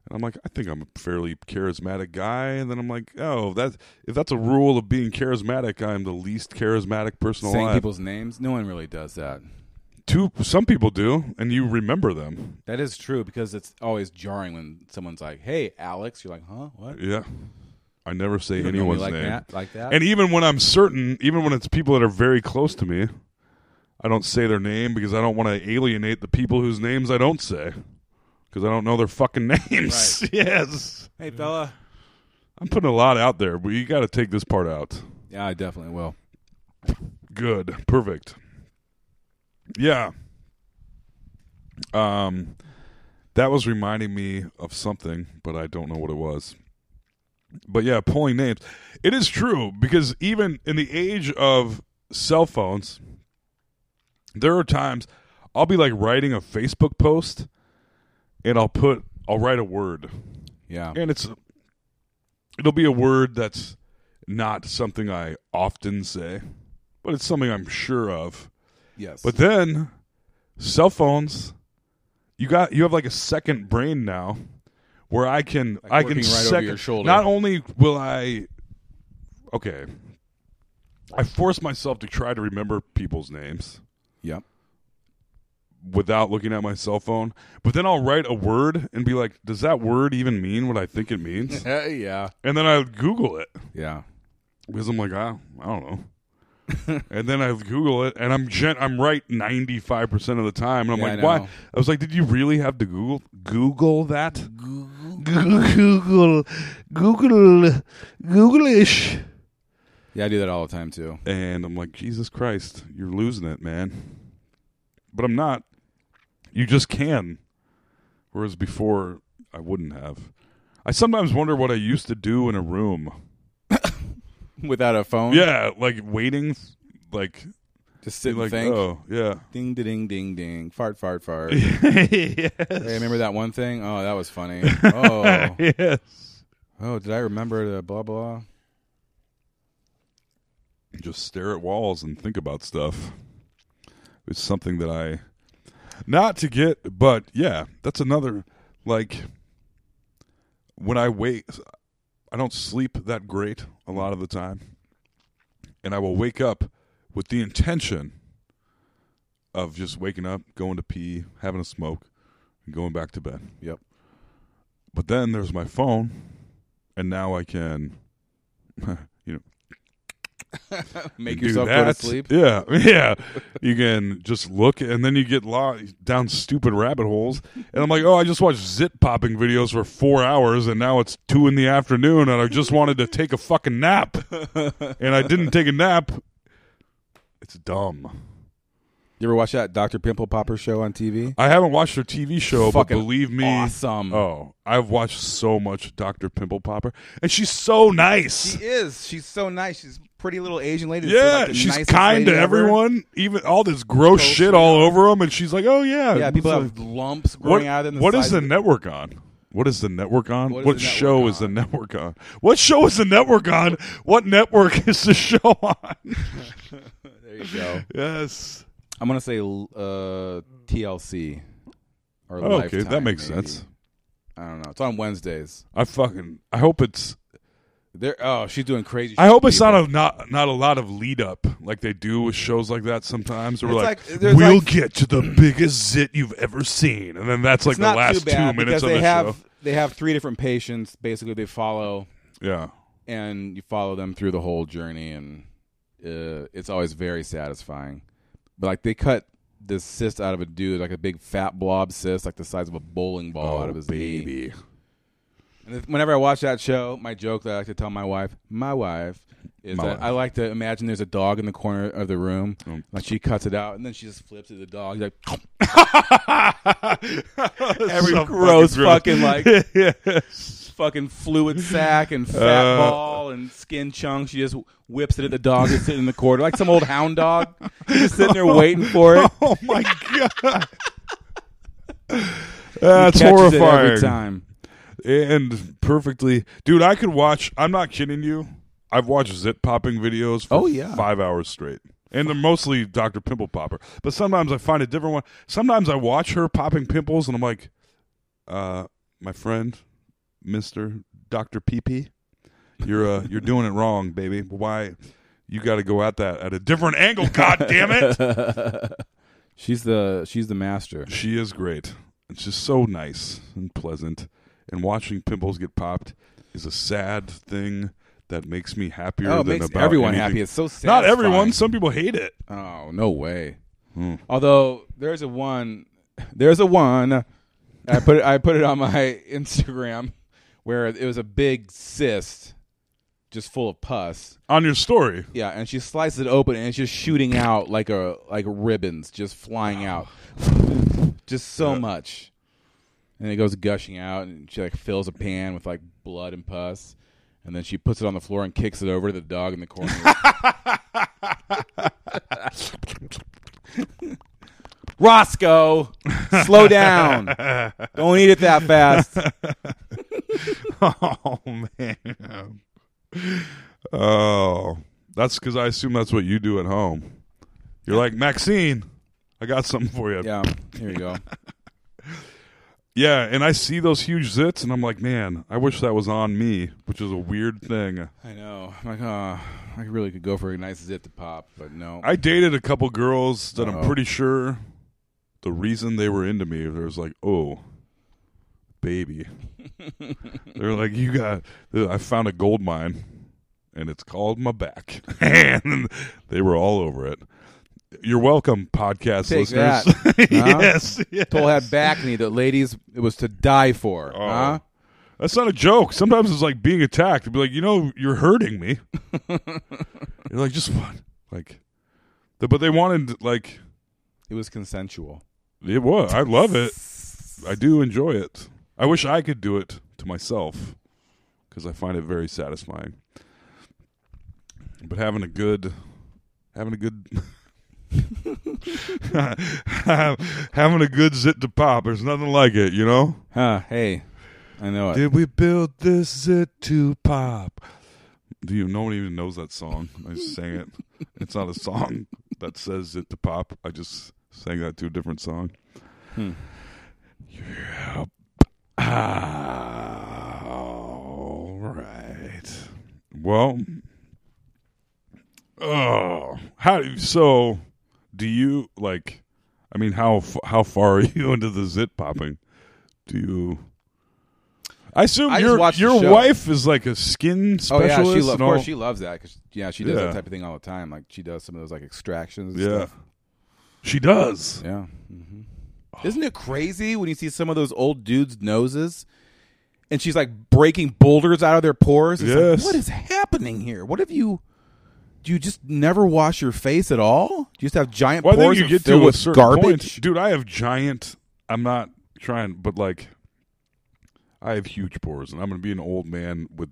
[SPEAKER 11] And I'm like, I think I'm a fairly charismatic guy. And then I'm like, oh, that if that's a rule of being charismatic, I'm the least charismatic person
[SPEAKER 10] Saying
[SPEAKER 11] alive.
[SPEAKER 10] people's names? No one really does that.
[SPEAKER 11] Two, some people do, and you remember them.
[SPEAKER 10] That is true because it's always jarring when someone's like, "Hey, Alex," you're like, "Huh? What?"
[SPEAKER 11] Yeah. I never say
[SPEAKER 10] You don't know me
[SPEAKER 11] anyone's
[SPEAKER 10] like
[SPEAKER 11] name.
[SPEAKER 10] that- like that?
[SPEAKER 11] And even when I'm certain, even when it's people that are very close to me, I don't say their name because I don't want to alienate the people whose names I don't say because I don't know their fucking names. yes.
[SPEAKER 10] Hey, fella.
[SPEAKER 11] I'm putting a lot out there, but you got to take this part out.
[SPEAKER 10] Yeah, I definitely will.
[SPEAKER 11] Good. Perfect. Yeah. Um that was reminding me of something, but I don't know what it was. But yeah, pulling names. It is true because even in the age of cell phones, there are times I'll be like writing a Facebook post and I'll put I'll write a word.
[SPEAKER 10] Yeah.
[SPEAKER 11] And it's it'll be a word that's not something I often say, but it's something I'm sure of.
[SPEAKER 10] Yes.
[SPEAKER 11] But then cell phones you got you have like a second brain now where I can I can
[SPEAKER 10] working right over
[SPEAKER 11] second
[SPEAKER 10] your shoulder.
[SPEAKER 11] not only will I okay I force myself to try to remember people's names.
[SPEAKER 10] Yep.
[SPEAKER 11] Without looking at my cell phone, but then I'll write a word and be like, "Does that word even mean what I think it means?"
[SPEAKER 10] yeah.
[SPEAKER 11] And then I Google it.
[SPEAKER 10] Yeah.
[SPEAKER 11] Because I'm like, I, I don't know. and then I Google it, and I'm gen- I'm right 95 percent of the time, and I'm
[SPEAKER 10] Yeah,
[SPEAKER 11] like,
[SPEAKER 10] I
[SPEAKER 11] why?
[SPEAKER 10] know.
[SPEAKER 11] I was like, did you really have to Google Google that?
[SPEAKER 9] Google, Google, Googlish.
[SPEAKER 10] Yeah, I do that all the time too.
[SPEAKER 11] And I'm like, Jesus Christ, you're losing it, man. But I'm not. You just can. Whereas before, I wouldn't have. I sometimes wonder what I used to do in a room.
[SPEAKER 10] Without a phone?
[SPEAKER 11] Yeah, like waiting, like
[SPEAKER 10] just sit
[SPEAKER 11] being
[SPEAKER 10] and
[SPEAKER 11] like,
[SPEAKER 10] think.
[SPEAKER 11] oh yeah,
[SPEAKER 10] ding, da, ding, ding, ding, fart, fart, fart.
[SPEAKER 11] yes.
[SPEAKER 10] Hey, remember that one thing? Oh, that was funny. Oh,
[SPEAKER 11] yes.
[SPEAKER 10] Oh, did I remember the blah blah?
[SPEAKER 11] just stare at walls and think about stuff. It's something that I not to get, but yeah, that's another like when I wait I don't sleep that great a lot of the time. And I will wake up with the intention of just waking up, going to pee, having a smoke, and going back to bed.
[SPEAKER 10] Yep.
[SPEAKER 11] But then there's my phone, and now I can, you know,
[SPEAKER 10] Make
[SPEAKER 11] do
[SPEAKER 10] yourself go to
[SPEAKER 11] that.
[SPEAKER 10] sleep.
[SPEAKER 11] Yeah, yeah. you can just look, and then you get lo- down stupid rabbit holes. And I'm like, oh, I just watched zit popping videos for four hours, and now it's two in the afternoon, and I just wanted to take a fucking nap, and I didn't take a nap. It's dumb.
[SPEAKER 10] You ever watch that Doctor Pimple Popper show on TV?
[SPEAKER 11] I haven't watched her TV show,
[SPEAKER 10] Fucking
[SPEAKER 11] but believe me,
[SPEAKER 10] awesome.
[SPEAKER 11] Oh, I've watched so much Doctor Pimple Popper, and she's so nice.
[SPEAKER 10] She is. She's so nice. She's a pretty little Asian lady. that's
[SPEAKER 11] Yeah,
[SPEAKER 10] like the
[SPEAKER 11] she's
[SPEAKER 10] nicest
[SPEAKER 11] kind to
[SPEAKER 10] lady ever.
[SPEAKER 11] everyone, even all this gross shit all over them, and she's like, "Oh yeah,
[SPEAKER 10] Yeah, people
[SPEAKER 11] So-
[SPEAKER 10] have lumps growing
[SPEAKER 11] What-
[SPEAKER 10] out in the
[SPEAKER 11] what
[SPEAKER 10] sides
[SPEAKER 11] is the
[SPEAKER 10] of
[SPEAKER 11] network on? What is the network on?
[SPEAKER 10] What
[SPEAKER 11] What,
[SPEAKER 10] is the network
[SPEAKER 11] show is the network on? What show is the network on? What network is the show on?
[SPEAKER 10] there you go.
[SPEAKER 11] yes.
[SPEAKER 10] I'm gonna say uh, TLC or
[SPEAKER 11] Okay,
[SPEAKER 10] Lifetime,
[SPEAKER 11] that makes
[SPEAKER 10] maybe.
[SPEAKER 11] sense.
[SPEAKER 10] I don't know. It's on Wednesdays.
[SPEAKER 11] I fucking I hope it's
[SPEAKER 10] There. Oh, she's doing crazy.
[SPEAKER 11] I
[SPEAKER 10] shit
[SPEAKER 11] hope
[SPEAKER 10] to
[SPEAKER 11] it's not
[SPEAKER 10] people.
[SPEAKER 11] a not not a lot of lead up like they do with shows like that sometimes. Or
[SPEAKER 10] It's
[SPEAKER 11] like,
[SPEAKER 10] like- there's
[SPEAKER 11] we'll
[SPEAKER 10] like-
[SPEAKER 11] get to the biggest zit you've ever seen, and then that's like
[SPEAKER 10] It's
[SPEAKER 11] the
[SPEAKER 10] not
[SPEAKER 11] last
[SPEAKER 10] too bad
[SPEAKER 11] two
[SPEAKER 10] because
[SPEAKER 11] minutes of
[SPEAKER 10] they
[SPEAKER 11] the
[SPEAKER 10] have
[SPEAKER 11] show.
[SPEAKER 10] they have three different patients. Basically, they follow.
[SPEAKER 11] Yeah.
[SPEAKER 10] and you follow them through the whole journey, and uh, it's always very satisfying. But like they cut this cyst out of a dude, like a big fat blob cyst, like the size of a bowling ball,
[SPEAKER 11] Oh,
[SPEAKER 10] out of his Oh, baby. And if, whenever I watch that show, my joke that I like to tell my wife, my wife, is
[SPEAKER 11] My
[SPEAKER 10] that
[SPEAKER 11] wife. Oh.
[SPEAKER 10] I like to imagine there's a dog in the corner of the room. Like she cuts it out, and then she just flips it to the dog. Like every
[SPEAKER 11] So
[SPEAKER 10] gross,
[SPEAKER 11] fucking
[SPEAKER 10] fucking,
[SPEAKER 11] gross.
[SPEAKER 10] like fucking fluid sack and fat
[SPEAKER 11] Uh,
[SPEAKER 10] ball and skin chunk. She just whips it at the dog that's sitting in the corner, like some old hound dog, just sitting there waiting for it.
[SPEAKER 11] Oh my god.
[SPEAKER 10] He
[SPEAKER 11] That's
[SPEAKER 10] catches it every
[SPEAKER 11] horrifying.
[SPEAKER 10] time.
[SPEAKER 11] And perfectly, dude. I could watch. I'm not kidding you. I've watched zit popping videos for
[SPEAKER 10] Oh, yeah.
[SPEAKER 11] five hours straight. and they're mostly Dr. Pimple Popper. But sometimes I find a different one. Sometimes I watch her popping pimples, and I'm like, uh, my friend, Mister Doctor PP, you're uh, you're doing it wrong, baby. Why? You got to go at that at a different angle. God damn it!
[SPEAKER 10] she's the she's the master.
[SPEAKER 11] She is great. And she's so nice and pleasant. And watching pimples get popped is a sad thing that makes me happier
[SPEAKER 10] Oh, it
[SPEAKER 11] than
[SPEAKER 10] makes
[SPEAKER 11] about
[SPEAKER 10] everyone
[SPEAKER 11] anything.
[SPEAKER 10] happy. It's so
[SPEAKER 11] Not everyone.
[SPEAKER 10] satisfying.
[SPEAKER 11] Some people hate it.
[SPEAKER 10] Oh no way!
[SPEAKER 11] Hmm.
[SPEAKER 10] Although there's a one, there's a one. I put it. I put it on my Instagram where it was a big cyst, just full of pus
[SPEAKER 11] on your story.
[SPEAKER 10] Yeah, and she slices it open and it's just shooting out like a like ribbons, just flying out, just so much. And it goes gushing out, and she like fills a pan with like blood and pus, and then she puts it on the floor and kicks it over to the dog in the corner. Roscoe, slow down. Don't eat it that fast.
[SPEAKER 11] oh man. Oh, that's because I assume that's what you do at home. You're like Maxine. I got something for you.
[SPEAKER 10] Yeah, here you go.
[SPEAKER 11] yeah, and I see those huge zits, and I'm like, man, I wish that was on me, which is a weird thing.
[SPEAKER 10] I know. I'm like, oh, I really could go for a nice zit to pop, but no.
[SPEAKER 11] I dated a couple girls that I'm
[SPEAKER 10] Uh-oh.
[SPEAKER 11] pretty sure the reason they were into me was like, oh, baby. They're like, you got, I found a gold mine and it's called my back. and they were all over it. You're welcome, podcast
[SPEAKER 10] Take
[SPEAKER 11] listeners.
[SPEAKER 10] that. Huh?
[SPEAKER 11] yes, yes.
[SPEAKER 10] Toll had back knee that ladies it was to die for. huh?
[SPEAKER 11] Oh. That's not a joke. Sometimes it's like being attacked. It'd be like, you know, you're hurting me. you're like, just what? Like, the, but they wanted like,
[SPEAKER 10] it was consensual.
[SPEAKER 11] It was. I love it. I do enjoy it. I wish I could do it to myself because I find it very satisfying. But having a good, having a good, having a good zit to pop. There's nothing like it, you know.
[SPEAKER 10] Huh? Hey, I know it.
[SPEAKER 11] Did we build this zit to pop? Do you? No one even knows that song. I just sang it. It's not a song that says zit to pop. I just sang that to a different song.
[SPEAKER 10] Hmm.
[SPEAKER 11] Yeah. Ah, All right. Well, oh, how so? Do you like? I mean, how f- how far are you into the zit popping? Do you? I assume
[SPEAKER 10] I just
[SPEAKER 11] your
[SPEAKER 10] watch the
[SPEAKER 11] your
[SPEAKER 10] show.
[SPEAKER 11] wife is like a skin
[SPEAKER 10] Oh yeah,
[SPEAKER 11] specialist.
[SPEAKER 10] she lo- of
[SPEAKER 11] and all-
[SPEAKER 10] course she loves that because yeah, she does
[SPEAKER 11] Yeah.
[SPEAKER 10] that type of thing all the time. Like she does some of those like extractions. And
[SPEAKER 11] Yeah,
[SPEAKER 10] stuff.
[SPEAKER 11] she does.
[SPEAKER 10] Yeah. hmm Isn't it crazy when you see some of those old dudes' noses, and she's like breaking boulders out of their pores? It's like,
[SPEAKER 11] Yes.
[SPEAKER 10] what is happening here? What have you? Do you just never wash your face at all? Do you just have giant
[SPEAKER 11] Well, I think
[SPEAKER 10] pores
[SPEAKER 11] you get
[SPEAKER 10] filled
[SPEAKER 11] to a
[SPEAKER 10] with
[SPEAKER 11] certain
[SPEAKER 10] garbage?
[SPEAKER 11] point, dude. I have giant. I'm not trying, but like, I have huge pores, and I'm going to be an old man with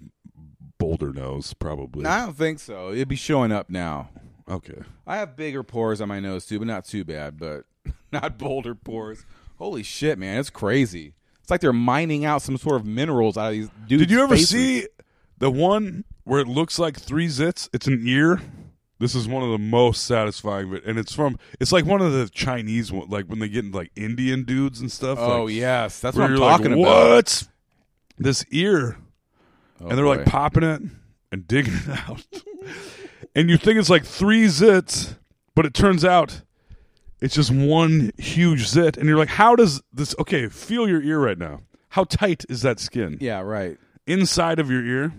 [SPEAKER 11] boulder nose, probably.
[SPEAKER 10] No, I don't think so. It'd be showing up now.
[SPEAKER 11] Okay.
[SPEAKER 10] I have bigger pores on my nose too, but not too bad, but not bolder pores. Holy shit, man. It's crazy. It's like they're mining out some sort of minerals out of these dudes.
[SPEAKER 11] Did you ever
[SPEAKER 10] faces.
[SPEAKER 11] see the one where it looks like three zits? It's an ear. This is one of the most satisfying, vi- and it's from it's like one of the Chinese one, like when they get like Indian dudes and stuff.
[SPEAKER 10] Oh,
[SPEAKER 11] like,
[SPEAKER 10] yes. That's
[SPEAKER 11] where
[SPEAKER 10] what I'm
[SPEAKER 11] you're like,
[SPEAKER 10] talking about.
[SPEAKER 11] What? This ear, and they're like
[SPEAKER 10] Oh, boy.
[SPEAKER 11] popping it and digging it out, and you think it's like three zits, but it turns out it's just one huge zit, and you're like, how does this? Okay, feel your ear right now. How tight is that skin?
[SPEAKER 10] Yeah, right.
[SPEAKER 11] inside of your ear.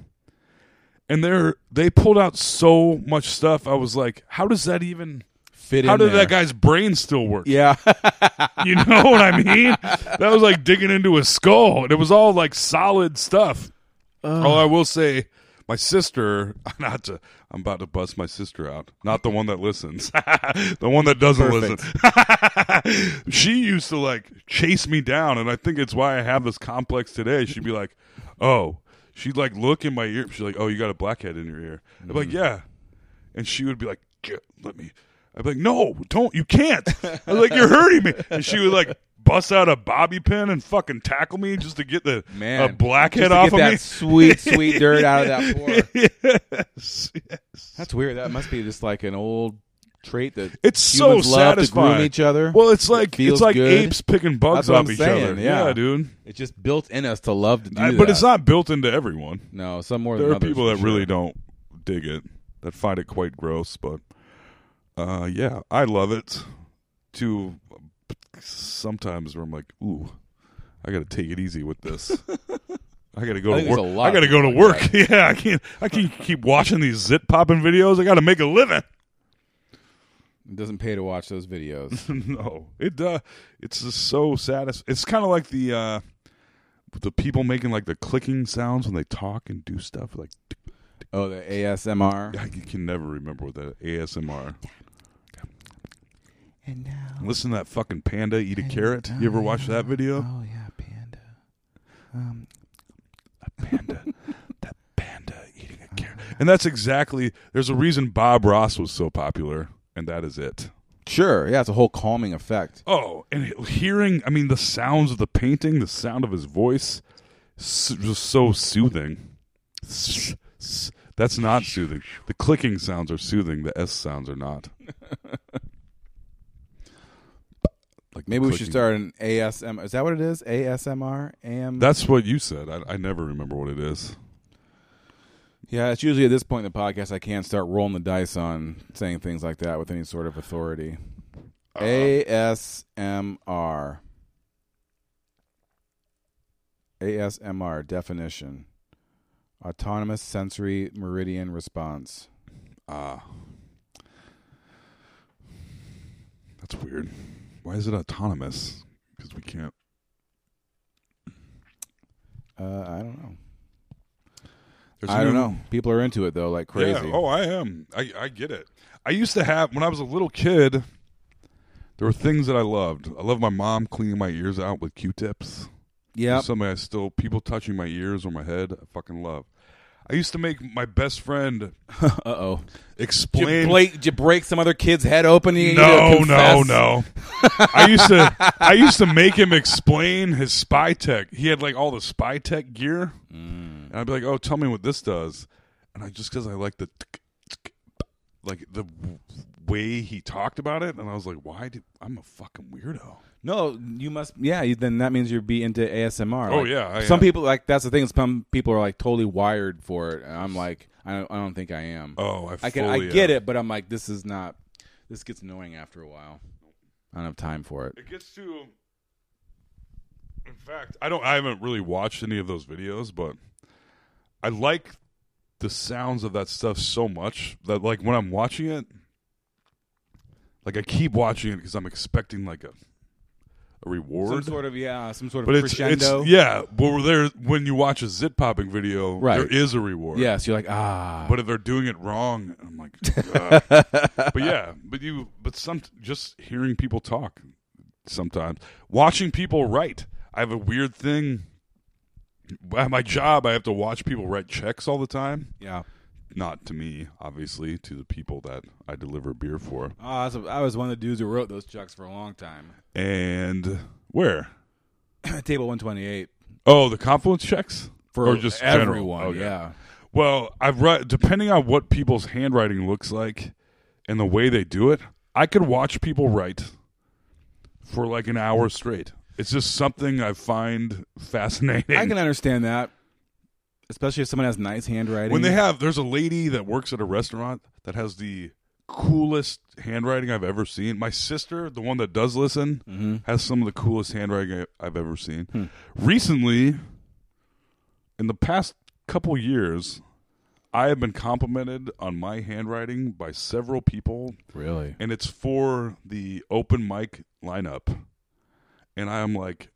[SPEAKER 11] And they're they pulled out so much stuff. I was like, how does that even
[SPEAKER 10] Fit
[SPEAKER 11] How
[SPEAKER 10] in
[SPEAKER 11] did
[SPEAKER 10] there.
[SPEAKER 11] that guy's brain still work?
[SPEAKER 10] Yeah.
[SPEAKER 11] you know what I mean? That was like digging into a skull, and it was all like solid stuff. Oh, I will say, my sister. Not to, I'm about to bust my sister out. Not the one that listens, the one that doesn't listen. she used to like chase me down, and I think it's why I have this complex today. She'd be like, "Oh," she'd like look in my ear. She's like, "Oh, you got a blackhead in your ear." I'm like, "Yeah," and she would be like, "Get- "Let me." I'd be like, "No, don't. You can't." I was like, "You're hurting me," and she would like. Bust out a bobby pin and fucking tackle me just to get the
[SPEAKER 10] Man,
[SPEAKER 11] a blackhead
[SPEAKER 10] just to
[SPEAKER 11] off
[SPEAKER 10] get
[SPEAKER 11] of
[SPEAKER 10] that
[SPEAKER 11] me.
[SPEAKER 10] sweet, sweet dirt out of that pore.
[SPEAKER 11] yes.
[SPEAKER 10] That's weird. That must be just like an old trait that
[SPEAKER 11] It's so
[SPEAKER 10] humans love to
[SPEAKER 11] satisfying.
[SPEAKER 10] groom each other.
[SPEAKER 11] Well, it's like
[SPEAKER 10] Feels
[SPEAKER 11] it's like
[SPEAKER 10] good.
[SPEAKER 11] apes picking
[SPEAKER 10] That's
[SPEAKER 11] bugs
[SPEAKER 10] what
[SPEAKER 11] off
[SPEAKER 10] I'm
[SPEAKER 11] each
[SPEAKER 10] saying,
[SPEAKER 11] other.
[SPEAKER 10] Yeah.
[SPEAKER 11] dude.
[SPEAKER 10] It's just built in us to love to do
[SPEAKER 11] I-
[SPEAKER 10] that.
[SPEAKER 11] but it's not built into everyone.
[SPEAKER 10] No, some more
[SPEAKER 11] There
[SPEAKER 10] than
[SPEAKER 11] are
[SPEAKER 10] others,
[SPEAKER 11] people
[SPEAKER 10] for
[SPEAKER 11] that really don't dig it, that find it quite gross. But uh, yeah, I love it. To sometimes where I'm like, ooh, I got to take it easy with this. I got to go
[SPEAKER 10] I
[SPEAKER 11] to
[SPEAKER 10] think
[SPEAKER 11] work.
[SPEAKER 10] there's a lot
[SPEAKER 11] I got to
[SPEAKER 10] of
[SPEAKER 11] go to
[SPEAKER 10] people
[SPEAKER 11] work.
[SPEAKER 10] like
[SPEAKER 11] yeah, I can't. I can't keep watching these zit popping videos. I got to make a living.
[SPEAKER 10] It doesn't pay to watch those videos.
[SPEAKER 11] no, it uh, it's just so satisfying. It's kind of like the uh, the people making like the clicking sounds when they talk and do stuff like.
[SPEAKER 10] Oh, the ASMR.
[SPEAKER 11] I can never remember what that ASMR. Listen to that fucking panda eat a carrot. You ever watch that video? Oh yeah, panda. Um, a panda. that panda eating a carrot. And that's exactly. There's a reason Bob Ross was so popular, and that is it.
[SPEAKER 10] Sure, yeah, it's a whole calming effect.
[SPEAKER 11] Oh, and he- hearing, I mean, the sounds of the painting, the sound of his voice, s- just so soothing. S- s- That's not soothing. The clicking sounds are soothing, the S sounds are not. like the
[SPEAKER 10] Maybe we should
[SPEAKER 11] clicking-
[SPEAKER 10] start an ASMR. Is that what it is? ASMR? AM?
[SPEAKER 11] That's what you said. I, I never remember what it is.
[SPEAKER 10] Yeah, it's usually at this point in the podcast I can't start rolling the dice on saying things like that with any sort of authority.
[SPEAKER 11] Uh-huh.
[SPEAKER 10] ASMR. ASMR definition autonomous sensory meridian response.
[SPEAKER 11] Ah. That's weird. Why is it autonomous? Because we can't.
[SPEAKER 10] Uh, I don't know.
[SPEAKER 11] There's
[SPEAKER 10] I don't
[SPEAKER 11] new-
[SPEAKER 10] know. People are into it though, like crazy.
[SPEAKER 11] Hmm. Yeah. Oh, I am. I, I get it. I used to have when I was a little kid. There were things that I loved. I loved my mom cleaning my ears out with Q-tips.
[SPEAKER 10] Yep.
[SPEAKER 11] It's something I still people touching my ears or my head. I fucking love. I used to make my best friend. uh
[SPEAKER 10] oh. Did
[SPEAKER 11] Explain.
[SPEAKER 10] you, break, did you break some other kid's head open? You
[SPEAKER 11] No,
[SPEAKER 10] you
[SPEAKER 11] no,
[SPEAKER 10] confess?
[SPEAKER 11] no. I used to I used to make him explain his spy tech. He had like all the spy tech gear,
[SPEAKER 10] Mm.
[SPEAKER 11] and I'd be like, "Oh, tell me what this does," and I just because I like the tsk, tsk, like the w- way he talked about it, and I was like, "Why? Did, I'm a fucking weirdo."
[SPEAKER 10] No, you must. Yeah, you, then that means you'd be into ASMR.
[SPEAKER 11] Oh,
[SPEAKER 10] Like,
[SPEAKER 11] yeah, I
[SPEAKER 10] some
[SPEAKER 11] am.
[SPEAKER 10] people like that's the thing. Some people are like totally wired for it. And I'm like, I don't, I don't think I am.
[SPEAKER 11] Oh, I
[SPEAKER 10] I can, I
[SPEAKER 11] fully
[SPEAKER 10] get
[SPEAKER 11] am.
[SPEAKER 10] it, but I'm like, this is not. This gets annoying after a while. I don't have time for it.
[SPEAKER 11] It gets to. In fact, I don't. I haven't really watched any of those videos, but I like the sounds of that stuff so much that, like, when I'm watching it, like I keep watching it because I'm expecting like a a reward,
[SPEAKER 10] Some sort of yeah, some sort of
[SPEAKER 11] but it's, it's
[SPEAKER 10] crescendo.
[SPEAKER 11] yeah. But we're there when you watch a zit popping video,
[SPEAKER 10] Right.
[SPEAKER 11] There is a reward.
[SPEAKER 10] Yes, you're like, ah.
[SPEAKER 11] But if they're doing it wrong, I'm like, "Ugh." but yeah, but you, but some just hearing people talk sometimes, watching people write. I have a weird thing at my job. I have to watch people write checks all the time.
[SPEAKER 10] Yeah.
[SPEAKER 11] Not to me, obviously, to the people that I deliver beer for.
[SPEAKER 10] Ah, that's- I was one of the dudes who wrote those chucks for a long time.
[SPEAKER 11] And where?
[SPEAKER 10] Table 128.
[SPEAKER 11] Oh, the confluence checks
[SPEAKER 10] For
[SPEAKER 11] or just general?
[SPEAKER 10] everyone,
[SPEAKER 11] Okay.
[SPEAKER 10] yeah.
[SPEAKER 11] Well, I've read depending on what people's handwriting looks like and the way they do it, I could watch people write for like an hour straight. It's just something I find fascinating.
[SPEAKER 10] I can understand that, especially if someone has nice handwriting.
[SPEAKER 11] when they have there's a lady that works at a restaurant that has the coolest handwriting I've ever seen. My sister, the one that does listen, has some of the coolest handwriting I- I've ever seen. Recently, in the past couple years, I have been complimented on my handwriting by several people.
[SPEAKER 10] Really?
[SPEAKER 11] And it's for the open mic lineup. And I am like,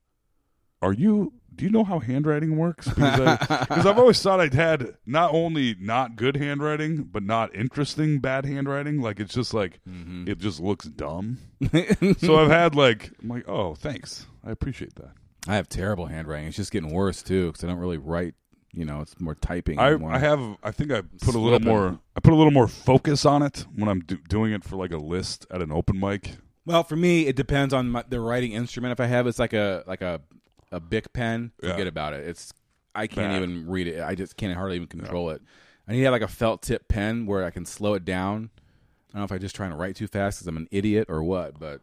[SPEAKER 11] are you do you know how handwriting works because i've always thought i'd had not only not good handwriting but not interesting bad handwriting like it's just like
[SPEAKER 10] Mm-hmm.
[SPEAKER 11] it just looks dumb so i've had like i'm like oh thanks i appreciate that
[SPEAKER 10] I have terrible handwriting. It's just getting worse too because I don't really write. You know, it's more typing.
[SPEAKER 11] I,
[SPEAKER 10] and more-
[SPEAKER 11] I have I think I put a little
[SPEAKER 10] Slipping.
[SPEAKER 11] more I put a little more focus on it when I'm do- doing it for like a list at an open mic.
[SPEAKER 10] Well, for me, it depends on my, the writing instrument. If I have, it's like a like a a Bic pen. Forget about it. It's I can't
[SPEAKER 11] Bad.
[SPEAKER 10] even read it. I just can't hardly even control it. I need to have like a felt tip pen where I can slow it down. I don't know if I'm just trying to write too fast because I'm an idiot or what, but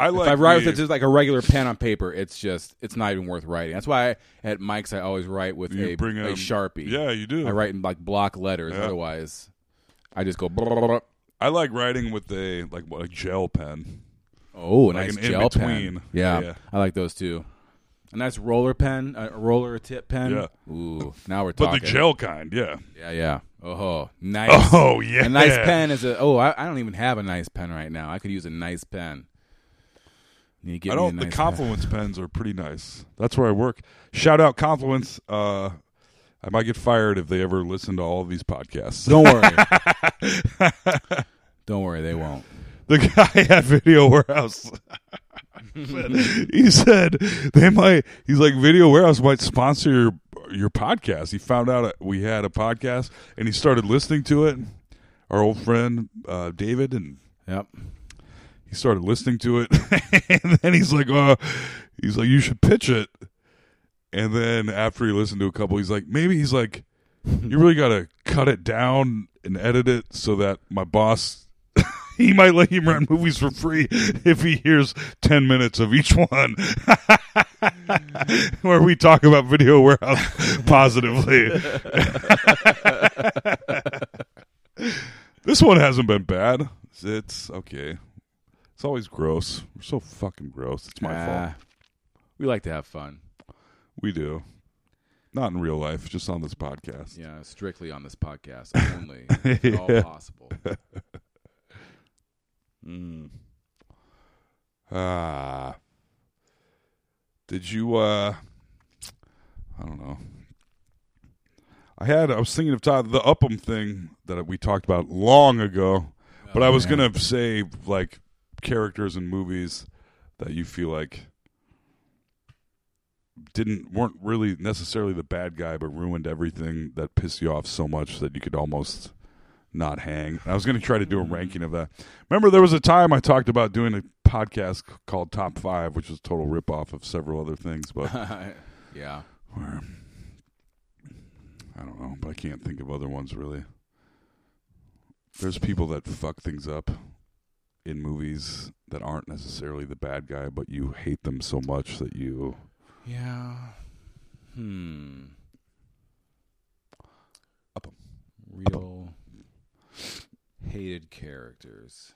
[SPEAKER 11] I
[SPEAKER 10] if
[SPEAKER 11] like
[SPEAKER 10] I write with
[SPEAKER 11] the-
[SPEAKER 10] it just like a regular pen on paper, it's just it's not even worth writing. That's why I, at Mike's I always write with
[SPEAKER 11] You
[SPEAKER 10] a,
[SPEAKER 11] bring
[SPEAKER 10] a
[SPEAKER 11] a-
[SPEAKER 10] sharpie.
[SPEAKER 11] Yeah, you do.
[SPEAKER 10] I write in like block letters.
[SPEAKER 11] Yeah.
[SPEAKER 10] Otherwise, I just go. brrrr.
[SPEAKER 11] I like writing with a like what, a gel pen.
[SPEAKER 10] Oh, a
[SPEAKER 11] like
[SPEAKER 10] nice
[SPEAKER 11] an
[SPEAKER 10] gel
[SPEAKER 11] in-between.
[SPEAKER 10] pen. Yeah, I like those too. A nice roller pen, a roller tip pen.
[SPEAKER 11] Yeah.
[SPEAKER 10] Ooh, now we're
[SPEAKER 11] But
[SPEAKER 10] talking.
[SPEAKER 11] the gel kind, yeah.
[SPEAKER 10] Yeah, yeah. Oh, nice.
[SPEAKER 11] Oh, yeah.
[SPEAKER 10] A nice pen is a. Oh, I, I don't even have a nice pen right now. I could use a nice pen. Need to get
[SPEAKER 11] I
[SPEAKER 10] me a
[SPEAKER 11] don't.
[SPEAKER 10] nice
[SPEAKER 11] the
[SPEAKER 10] pen.
[SPEAKER 11] Confluence pens are pretty nice. That's where I work. Shout out Confluence. Uh, I might get fired if they ever listen to all of these podcasts.
[SPEAKER 10] Don't worry. don't worry, they won't.
[SPEAKER 11] The guy at Video Warehouse. said- he said they might. He's like Video Warehouse might sponsor your your podcast. He found out uh, we had a podcast and he started listening to it. Our old friend uh, David and
[SPEAKER 10] yep.
[SPEAKER 11] He started listening to it, and then he's like, "Uh, he's like, you should pitch it." And then after he listened to a couple, he's like, "Maybe he's like, you really got to cut it down and edit it so that my boss he might let him rent movies for free if he hears 10 minutes of each one where we talk about video warehouse positively this one hasn't been bad it's okay it's always gross we're so fucking gross it's my
[SPEAKER 10] Ah,
[SPEAKER 11] fault
[SPEAKER 10] We like to have fun.
[SPEAKER 11] we do not in real life just on this podcast
[SPEAKER 10] Yeah, strictly on this podcast only, if
[SPEAKER 11] Yeah.
[SPEAKER 10] at all possible.
[SPEAKER 11] Mm. Ah. did you uh I don't know. I had I was thinking of Todd the Upham thing that we talked about long ago,
[SPEAKER 10] Oh,
[SPEAKER 11] but I was
[SPEAKER 10] yeah.
[SPEAKER 11] going to say like characters in movies that you feel like didn't weren't really necessarily the bad guy but ruined everything that pissed you off so much that you could almost not hang. I was going to try to do a ranking of that. Remember there was a time I talked about doing a podcast c- called Top 5 which was a total rip off of several other things but
[SPEAKER 10] yeah.
[SPEAKER 11] or I don't know, but I can't think of other ones really. There's people that fuck things up in movies that aren't necessarily the bad guy, but you hate them so much that you
[SPEAKER 10] Yeah. Hmm. Real hated characters.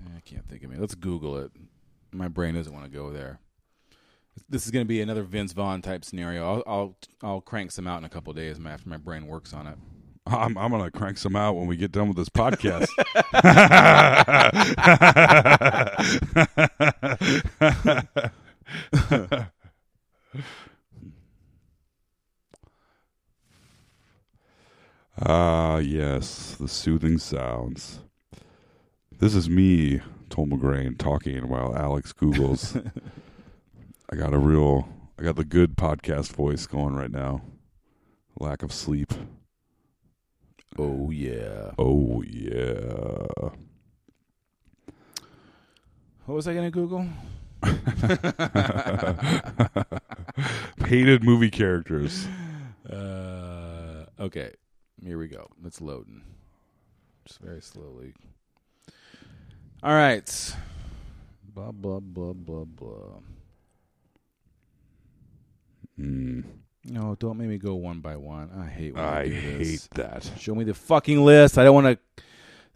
[SPEAKER 10] Eh, I can't think of it. Let's Google it. My brain doesn't want to go there. This is going to be another Vince Vaughn type scenario. I'll I'll, I'll crank some out in a couple of days after my brain works on it.
[SPEAKER 11] I'm I'm gonna crank some out when we get done with this podcast. Ah, yes, the soothing sounds. This is me, Tom McGrain, talking while Alex Googles. I got a real, I got the good podcast voice going right now. Lack of sleep.
[SPEAKER 10] Oh yeah.
[SPEAKER 11] Oh yeah.
[SPEAKER 10] What was I going to Google?
[SPEAKER 11] Hated movie characters.
[SPEAKER 10] Uh, okay, here we go. It's loading. Just very slowly. All right. Blah, blah, blah, blah, blah. Mm, No, don't make me go one by one. I hate when you
[SPEAKER 11] Mm, I
[SPEAKER 10] do this.
[SPEAKER 11] hate that.
[SPEAKER 10] Show me the fucking list. I don't want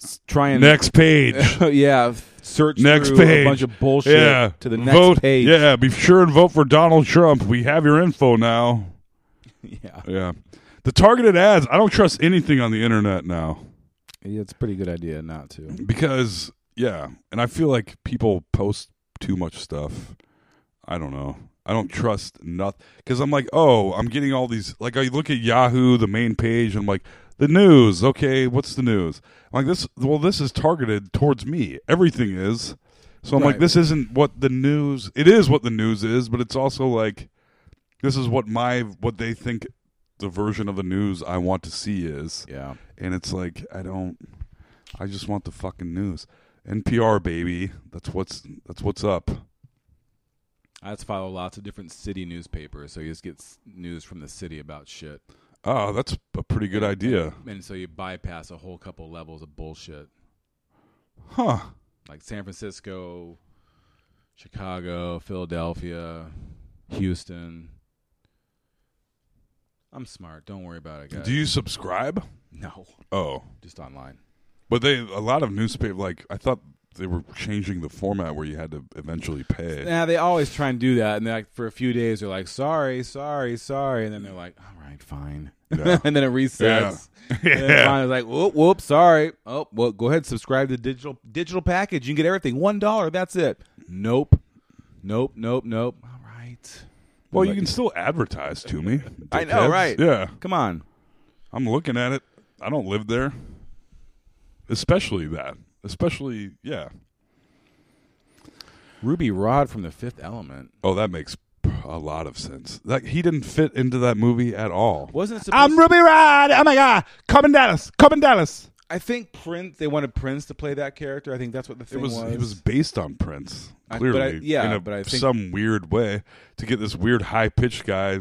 [SPEAKER 10] to try and.
[SPEAKER 11] Next page.
[SPEAKER 10] yeah. Search
[SPEAKER 11] next
[SPEAKER 10] through
[SPEAKER 11] page.
[SPEAKER 10] a bunch of bullshit
[SPEAKER 11] Yeah.
[SPEAKER 10] to the next
[SPEAKER 11] vote,
[SPEAKER 10] page.
[SPEAKER 11] Yeah, be sure and vote for Donald Trump. We have your info now.
[SPEAKER 10] yeah.
[SPEAKER 11] Yeah. The targeted ads, I don't trust anything on the internet now.
[SPEAKER 10] Yeah, it's a pretty good idea not to.
[SPEAKER 11] Because yeah, and I feel like people post too much stuff. I don't know. I don't trust nothing because I'm like, oh, I'm getting all these. Like, I look at Yahoo, the main page, and I'm like, the news. Okay, what's the news? I'm like this. Well, this is targeted towards me. Everything is. So I'm like,
[SPEAKER 10] Right.
[SPEAKER 11] this isn't what the news. It is what the news is, but it's also like, this is what my what they think the version of the news I want to see is.
[SPEAKER 10] Yeah.
[SPEAKER 11] And it's like I don't. I just want the fucking news. NPR baby. That's what's that's what's up.
[SPEAKER 10] I just follow lots of different city newspapers, so you just get s- news from the city about shit.
[SPEAKER 11] Oh, that's a pretty good idea.
[SPEAKER 10] And so you bypass a whole couple levels of bullshit.
[SPEAKER 11] Huh.
[SPEAKER 10] Like San Francisco, Chicago, Philadelphia, Houston. I'm smart. Don't worry about it, guys.
[SPEAKER 11] Do you subscribe?
[SPEAKER 10] No.
[SPEAKER 11] Oh,
[SPEAKER 10] Just online.
[SPEAKER 11] but they a lot of newspaper. Like I thought they were changing the format where you had to eventually pay.
[SPEAKER 10] Yeah, they always try and do that, and they're like for a few days they're like, "Sorry, sorry, sorry," and then they're like, "All right, fine,"
[SPEAKER 11] Yeah.
[SPEAKER 10] and then it resets.
[SPEAKER 11] Yeah.
[SPEAKER 10] And then
[SPEAKER 11] Yeah.
[SPEAKER 10] finally it's like, "Whoop, whoop, sorry." Oh, well, go ahead, subscribe to digital digital package. You can get everything one dollar. That's it. Nope, nope, nope, nope. All right.
[SPEAKER 11] Well, you can still advertise to me.
[SPEAKER 10] I know,
[SPEAKER 11] dickheads.
[SPEAKER 10] right?
[SPEAKER 11] Yeah.
[SPEAKER 10] Come on.
[SPEAKER 11] I'm looking at it. I don't live there. Especially that. Especially yeah.
[SPEAKER 10] Ruby Rod from The Fifth Element.
[SPEAKER 11] Oh, that makes a lot of sense. That he didn't fit into that movie at all.
[SPEAKER 10] Wasn't it supposed
[SPEAKER 12] I'm Ruby Rod. Oh my God. Come in Dallas. Come in Dallas.
[SPEAKER 10] I think Prince. They wanted Prince to play that character. I think that's what the thing
[SPEAKER 11] It was,
[SPEAKER 10] was.
[SPEAKER 11] he was based on Prince
[SPEAKER 10] I-
[SPEAKER 11] clearly,
[SPEAKER 10] but I- yeah,
[SPEAKER 11] in a,
[SPEAKER 10] but I think-
[SPEAKER 11] some weird way to get this weird high pitched guy.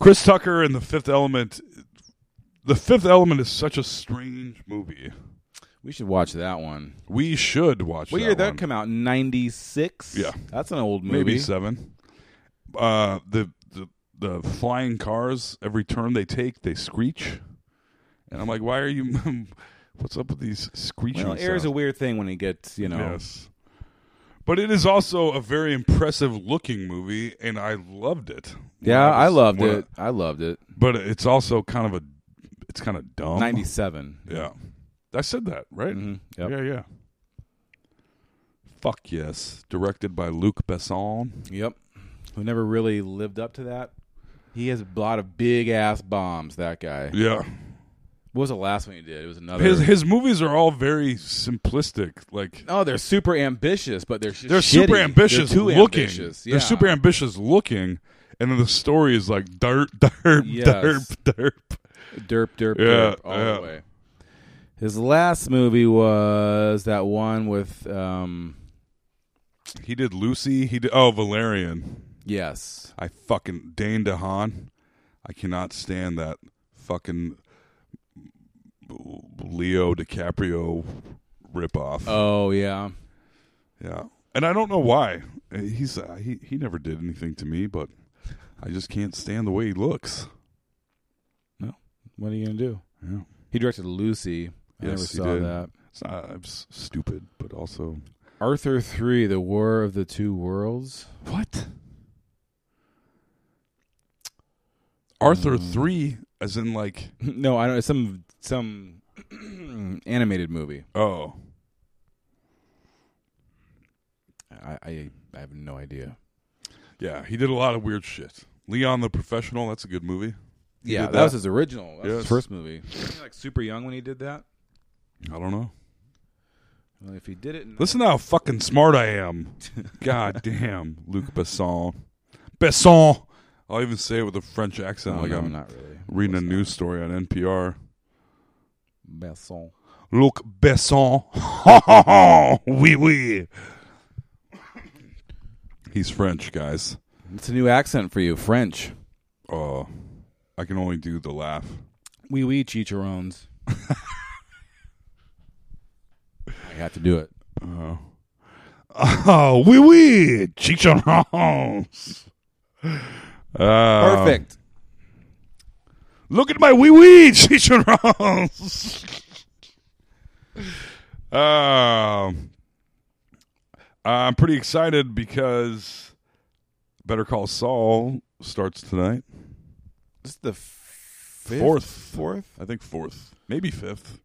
[SPEAKER 11] Chris Tucker and The Fifth Element. The Fifth Element is such a strange movie.
[SPEAKER 10] We should watch that one.
[SPEAKER 11] We should watch.
[SPEAKER 10] What
[SPEAKER 11] that
[SPEAKER 10] year did that
[SPEAKER 11] one.
[SPEAKER 10] come out? Ninety six.
[SPEAKER 11] Yeah,
[SPEAKER 10] that's an old movie.
[SPEAKER 11] Maybe seven. Uh, the the the flying cars. Every turn they take, they screech, and I'm like, why are you? what's up with these screeching?
[SPEAKER 10] Well, air is a weird thing when he gets, you know.
[SPEAKER 11] Yes. But it is also a very impressive looking movie, and I loved it.
[SPEAKER 10] Yeah,
[SPEAKER 11] When
[SPEAKER 10] I
[SPEAKER 11] was-
[SPEAKER 10] loved
[SPEAKER 11] when
[SPEAKER 10] it. I loved it.
[SPEAKER 11] But it's also kind of a, it's kind of dumb.
[SPEAKER 10] 97.
[SPEAKER 11] Yeah, I said that right.
[SPEAKER 10] Mm-hmm. yep.
[SPEAKER 11] Yeah, yeah. Fuck yes, directed by Luc Besson.
[SPEAKER 10] Yep. Who never really lived up to that. He has a lot of big ass bombs, that guy.
[SPEAKER 11] Yeah.
[SPEAKER 10] What was the last one he did? It was another.
[SPEAKER 11] His his movies are all very simplistic. Like
[SPEAKER 10] oh, they're super ambitious, but they're sh-
[SPEAKER 11] they're
[SPEAKER 10] shitty.
[SPEAKER 11] super ambitious
[SPEAKER 10] They're too
[SPEAKER 11] looking.
[SPEAKER 10] ambitious. Yeah.
[SPEAKER 11] They're super ambitious looking, and then the story is like derp, derp,
[SPEAKER 10] Yes.
[SPEAKER 11] derp, derp,
[SPEAKER 10] derp, derp,
[SPEAKER 11] yeah,
[SPEAKER 10] derp all
[SPEAKER 11] yeah.
[SPEAKER 10] the way. His last movie was that one with um
[SPEAKER 11] He did Lucy. He did oh Valerian.
[SPEAKER 10] Yes,
[SPEAKER 11] I fucking Dane DeHaan. I cannot stand that fucking Leo DiCaprio ripoff.
[SPEAKER 10] Oh yeah,
[SPEAKER 11] yeah. And I don't know why he's uh, he he never did anything to me, but I just can't stand the way he looks.
[SPEAKER 10] What are you gonna do?
[SPEAKER 11] Yeah.
[SPEAKER 10] He directed Lucy. I never
[SPEAKER 11] he
[SPEAKER 10] saw
[SPEAKER 11] did.
[SPEAKER 10] that.
[SPEAKER 11] It's not it's stupid, but also
[SPEAKER 10] Arthur three, the War of the Two Worlds.
[SPEAKER 11] What? Arthur three, as in like
[SPEAKER 10] No, I don't. It's some some animated movie.
[SPEAKER 11] oh
[SPEAKER 10] I, I I have no idea.
[SPEAKER 11] yeah, he did a lot of weird shit. Leon the Professional, that's a good movie. He
[SPEAKER 10] yeah,
[SPEAKER 11] did
[SPEAKER 10] that, was his original. That was his
[SPEAKER 11] Yes.
[SPEAKER 10] first movie. Wasn't he like super young when he did that?
[SPEAKER 11] I don't know.
[SPEAKER 10] Well, if he did it, in
[SPEAKER 11] Listen to how fucking smart I am. God damn, Luc Besson. Besson. I'll even say it with a French accent.
[SPEAKER 10] No,
[SPEAKER 11] like
[SPEAKER 10] no,
[SPEAKER 11] I'm
[SPEAKER 10] not really.
[SPEAKER 11] reading a news story on NPR.
[SPEAKER 10] Besson.
[SPEAKER 11] Luc Besson. Ha ha ha. Oui, oui. He's French, guys.
[SPEAKER 10] It's a new accent for you, French.
[SPEAKER 11] Oh, I can only do the laugh.
[SPEAKER 10] We oui, oui, chicharrones. I have to do it.
[SPEAKER 11] Oh. Oh, wee wee. Chicharrones. Uh,
[SPEAKER 10] Perfect.
[SPEAKER 11] Look at my wee wee chicharrones. Um, I'm pretty excited because Better Call Saul starts tonight.
[SPEAKER 10] This is the fifth,
[SPEAKER 11] Fourth.
[SPEAKER 10] fourth.
[SPEAKER 11] I think fourth. Maybe fifth.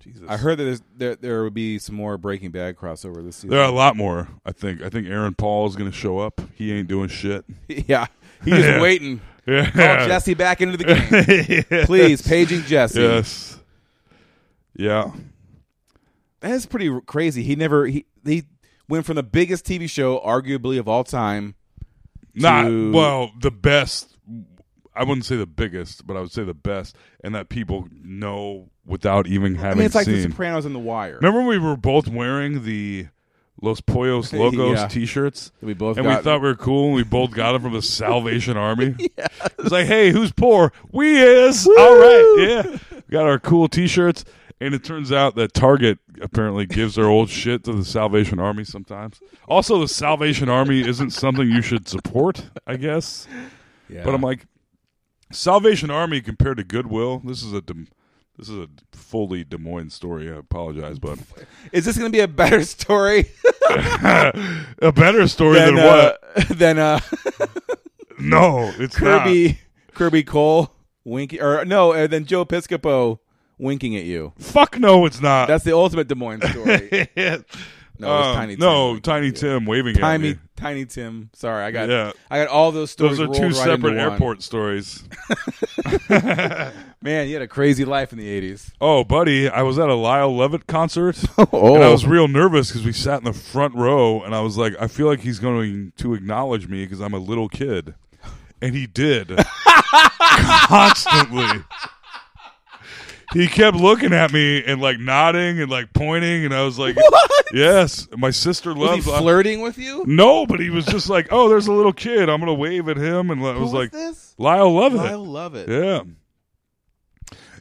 [SPEAKER 11] Jesus.
[SPEAKER 10] I heard that there's, there there would be some more Breaking Bad crossover this season.
[SPEAKER 11] There are a lot more. I think. I think Aaron Paul is going to show up. He ain't doing shit.
[SPEAKER 10] yeah, he's just
[SPEAKER 11] Yeah.
[SPEAKER 10] waiting.
[SPEAKER 11] Yeah.
[SPEAKER 10] Call Jesse back into the game,
[SPEAKER 11] Yes.
[SPEAKER 10] please. Paging Jesse.
[SPEAKER 11] Yes. Yeah.
[SPEAKER 10] That's pretty r- crazy. He never he he went from the biggest TV show, arguably of all time.
[SPEAKER 11] Not
[SPEAKER 10] to-
[SPEAKER 11] well. The best. I wouldn't say the biggest, but I would say the best, and that people know without even
[SPEAKER 10] I
[SPEAKER 11] having
[SPEAKER 10] mean, it's like The
[SPEAKER 11] seen.
[SPEAKER 10] Sopranos and The Wire.
[SPEAKER 11] Remember, when we were both wearing the Los Pollos Locos
[SPEAKER 10] Yeah.
[SPEAKER 11] T-shirts.
[SPEAKER 10] That we both
[SPEAKER 11] and we
[SPEAKER 10] got.
[SPEAKER 11] thought we were cool, and we both got them from the Salvation Army. It's like, hey, who's poor? We is. All right, yeah. We got our cool T-shirts, and it turns out that Target apparently gives their old shit to the Salvation Army sometimes. Also, the Salvation Army isn't something you should support, I guess.
[SPEAKER 10] Yeah.
[SPEAKER 11] But I'm like, Salvation Army compared to Goodwill, this is a dem- this is a fully Des Moines story. I apologize, but
[SPEAKER 10] Is this going to be a better story?
[SPEAKER 11] a better story than,
[SPEAKER 10] uh,
[SPEAKER 11] what?
[SPEAKER 10] Than uh,
[SPEAKER 11] No, it's not.
[SPEAKER 10] Kirby Kirby Cole winking, or no, and then Joe Piscopo winking at you.
[SPEAKER 11] Fuck no, it's not.
[SPEAKER 10] That's the ultimate Des Moines story. No, it was
[SPEAKER 11] Uh,
[SPEAKER 10] Tiny
[SPEAKER 11] no, Tiny Tim waving at
[SPEAKER 10] Tiny
[SPEAKER 11] me.
[SPEAKER 10] Tiny Tim. Sorry, I got
[SPEAKER 11] Yeah.
[SPEAKER 10] I got all those stories.
[SPEAKER 11] Those are
[SPEAKER 10] rolled
[SPEAKER 11] two
[SPEAKER 10] right
[SPEAKER 11] separate
[SPEAKER 10] into one.
[SPEAKER 11] airport stories.
[SPEAKER 10] Man, you had a crazy life in the eighties.
[SPEAKER 11] Oh, buddy, I was at a Lyle Lovett concert, and I
[SPEAKER 10] Oh.
[SPEAKER 11] was real nervous because we sat in the front row, and I was like, I feel like he's going to acknowledge me because I'm a little kid, and he did constantly. He kept looking at me and like nodding and like pointing, and I was like, "Yes, my sister
[SPEAKER 10] Was he
[SPEAKER 11] loves." uh,
[SPEAKER 10] flirting with you?
[SPEAKER 11] No, but he was just like, "Oh, there's a little kid. I'm gonna wave at him," and I was,
[SPEAKER 10] was
[SPEAKER 11] like,
[SPEAKER 10] this?
[SPEAKER 11] "Lyle Lovett."
[SPEAKER 10] Lyle Lovett.
[SPEAKER 11] Yeah.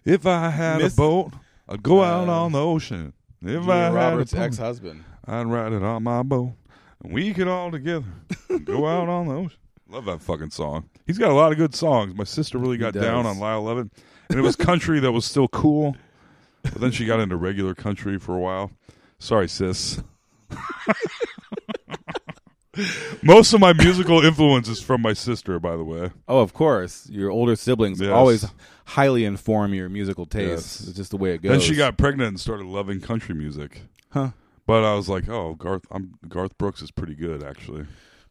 [SPEAKER 11] If I had
[SPEAKER 10] Miss-
[SPEAKER 11] a boat, I'd go out on the ocean. If
[SPEAKER 10] Julia
[SPEAKER 11] I had
[SPEAKER 10] Roberts'
[SPEAKER 11] a boat,
[SPEAKER 10] ex-husband.
[SPEAKER 11] I'd ride it on my boat, and we could all together go out on the ocean. Love that fucking song. He's got a lot of good songs. My sister really got
[SPEAKER 10] does.
[SPEAKER 11] down on Lyle Lovett, and it was country that was still cool. But then she got into regular country for a while. Sorry, sis. Most of my musical influence is from my sister, by the way.
[SPEAKER 10] Oh, of course. Your older siblings
[SPEAKER 11] Yes.
[SPEAKER 10] always highly inform your musical tastes.
[SPEAKER 11] Yes.
[SPEAKER 10] It's just the way it goes.
[SPEAKER 11] Then she got pregnant and started loving country music.
[SPEAKER 10] Huh.
[SPEAKER 11] But I was like, oh, Garth, I'm, Garth Brooks is pretty good, actually.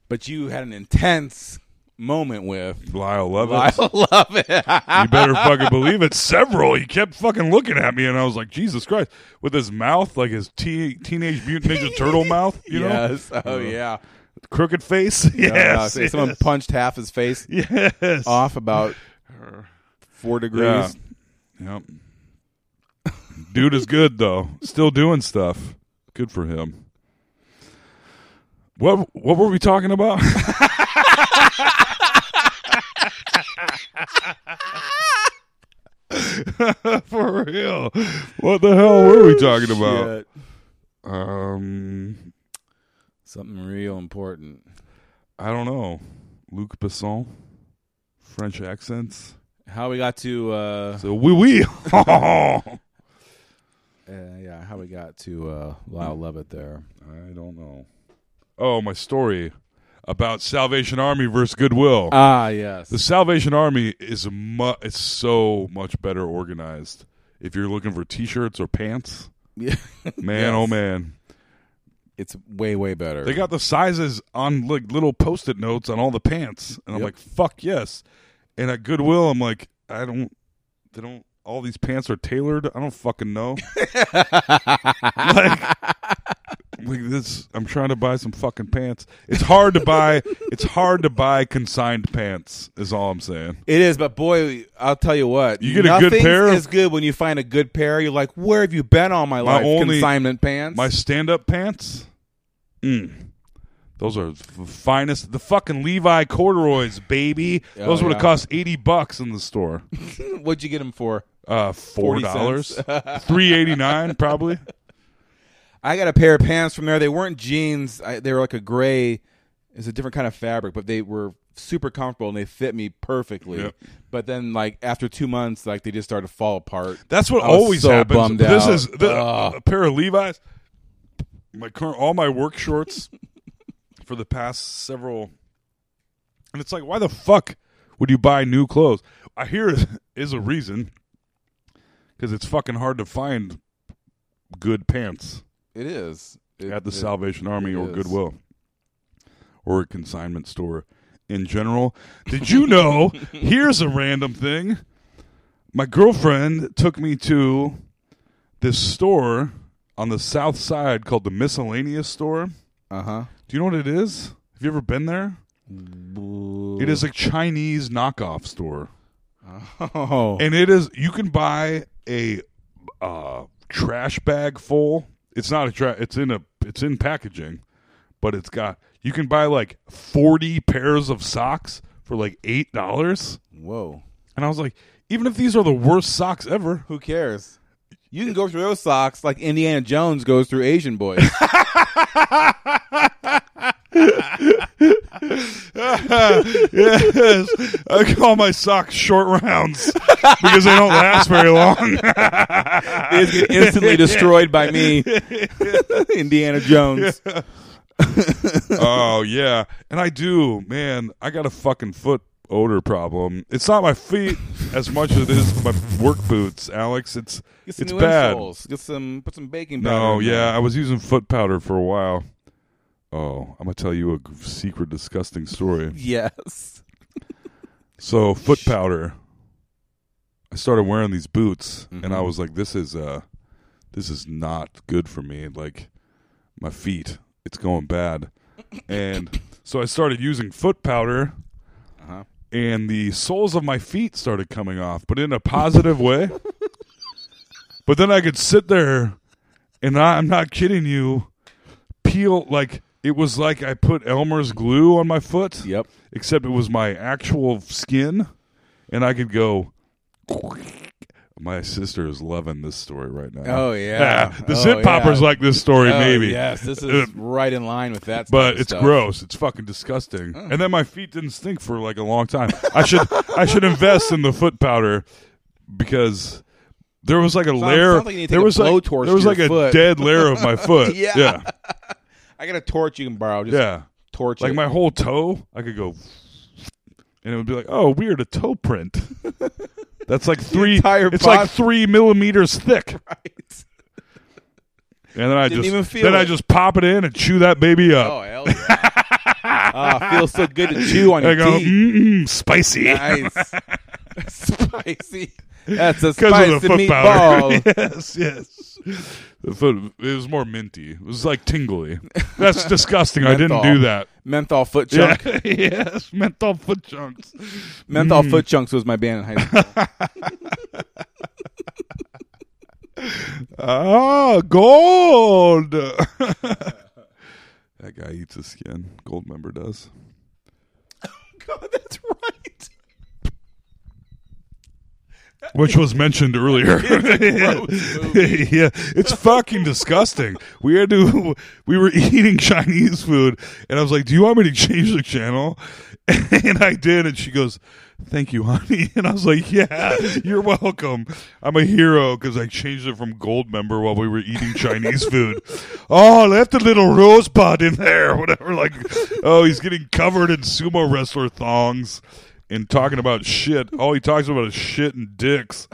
[SPEAKER 10] But you had an intense moment with
[SPEAKER 11] Lyle Lovett.
[SPEAKER 10] Lyle Lovett.
[SPEAKER 11] you better fucking believe it. Several. He kept fucking looking at me, and I was like, Jesus Christ, with his mouth like his te- teenage mutant ninja turtle mouth. You
[SPEAKER 10] yes.
[SPEAKER 11] know?
[SPEAKER 10] Oh
[SPEAKER 11] Uh,
[SPEAKER 10] yeah.
[SPEAKER 11] Crooked face. Yes.
[SPEAKER 10] No, no, say
[SPEAKER 11] yes.
[SPEAKER 10] Someone punched half his face.
[SPEAKER 11] Yes.
[SPEAKER 10] Off about four degrees.
[SPEAKER 11] Yeah. Yep. Dude is good though. Still doing stuff. Good for him. What what were we talking about? for real. What the hell were we talking about? Um
[SPEAKER 10] Something real important.
[SPEAKER 11] I don't know. Luc Besson. French accents.
[SPEAKER 10] How we got to uh
[SPEAKER 11] So we we oh,
[SPEAKER 10] Uh, yeah, how we got to uh, Lyle
[SPEAKER 11] Hmm.
[SPEAKER 10] Lovett there.
[SPEAKER 11] I don't know. Oh, my story about Salvation Army versus Goodwill.
[SPEAKER 10] Ah, yes.
[SPEAKER 11] The Salvation Army is mu- it's so much better organized. If you're looking for t-shirts or pants,
[SPEAKER 10] Yeah.
[SPEAKER 11] man,
[SPEAKER 10] Yes.
[SPEAKER 11] oh man,
[SPEAKER 10] it's way way better.
[SPEAKER 11] They got the sizes on like little post-it notes on all the pants, and I'm
[SPEAKER 10] Yep.
[SPEAKER 11] like, fuck yes. And at Goodwill, I'm like, I don't, they don't. All these pants are tailored. I don't fucking know. like, like this, I'm trying to buy some fucking pants. It's hard to buy. it's hard to buy consigned pants. Is all I'm saying.
[SPEAKER 10] It is, but boy, I'll tell you what.
[SPEAKER 11] You get a good
[SPEAKER 10] nothing
[SPEAKER 11] pair of-
[SPEAKER 10] is good when you find a good pair. You're like, where have you been all my, life? Consignment pants.
[SPEAKER 11] My stand-up pants. Mm. Those are the finest. The fucking Levi corduroys, baby.
[SPEAKER 10] Oh,
[SPEAKER 11] Those would have
[SPEAKER 10] yeah.
[SPEAKER 11] cost eighty bucks in the store.
[SPEAKER 10] What'd you get them for?
[SPEAKER 11] Uh, four
[SPEAKER 10] 40
[SPEAKER 11] dollars,
[SPEAKER 10] cents.
[SPEAKER 11] three eighty nine, probably.
[SPEAKER 10] I got a pair of pants from there. They weren't jeans. I, they were like a gray. It's a different kind of fabric, but they were super comfortable and they fit me perfectly.
[SPEAKER 11] Yep.
[SPEAKER 10] But then, like after two months, like they just started to fall apart.
[SPEAKER 11] That's what
[SPEAKER 10] I was
[SPEAKER 11] always
[SPEAKER 10] so
[SPEAKER 11] happens.
[SPEAKER 10] Bummed
[SPEAKER 11] this
[SPEAKER 10] out.
[SPEAKER 11] is the,
[SPEAKER 10] Ugh.
[SPEAKER 11] a pair of Levi's. My current, all my work shorts for the past several, and it's like, why the fuck would you buy new clothes? I hear is a reason because it's fucking hard to find good pants
[SPEAKER 10] it is It-
[SPEAKER 11] at the
[SPEAKER 10] it-
[SPEAKER 11] Salvation Army
[SPEAKER 10] it
[SPEAKER 11] or
[SPEAKER 10] is.
[SPEAKER 11] Goodwill or a consignment store in general. Did you know? here's a random thing. My girlfriend took me to this store on the south side called the Miscellaneous Store.
[SPEAKER 10] Uh huh.
[SPEAKER 11] Do you know what it is? Have you ever been there? It is a Chinese knockoff store.
[SPEAKER 10] Oh.
[SPEAKER 11] And it is you can buy a uh, trash bag full. It's not a trash. It's in a. It's It's in packaging, but it's got you can buy like forty pairs of socks for like eight dollars.
[SPEAKER 10] Whoa!
[SPEAKER 11] And I was like, even if these are the worst socks ever,
[SPEAKER 10] who cares? You can go through those socks like Indiana Jones goes through Asian boys.
[SPEAKER 11] yes, I call my socks short rounds because they don't last very long.
[SPEAKER 10] They just get instantly destroyed by me, Indiana Jones.
[SPEAKER 11] oh yeah, and I do, man. I got a fucking foot odor problem. It's not my feet as much as it is my work boots, Alex. It's
[SPEAKER 10] Get some
[SPEAKER 11] it's
[SPEAKER 10] new
[SPEAKER 11] bad.
[SPEAKER 10] insoles. Get some put some baking powder.
[SPEAKER 11] No,
[SPEAKER 10] in
[SPEAKER 11] yeah,
[SPEAKER 10] there.
[SPEAKER 11] I was using foot powder for a while. Oh, I'm gonna tell you a g- secret, disgusting story.
[SPEAKER 10] Yes.
[SPEAKER 11] So foot powder. I started wearing these boots, and I was like, "This is uh, this is not good for me. Like, my feet, it's going bad." and so I started using foot powder, and the soles of my feet started coming off, but in a positive way. But then I could sit there, and I, I'm not kidding you, peel like it was like I put Elmer's glue on my foot.
[SPEAKER 10] Yep.
[SPEAKER 11] Except it was my actual skin, and I could go. My sister is loving this story right now.
[SPEAKER 10] Oh yeah.
[SPEAKER 11] the
[SPEAKER 10] oh,
[SPEAKER 11] zip poppers
[SPEAKER 10] yeah.
[SPEAKER 11] like this story
[SPEAKER 10] Oh,
[SPEAKER 11] maybe.
[SPEAKER 10] Yes, this
[SPEAKER 11] Uh,
[SPEAKER 10] is right in line with that.
[SPEAKER 11] but
[SPEAKER 10] type of
[SPEAKER 11] it's
[SPEAKER 10] stuff.
[SPEAKER 11] gross. It's fucking disgusting. And then my feet didn't stink for like a long time. I should I should invest in the foot powder because there was like a
[SPEAKER 10] Sounds-
[SPEAKER 11] layer.
[SPEAKER 10] sounds like you need to
[SPEAKER 11] there
[SPEAKER 10] take a
[SPEAKER 11] was like
[SPEAKER 10] blowtorch
[SPEAKER 11] there was
[SPEAKER 10] to
[SPEAKER 11] like
[SPEAKER 10] your
[SPEAKER 11] a
[SPEAKER 10] foot.
[SPEAKER 11] dead layer of my foot.
[SPEAKER 10] Yeah.
[SPEAKER 11] yeah,
[SPEAKER 10] I got a torch you can borrow. Just
[SPEAKER 11] yeah.
[SPEAKER 10] torch.
[SPEAKER 11] Like
[SPEAKER 10] it.
[SPEAKER 11] my whole toe, I could go, and it would be like, oh, weird, a toe print. That's like three.
[SPEAKER 10] entire
[SPEAKER 11] It's
[SPEAKER 10] body.
[SPEAKER 11] like three millimeters thick.
[SPEAKER 10] Right.
[SPEAKER 11] And then I
[SPEAKER 10] Didn't
[SPEAKER 11] just
[SPEAKER 10] even feel
[SPEAKER 11] then I
[SPEAKER 10] it.
[SPEAKER 11] just pop it in and chew that baby up.
[SPEAKER 10] Oh hell yeah! Ah, feels so good to chew on
[SPEAKER 11] I
[SPEAKER 10] your
[SPEAKER 11] go,
[SPEAKER 10] teeth.
[SPEAKER 11] Mm-mm, spicy.
[SPEAKER 10] Nice. spicy. That's a
[SPEAKER 11] 'Cause
[SPEAKER 10] spicy
[SPEAKER 11] of the foot powder.
[SPEAKER 10] meatball.
[SPEAKER 11] yes, yes. The foot, it was more minty. It was like tingly. That's disgusting. I didn't
[SPEAKER 10] Menthol.
[SPEAKER 11] do that.
[SPEAKER 10] Menthol foot
[SPEAKER 11] Yeah.
[SPEAKER 10] chunk.
[SPEAKER 11] yes, menthol foot chunks.
[SPEAKER 10] Menthol
[SPEAKER 11] Mm.
[SPEAKER 10] Foot Chunks was my band in high school.
[SPEAKER 11] Ah, gold. that guy eats his skin. Gold member does.
[SPEAKER 10] God, that's right.
[SPEAKER 11] Which was mentioned earlier. yeah, it's fucking disgusting. We had to, we were eating Chinese food, and I was like, "Do you want me to change the channel?" And I did, and she goes, "Thank you, honey." And I was like, "Yeah, you're welcome. I'm a hero because I changed it from gold member while we were eating Chinese food. Oh, I left a little rosebud in there, whatever. Like, oh, he's getting covered in sumo wrestler thongs." And talking about shit. All he talks about is shit and dicks.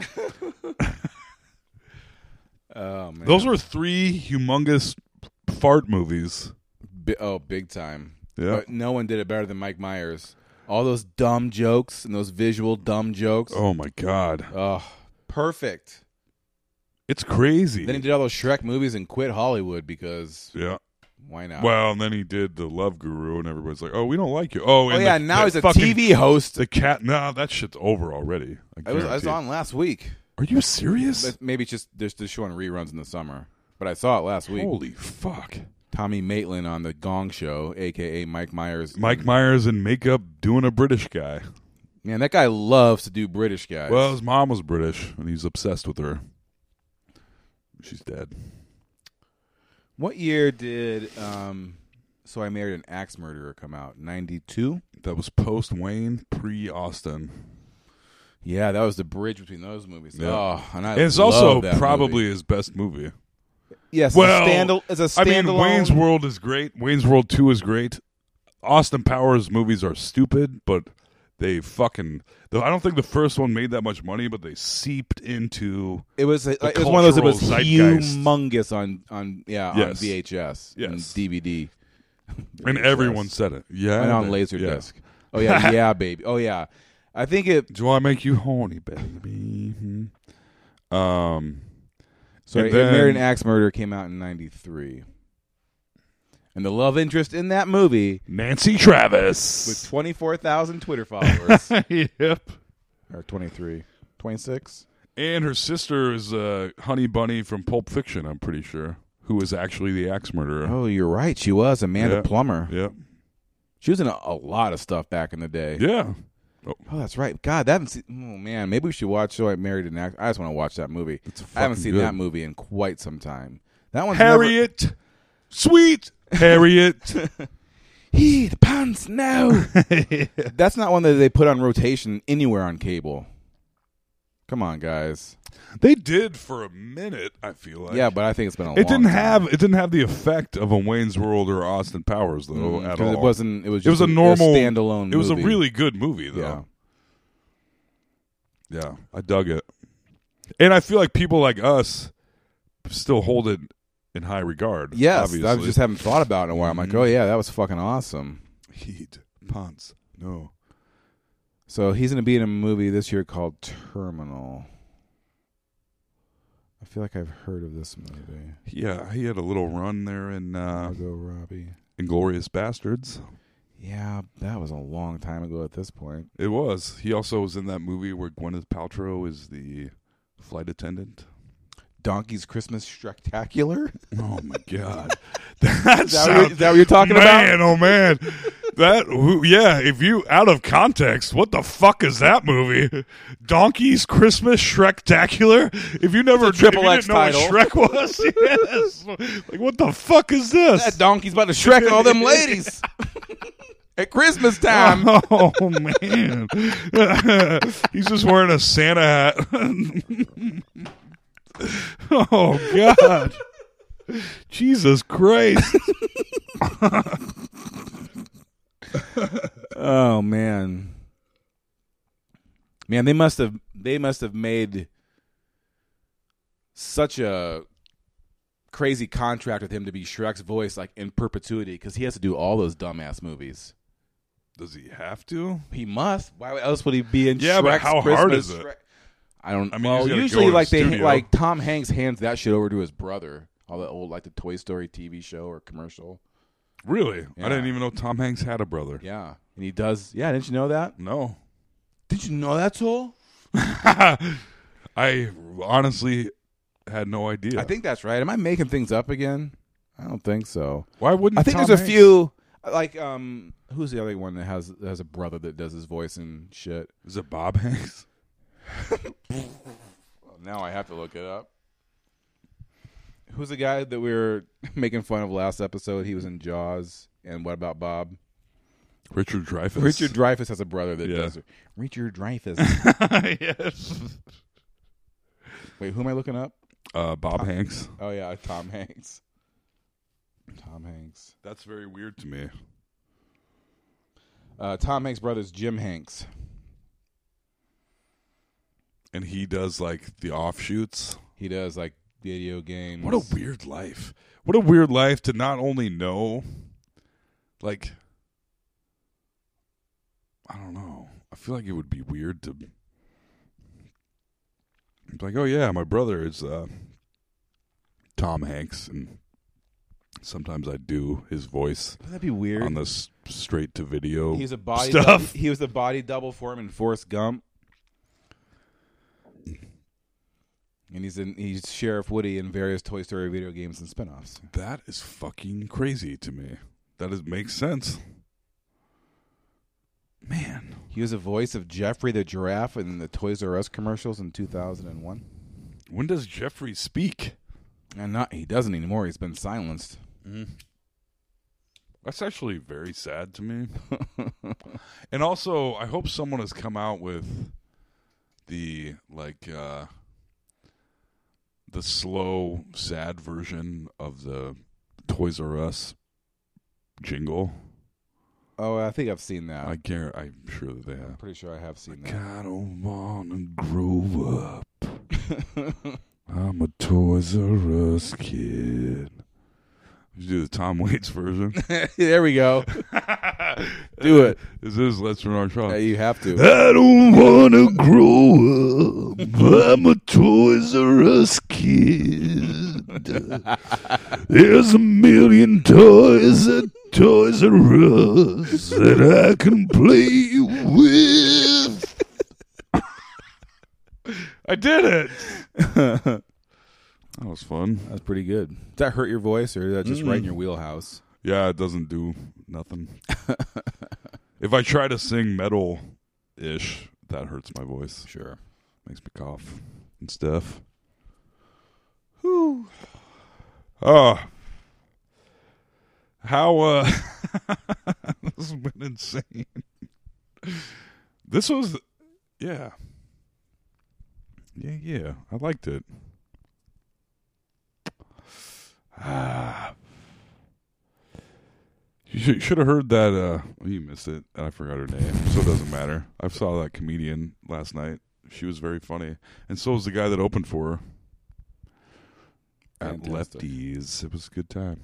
[SPEAKER 10] Oh man.
[SPEAKER 11] Those were three humongous fart movies.
[SPEAKER 10] Bi- oh, big time.
[SPEAKER 11] Yeah.
[SPEAKER 10] But no one did it better than Mike Myers. All those dumb jokes and those visual dumb jokes.
[SPEAKER 11] Oh my god,
[SPEAKER 10] Oh, perfect.
[SPEAKER 11] it's crazy.
[SPEAKER 10] Then he did all those Shrek movies and quit Hollywood because
[SPEAKER 11] yeah.
[SPEAKER 10] why not?
[SPEAKER 11] Well, and then he did the Love Guru, and everybody's like, "Oh, we don't like you." Oh,
[SPEAKER 10] Oh,
[SPEAKER 11] and
[SPEAKER 10] yeah,
[SPEAKER 11] the-
[SPEAKER 10] now
[SPEAKER 11] that
[SPEAKER 10] he's a
[SPEAKER 11] fucking-
[SPEAKER 10] TV host.
[SPEAKER 11] The cat. Nah, that shit's over already. I
[SPEAKER 10] I was, I was
[SPEAKER 11] guarantee it.
[SPEAKER 10] on last week.
[SPEAKER 11] Are you serious?
[SPEAKER 10] But Maybe it's just there's just showing reruns in the summer. But I saw it last week.
[SPEAKER 11] Holy fuck!
[SPEAKER 10] Tommy Maitland on the Gong Show, aka Mike Myers.
[SPEAKER 11] Mike Myers in makeup doing a British guy.
[SPEAKER 10] Man, that guy loves to do British guys.
[SPEAKER 11] Well, his mom was British, and he's obsessed with her. She's dead.
[SPEAKER 10] What year did um So I Married an Axe Murderer come out? 92?
[SPEAKER 11] That was post Wayne, pre Austin.
[SPEAKER 10] Yeah, that was the bridge between those movies.
[SPEAKER 11] Yeah.
[SPEAKER 10] Oh, and I
[SPEAKER 11] it's
[SPEAKER 10] love
[SPEAKER 11] also
[SPEAKER 10] that
[SPEAKER 11] probably
[SPEAKER 10] movie.
[SPEAKER 11] his best movie.
[SPEAKER 10] Yes, it's a
[SPEAKER 11] well,
[SPEAKER 10] standal- it's a
[SPEAKER 11] I mean, Wayne's
[SPEAKER 10] standalone-
[SPEAKER 11] World is great. Wayne's World Two is great. Austin Powers movies are stupid, but they fucking. Though I don't think the first one made that much money, but they seeped into.
[SPEAKER 10] It was
[SPEAKER 11] the
[SPEAKER 10] it was one of those that was
[SPEAKER 11] cultural zeitgeist.
[SPEAKER 10] humongous on on yeah
[SPEAKER 11] Yes.
[SPEAKER 10] on VHS and
[SPEAKER 11] Yes.
[SPEAKER 10] DVD.
[SPEAKER 11] And
[SPEAKER 10] VHS.
[SPEAKER 11] everyone said it. Yeah,
[SPEAKER 10] and on
[SPEAKER 11] they-
[SPEAKER 10] Laserdisc.
[SPEAKER 11] yeah.
[SPEAKER 10] Oh yeah, yeah, baby. Oh yeah. I think it.
[SPEAKER 11] Do I make you horny, baby? Mhm. um.
[SPEAKER 10] So
[SPEAKER 11] and
[SPEAKER 10] I Married an
[SPEAKER 11] then-
[SPEAKER 10] Axe Murderer came out in '93, and the love interest in that movie,
[SPEAKER 11] Nancy Travis,
[SPEAKER 10] with 24,000 Twitter followers,
[SPEAKER 11] yep,
[SPEAKER 10] or 23, 26.
[SPEAKER 11] And her sister is uh, Honey Bunny from Pulp Fiction, I'm pretty sure. who was actually the axe murderer.
[SPEAKER 10] Oh, you're right. She was Amanda
[SPEAKER 11] Yeah.
[SPEAKER 10] Plummer.
[SPEAKER 11] Yep.
[SPEAKER 10] She was in a, a lot of stuff back in the day.
[SPEAKER 11] Yeah.
[SPEAKER 10] Oh, that's right. God, that haven't seen. Oh man, maybe we should watch. So I married an actor. I just want to watch that movie. I haven't
[SPEAKER 11] fucking
[SPEAKER 10] seen
[SPEAKER 11] good.
[SPEAKER 10] that movie in quite some time. That one's
[SPEAKER 11] Harriet, sweet Harriet.
[SPEAKER 10] he the pants now. that's not one that they put on rotation anywhere on cable. Come on, guys.
[SPEAKER 11] They did for a minute. I feel like.
[SPEAKER 10] yeah, but I think it's been a long
[SPEAKER 11] It didn't
[SPEAKER 10] time.
[SPEAKER 11] have it didn't have the effect of a Wayne's World or Austin Powers though
[SPEAKER 10] Mm,
[SPEAKER 11] at
[SPEAKER 10] 'cause
[SPEAKER 11] all.
[SPEAKER 10] it wasn't- it was
[SPEAKER 11] it was
[SPEAKER 10] just
[SPEAKER 11] a
[SPEAKER 10] a- a
[SPEAKER 11] normal
[SPEAKER 10] standalone
[SPEAKER 11] It was a
[SPEAKER 10] movie.
[SPEAKER 11] really good movie though. Yeah. I dug it, and I feel like people like us still hold it in high regard.
[SPEAKER 10] Yes,
[SPEAKER 11] obviously.
[SPEAKER 10] I was just haven't thought about it in a while. I'm like, oh yeah, that was fucking awesome.
[SPEAKER 11] Heat pants. No.
[SPEAKER 10] So he's going to be in a movie this year called Terminal. I feel like I've heard of this movie.
[SPEAKER 11] Yeah, he had a little run there in uh,
[SPEAKER 10] Robbie,
[SPEAKER 11] Inglorious Bastards.
[SPEAKER 10] Yeah, that was a long time ago at this point.
[SPEAKER 11] It was. He also was in that movie where Gwyneth Paltrow is the flight attendant.
[SPEAKER 10] Donkey's Christmas Spectacular.
[SPEAKER 11] Oh my god,
[SPEAKER 10] Is that what- is that what you're talking about?
[SPEAKER 11] Man, oh man, that who- yeah. If you out of context, what the fuck is that movie? Donkey's Christmas Shrektacular. If you never
[SPEAKER 10] It's a triple
[SPEAKER 11] if you
[SPEAKER 10] X
[SPEAKER 11] didn't know
[SPEAKER 10] title.
[SPEAKER 11] what Shrek was. yes. Like what the fuck is this?
[SPEAKER 10] That donkey's about to Shrek all them ladies at Christmas time.
[SPEAKER 11] Oh man, he's just wearing a Santa hat. oh God, Jesus Christ!
[SPEAKER 10] oh man, man, they must have they must have made such a crazy contract with him to be Shrek's voice like in perpetuity because he has to do all those dumbass movies.
[SPEAKER 11] Does he have to?
[SPEAKER 10] He must. Why else would he be in?
[SPEAKER 11] Yeah, but
[SPEAKER 10] Shrek's
[SPEAKER 11] how hard
[SPEAKER 10] Christmas
[SPEAKER 11] is it?
[SPEAKER 10] Shrek- I don't.
[SPEAKER 11] I
[SPEAKER 10] I mean,
[SPEAKER 11] mean, he's
[SPEAKER 10] well,
[SPEAKER 11] gotta
[SPEAKER 10] usually
[SPEAKER 11] go to
[SPEAKER 10] like
[SPEAKER 11] the
[SPEAKER 10] they
[SPEAKER 11] studio.
[SPEAKER 10] like Tom Hanks hands that shit over to his brother. All that old like the Toy Story TV show or commercial.
[SPEAKER 11] Really?
[SPEAKER 10] Yeah.
[SPEAKER 11] I didn't even know Tom Hanks had a brother.
[SPEAKER 10] Yeah, and he does. Yeah, didn't you know that?
[SPEAKER 11] No,
[SPEAKER 10] Did you know that, Toll?
[SPEAKER 11] I honestly had no idea.
[SPEAKER 10] I think that's right. Am I making things up again? I don't think so.
[SPEAKER 11] Why wouldn't
[SPEAKER 10] I think
[SPEAKER 11] Tom
[SPEAKER 10] there's a
[SPEAKER 11] Hanks-
[SPEAKER 10] few like um who's the other one that has that has a brother that does his voice and shit?
[SPEAKER 11] Is it Bob Hanks?
[SPEAKER 10] now I have to look it up. Who's the guy that we were making fun of last episode? He was in Jaws and What About Bob?
[SPEAKER 11] Richard Dreyfuss.
[SPEAKER 10] Richard Dreyfuss has a brother that
[SPEAKER 11] Yeah.
[SPEAKER 10] does it. Richard Dreyfuss.
[SPEAKER 11] yes.
[SPEAKER 10] Wait, who am I looking up?
[SPEAKER 11] Uh, Bob Hanks.
[SPEAKER 10] Oh yeah, Tom Hanks. Tom Hanks.
[SPEAKER 11] That's very weird to me.
[SPEAKER 10] Uh, Tom Hanks' brother's Jim Hanks.
[SPEAKER 11] And he does like the offshoots.
[SPEAKER 10] He does like video games.
[SPEAKER 11] What a weird life. What a weird life to not only know, like, I don't know. I feel like it would be weird to be like, oh yeah, my brother is uh, Tom Hanks, and sometimes I do his voice.
[SPEAKER 10] Wouldn't that be weird?
[SPEAKER 11] on this straight to video?
[SPEAKER 10] He's a body
[SPEAKER 11] stuff.
[SPEAKER 10] Double, he was the body double for him in Forrest Gump. And he's in he's Sheriff Woody in various Toy Story video games and spin-offs.
[SPEAKER 11] That is fucking crazy to me. That is makes sense. Man,
[SPEAKER 10] He was a voice of Jeffrey the giraffe in the Toys R Us commercials in 2001.
[SPEAKER 11] when does Jeffrey speak?
[SPEAKER 10] And not he doesn't anymore. He's been silenced.
[SPEAKER 11] Mm. That's actually very sad to me. and also, I hope someone has come out with the like uh the slow, sad version of the Toys R Us jingle.
[SPEAKER 10] Oh, I think I've seen that.
[SPEAKER 11] I guarantee, I'm sure that they have.
[SPEAKER 10] Pretty sure I have seen that.
[SPEAKER 11] I don't wanna grow up. I'm a Toys R Us kid. You do the Tom Waits version.
[SPEAKER 10] there we go. Do it.
[SPEAKER 11] This is Let's Run Our Show.
[SPEAKER 10] you have to.
[SPEAKER 16] I don't want to grow up. I'm a Toys R Us kid. There's a million toys at Toys R Us that I can play with.
[SPEAKER 11] I did it. That was fun.
[SPEAKER 10] That was pretty good. Did that hurt your voice, or is that just right in your wheelhouse?
[SPEAKER 11] Yeah, it doesn't do nothing. if I try to sing metal ish, that hurts my voice.
[SPEAKER 10] Sure.
[SPEAKER 11] Makes me cough and stuff. Whew. Oh. How uh this has been insane. This was yeah. Yeah, yeah. I liked it. Ah. You should, should have heard that. Uh, well, you missed it. I forgot her name, so it doesn't matter. I saw that comedian last night. She was very funny, and so was the guy that opened for her at
[SPEAKER 10] Fantastic.
[SPEAKER 11] Lefties. It was a good time.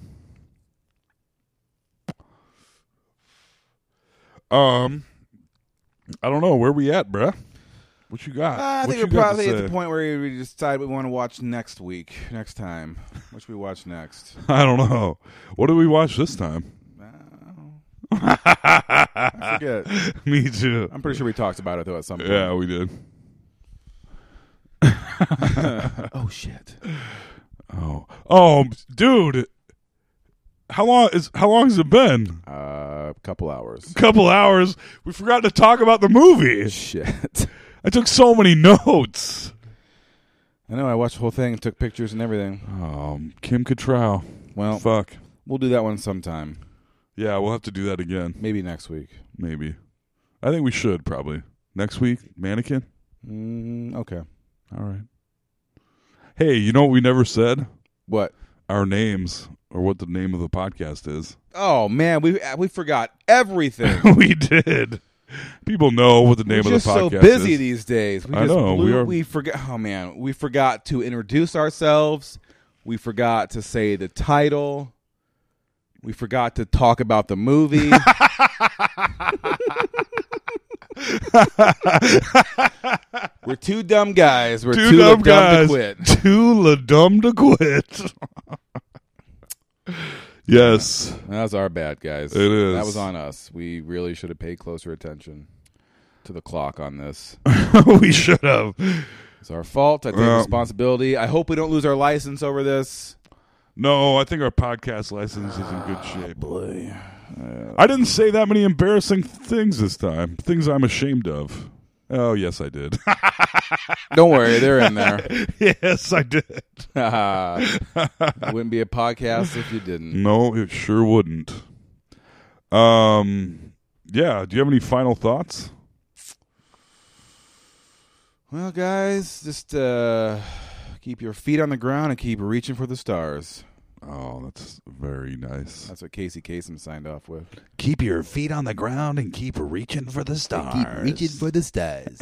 [SPEAKER 11] Um, I don't know where we at, bruh. What you got?
[SPEAKER 10] I
[SPEAKER 11] What
[SPEAKER 10] think
[SPEAKER 11] you
[SPEAKER 10] we're
[SPEAKER 11] got to
[SPEAKER 10] probably at
[SPEAKER 11] say?
[SPEAKER 10] the point where we decide we want to watch next week, next time. What should we watch next?
[SPEAKER 11] I don't know. What did we watch this time?
[SPEAKER 10] I forget.
[SPEAKER 11] Me too.
[SPEAKER 10] I'm pretty sure we talked about it though at some point.
[SPEAKER 11] Yeah, we did.
[SPEAKER 10] oh shit.
[SPEAKER 11] Oh, oh, dude. How long is how long has it been?
[SPEAKER 10] uh, A couple hours.
[SPEAKER 11] Couple hours. We forgot to talk about the movie.
[SPEAKER 10] Shit.
[SPEAKER 11] I took so many notes.
[SPEAKER 10] I know. I watched the whole thing, took pictures and everything.
[SPEAKER 11] Um, Kim Cattrall.
[SPEAKER 10] Oh. Well,
[SPEAKER 11] fuck.
[SPEAKER 10] We'll do that one sometime.
[SPEAKER 11] Yeah, we'll have to do that again.
[SPEAKER 10] Maybe next week.
[SPEAKER 11] Maybe. I think we should probably next week. Mannequin.
[SPEAKER 10] Mm, okay.
[SPEAKER 11] All right. Hey, you know what we never said?
[SPEAKER 10] What?
[SPEAKER 11] Our names or what the name of the podcast is.
[SPEAKER 10] Oh man, we we forgot everything.
[SPEAKER 11] we did. People know what the name
[SPEAKER 10] We're
[SPEAKER 11] of
[SPEAKER 10] just
[SPEAKER 11] the podcast
[SPEAKER 10] so busy
[SPEAKER 11] is.
[SPEAKER 10] these days. We
[SPEAKER 11] I
[SPEAKER 10] just
[SPEAKER 11] know.
[SPEAKER 10] blew-
[SPEAKER 11] We are
[SPEAKER 10] We forgot. Oh man, we forgot to introduce ourselves. We forgot to say the title. We forgot to talk about the movie. We're two dumb guys. We're
[SPEAKER 11] Two
[SPEAKER 10] too
[SPEAKER 11] dumb
[SPEAKER 10] dumb, to
[SPEAKER 11] guys.
[SPEAKER 10] quit.
[SPEAKER 11] Too la dumb to quit. yes.
[SPEAKER 10] That's our bad, guys.
[SPEAKER 11] It is.
[SPEAKER 10] That was on us. We really should have paid closer attention to the clock on this.
[SPEAKER 11] we should have.
[SPEAKER 10] It's our fault. I take
[SPEAKER 11] Well.
[SPEAKER 10] responsibility. I hope we don't lose our license over this.
[SPEAKER 11] No, I think our podcast license is in good shape. Ah, Boy. I didn't say that many embarrassing things this time. Things I'm ashamed of. Oh, yes, I did.
[SPEAKER 10] Don't worry, they're in there. Uh,
[SPEAKER 11] yes, I did.
[SPEAKER 10] Wouldn't be a podcast if you didn't.
[SPEAKER 11] no, it sure wouldn't. Um, yeah. Do you have any final thoughts?
[SPEAKER 10] Well, guys, just uh, keep your feet on the ground and keep reaching for the stars.
[SPEAKER 11] Oh, that's very nice.
[SPEAKER 10] That's what Casey Kasem signed off with.
[SPEAKER 11] Keep your feet on the ground and keep reaching for the stars.
[SPEAKER 17] reaching for the stars.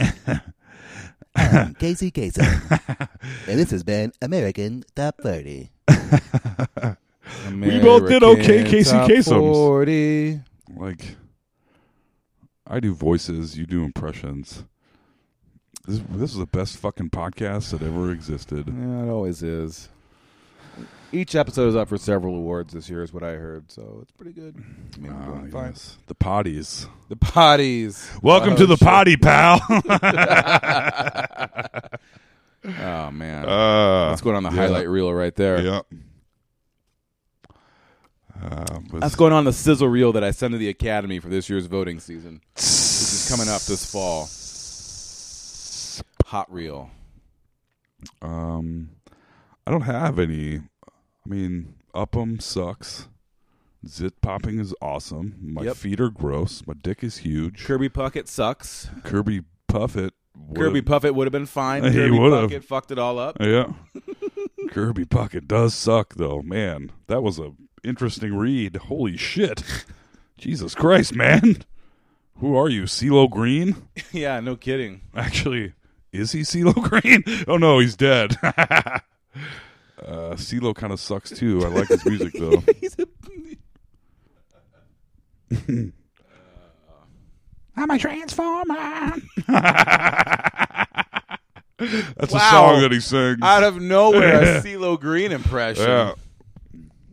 [SPEAKER 17] I'm Casey Kasem, and this has been American Top 30.
[SPEAKER 11] we both did okay,
[SPEAKER 10] American
[SPEAKER 11] Casey
[SPEAKER 10] Top
[SPEAKER 11] Kasem's.
[SPEAKER 10] 40.
[SPEAKER 11] Like, I do voices, you do impressions. This, this is the best fucking podcast that ever existed.
[SPEAKER 10] Yeah, it always is. Each episode is up for several awards this year, is what I heard. So it's pretty good. I mean, I'm doing fine.
[SPEAKER 11] The potties.
[SPEAKER 10] The potties.
[SPEAKER 11] Welcome
[SPEAKER 10] Oh,
[SPEAKER 11] to the
[SPEAKER 10] shit.
[SPEAKER 11] potty, pal.
[SPEAKER 10] oh man,
[SPEAKER 11] Uh,
[SPEAKER 10] that's going on the
[SPEAKER 11] yeah.
[SPEAKER 10] highlight reel right there.
[SPEAKER 11] Yeah. Uh,
[SPEAKER 10] That's going on the sizzle reel that I send to the academy for this year's voting season, which is coming up this fall. Hot reel.
[SPEAKER 11] Um, I don't have any. I mean, Upham sucks. Zit popping is awesome. My
[SPEAKER 10] Yep.
[SPEAKER 11] feet are gross. My dick is huge.
[SPEAKER 10] Kirby Puckett sucks.
[SPEAKER 11] Kirby Puffett. would've-
[SPEAKER 10] Kirby Puffett would have been fine.
[SPEAKER 11] He
[SPEAKER 10] Kirby
[SPEAKER 11] would've.
[SPEAKER 10] Puckett fucked it all up.
[SPEAKER 11] Yeah. Kirby Puckett does suck, though. Man, that was a interesting read. Holy shit. Jesus Christ, man. Who are you, CeeLo Green?
[SPEAKER 10] yeah, no kidding.
[SPEAKER 11] Actually, is he CeeLo Green? Oh no, he's dead. uh, CeeLo kind of sucks too. I like his music though. I'm a transformer. That's a song that he sings.
[SPEAKER 10] Out of nowhere, a CeeLo Green impression.
[SPEAKER 11] Yeah.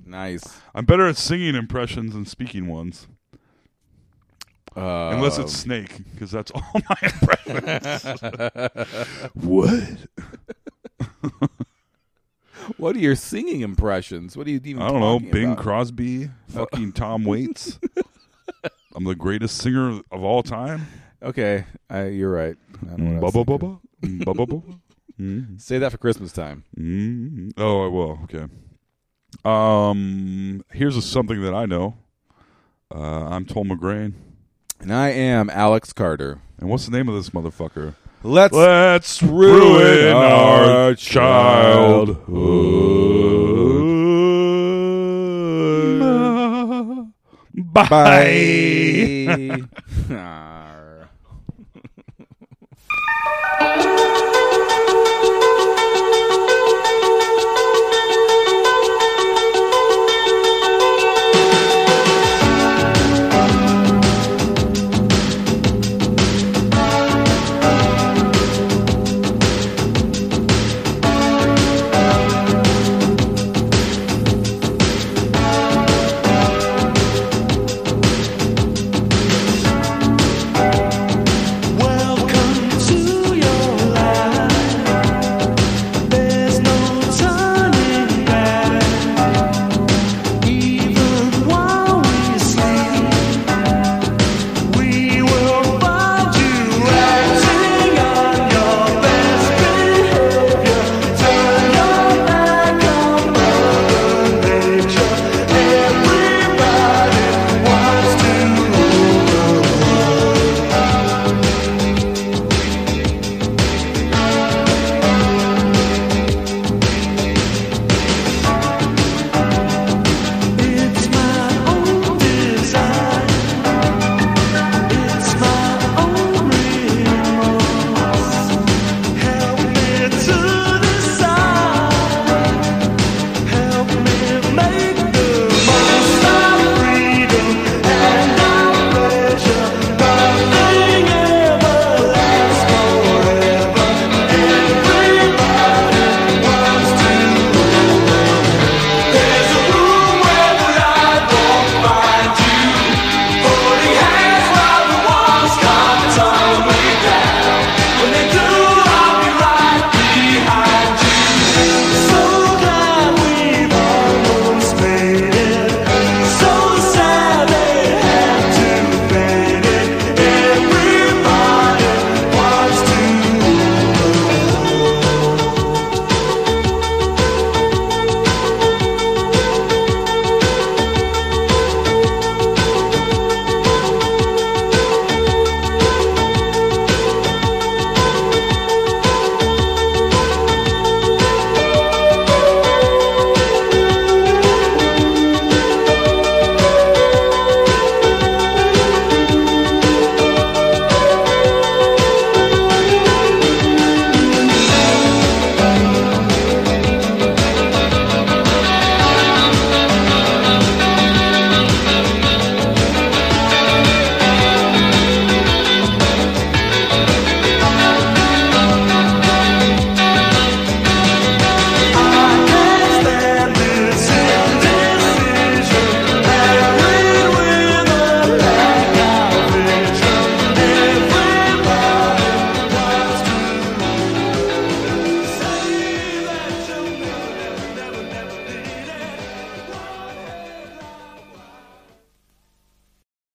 [SPEAKER 10] Nice.
[SPEAKER 11] I'm better at singing impressions than speaking ones. Unless it's Snake, because that's all my impressions. what?
[SPEAKER 10] what are your singing impressions? What are you even?
[SPEAKER 11] I don't know.
[SPEAKER 10] talking
[SPEAKER 11] Bing
[SPEAKER 10] about? Oh.
[SPEAKER 11] Crosby, fucking Tom Waits. I'm the greatest singer of all time.
[SPEAKER 10] Okay, I, you're right. I don't know what I
[SPEAKER 11] Bubba
[SPEAKER 10] was
[SPEAKER 11] bubba, bubba bubba. Mm.
[SPEAKER 10] Say that for Christmas time.
[SPEAKER 11] Mm. Oh, I will. Okay. Um, here's a, something that I know. Uh, I'm Tom McGrain,
[SPEAKER 10] and I am Alex Carter.
[SPEAKER 11] And what's the name of this motherfucker?
[SPEAKER 10] Let's
[SPEAKER 11] let's ruin our childhood.
[SPEAKER 10] Bye. Arr.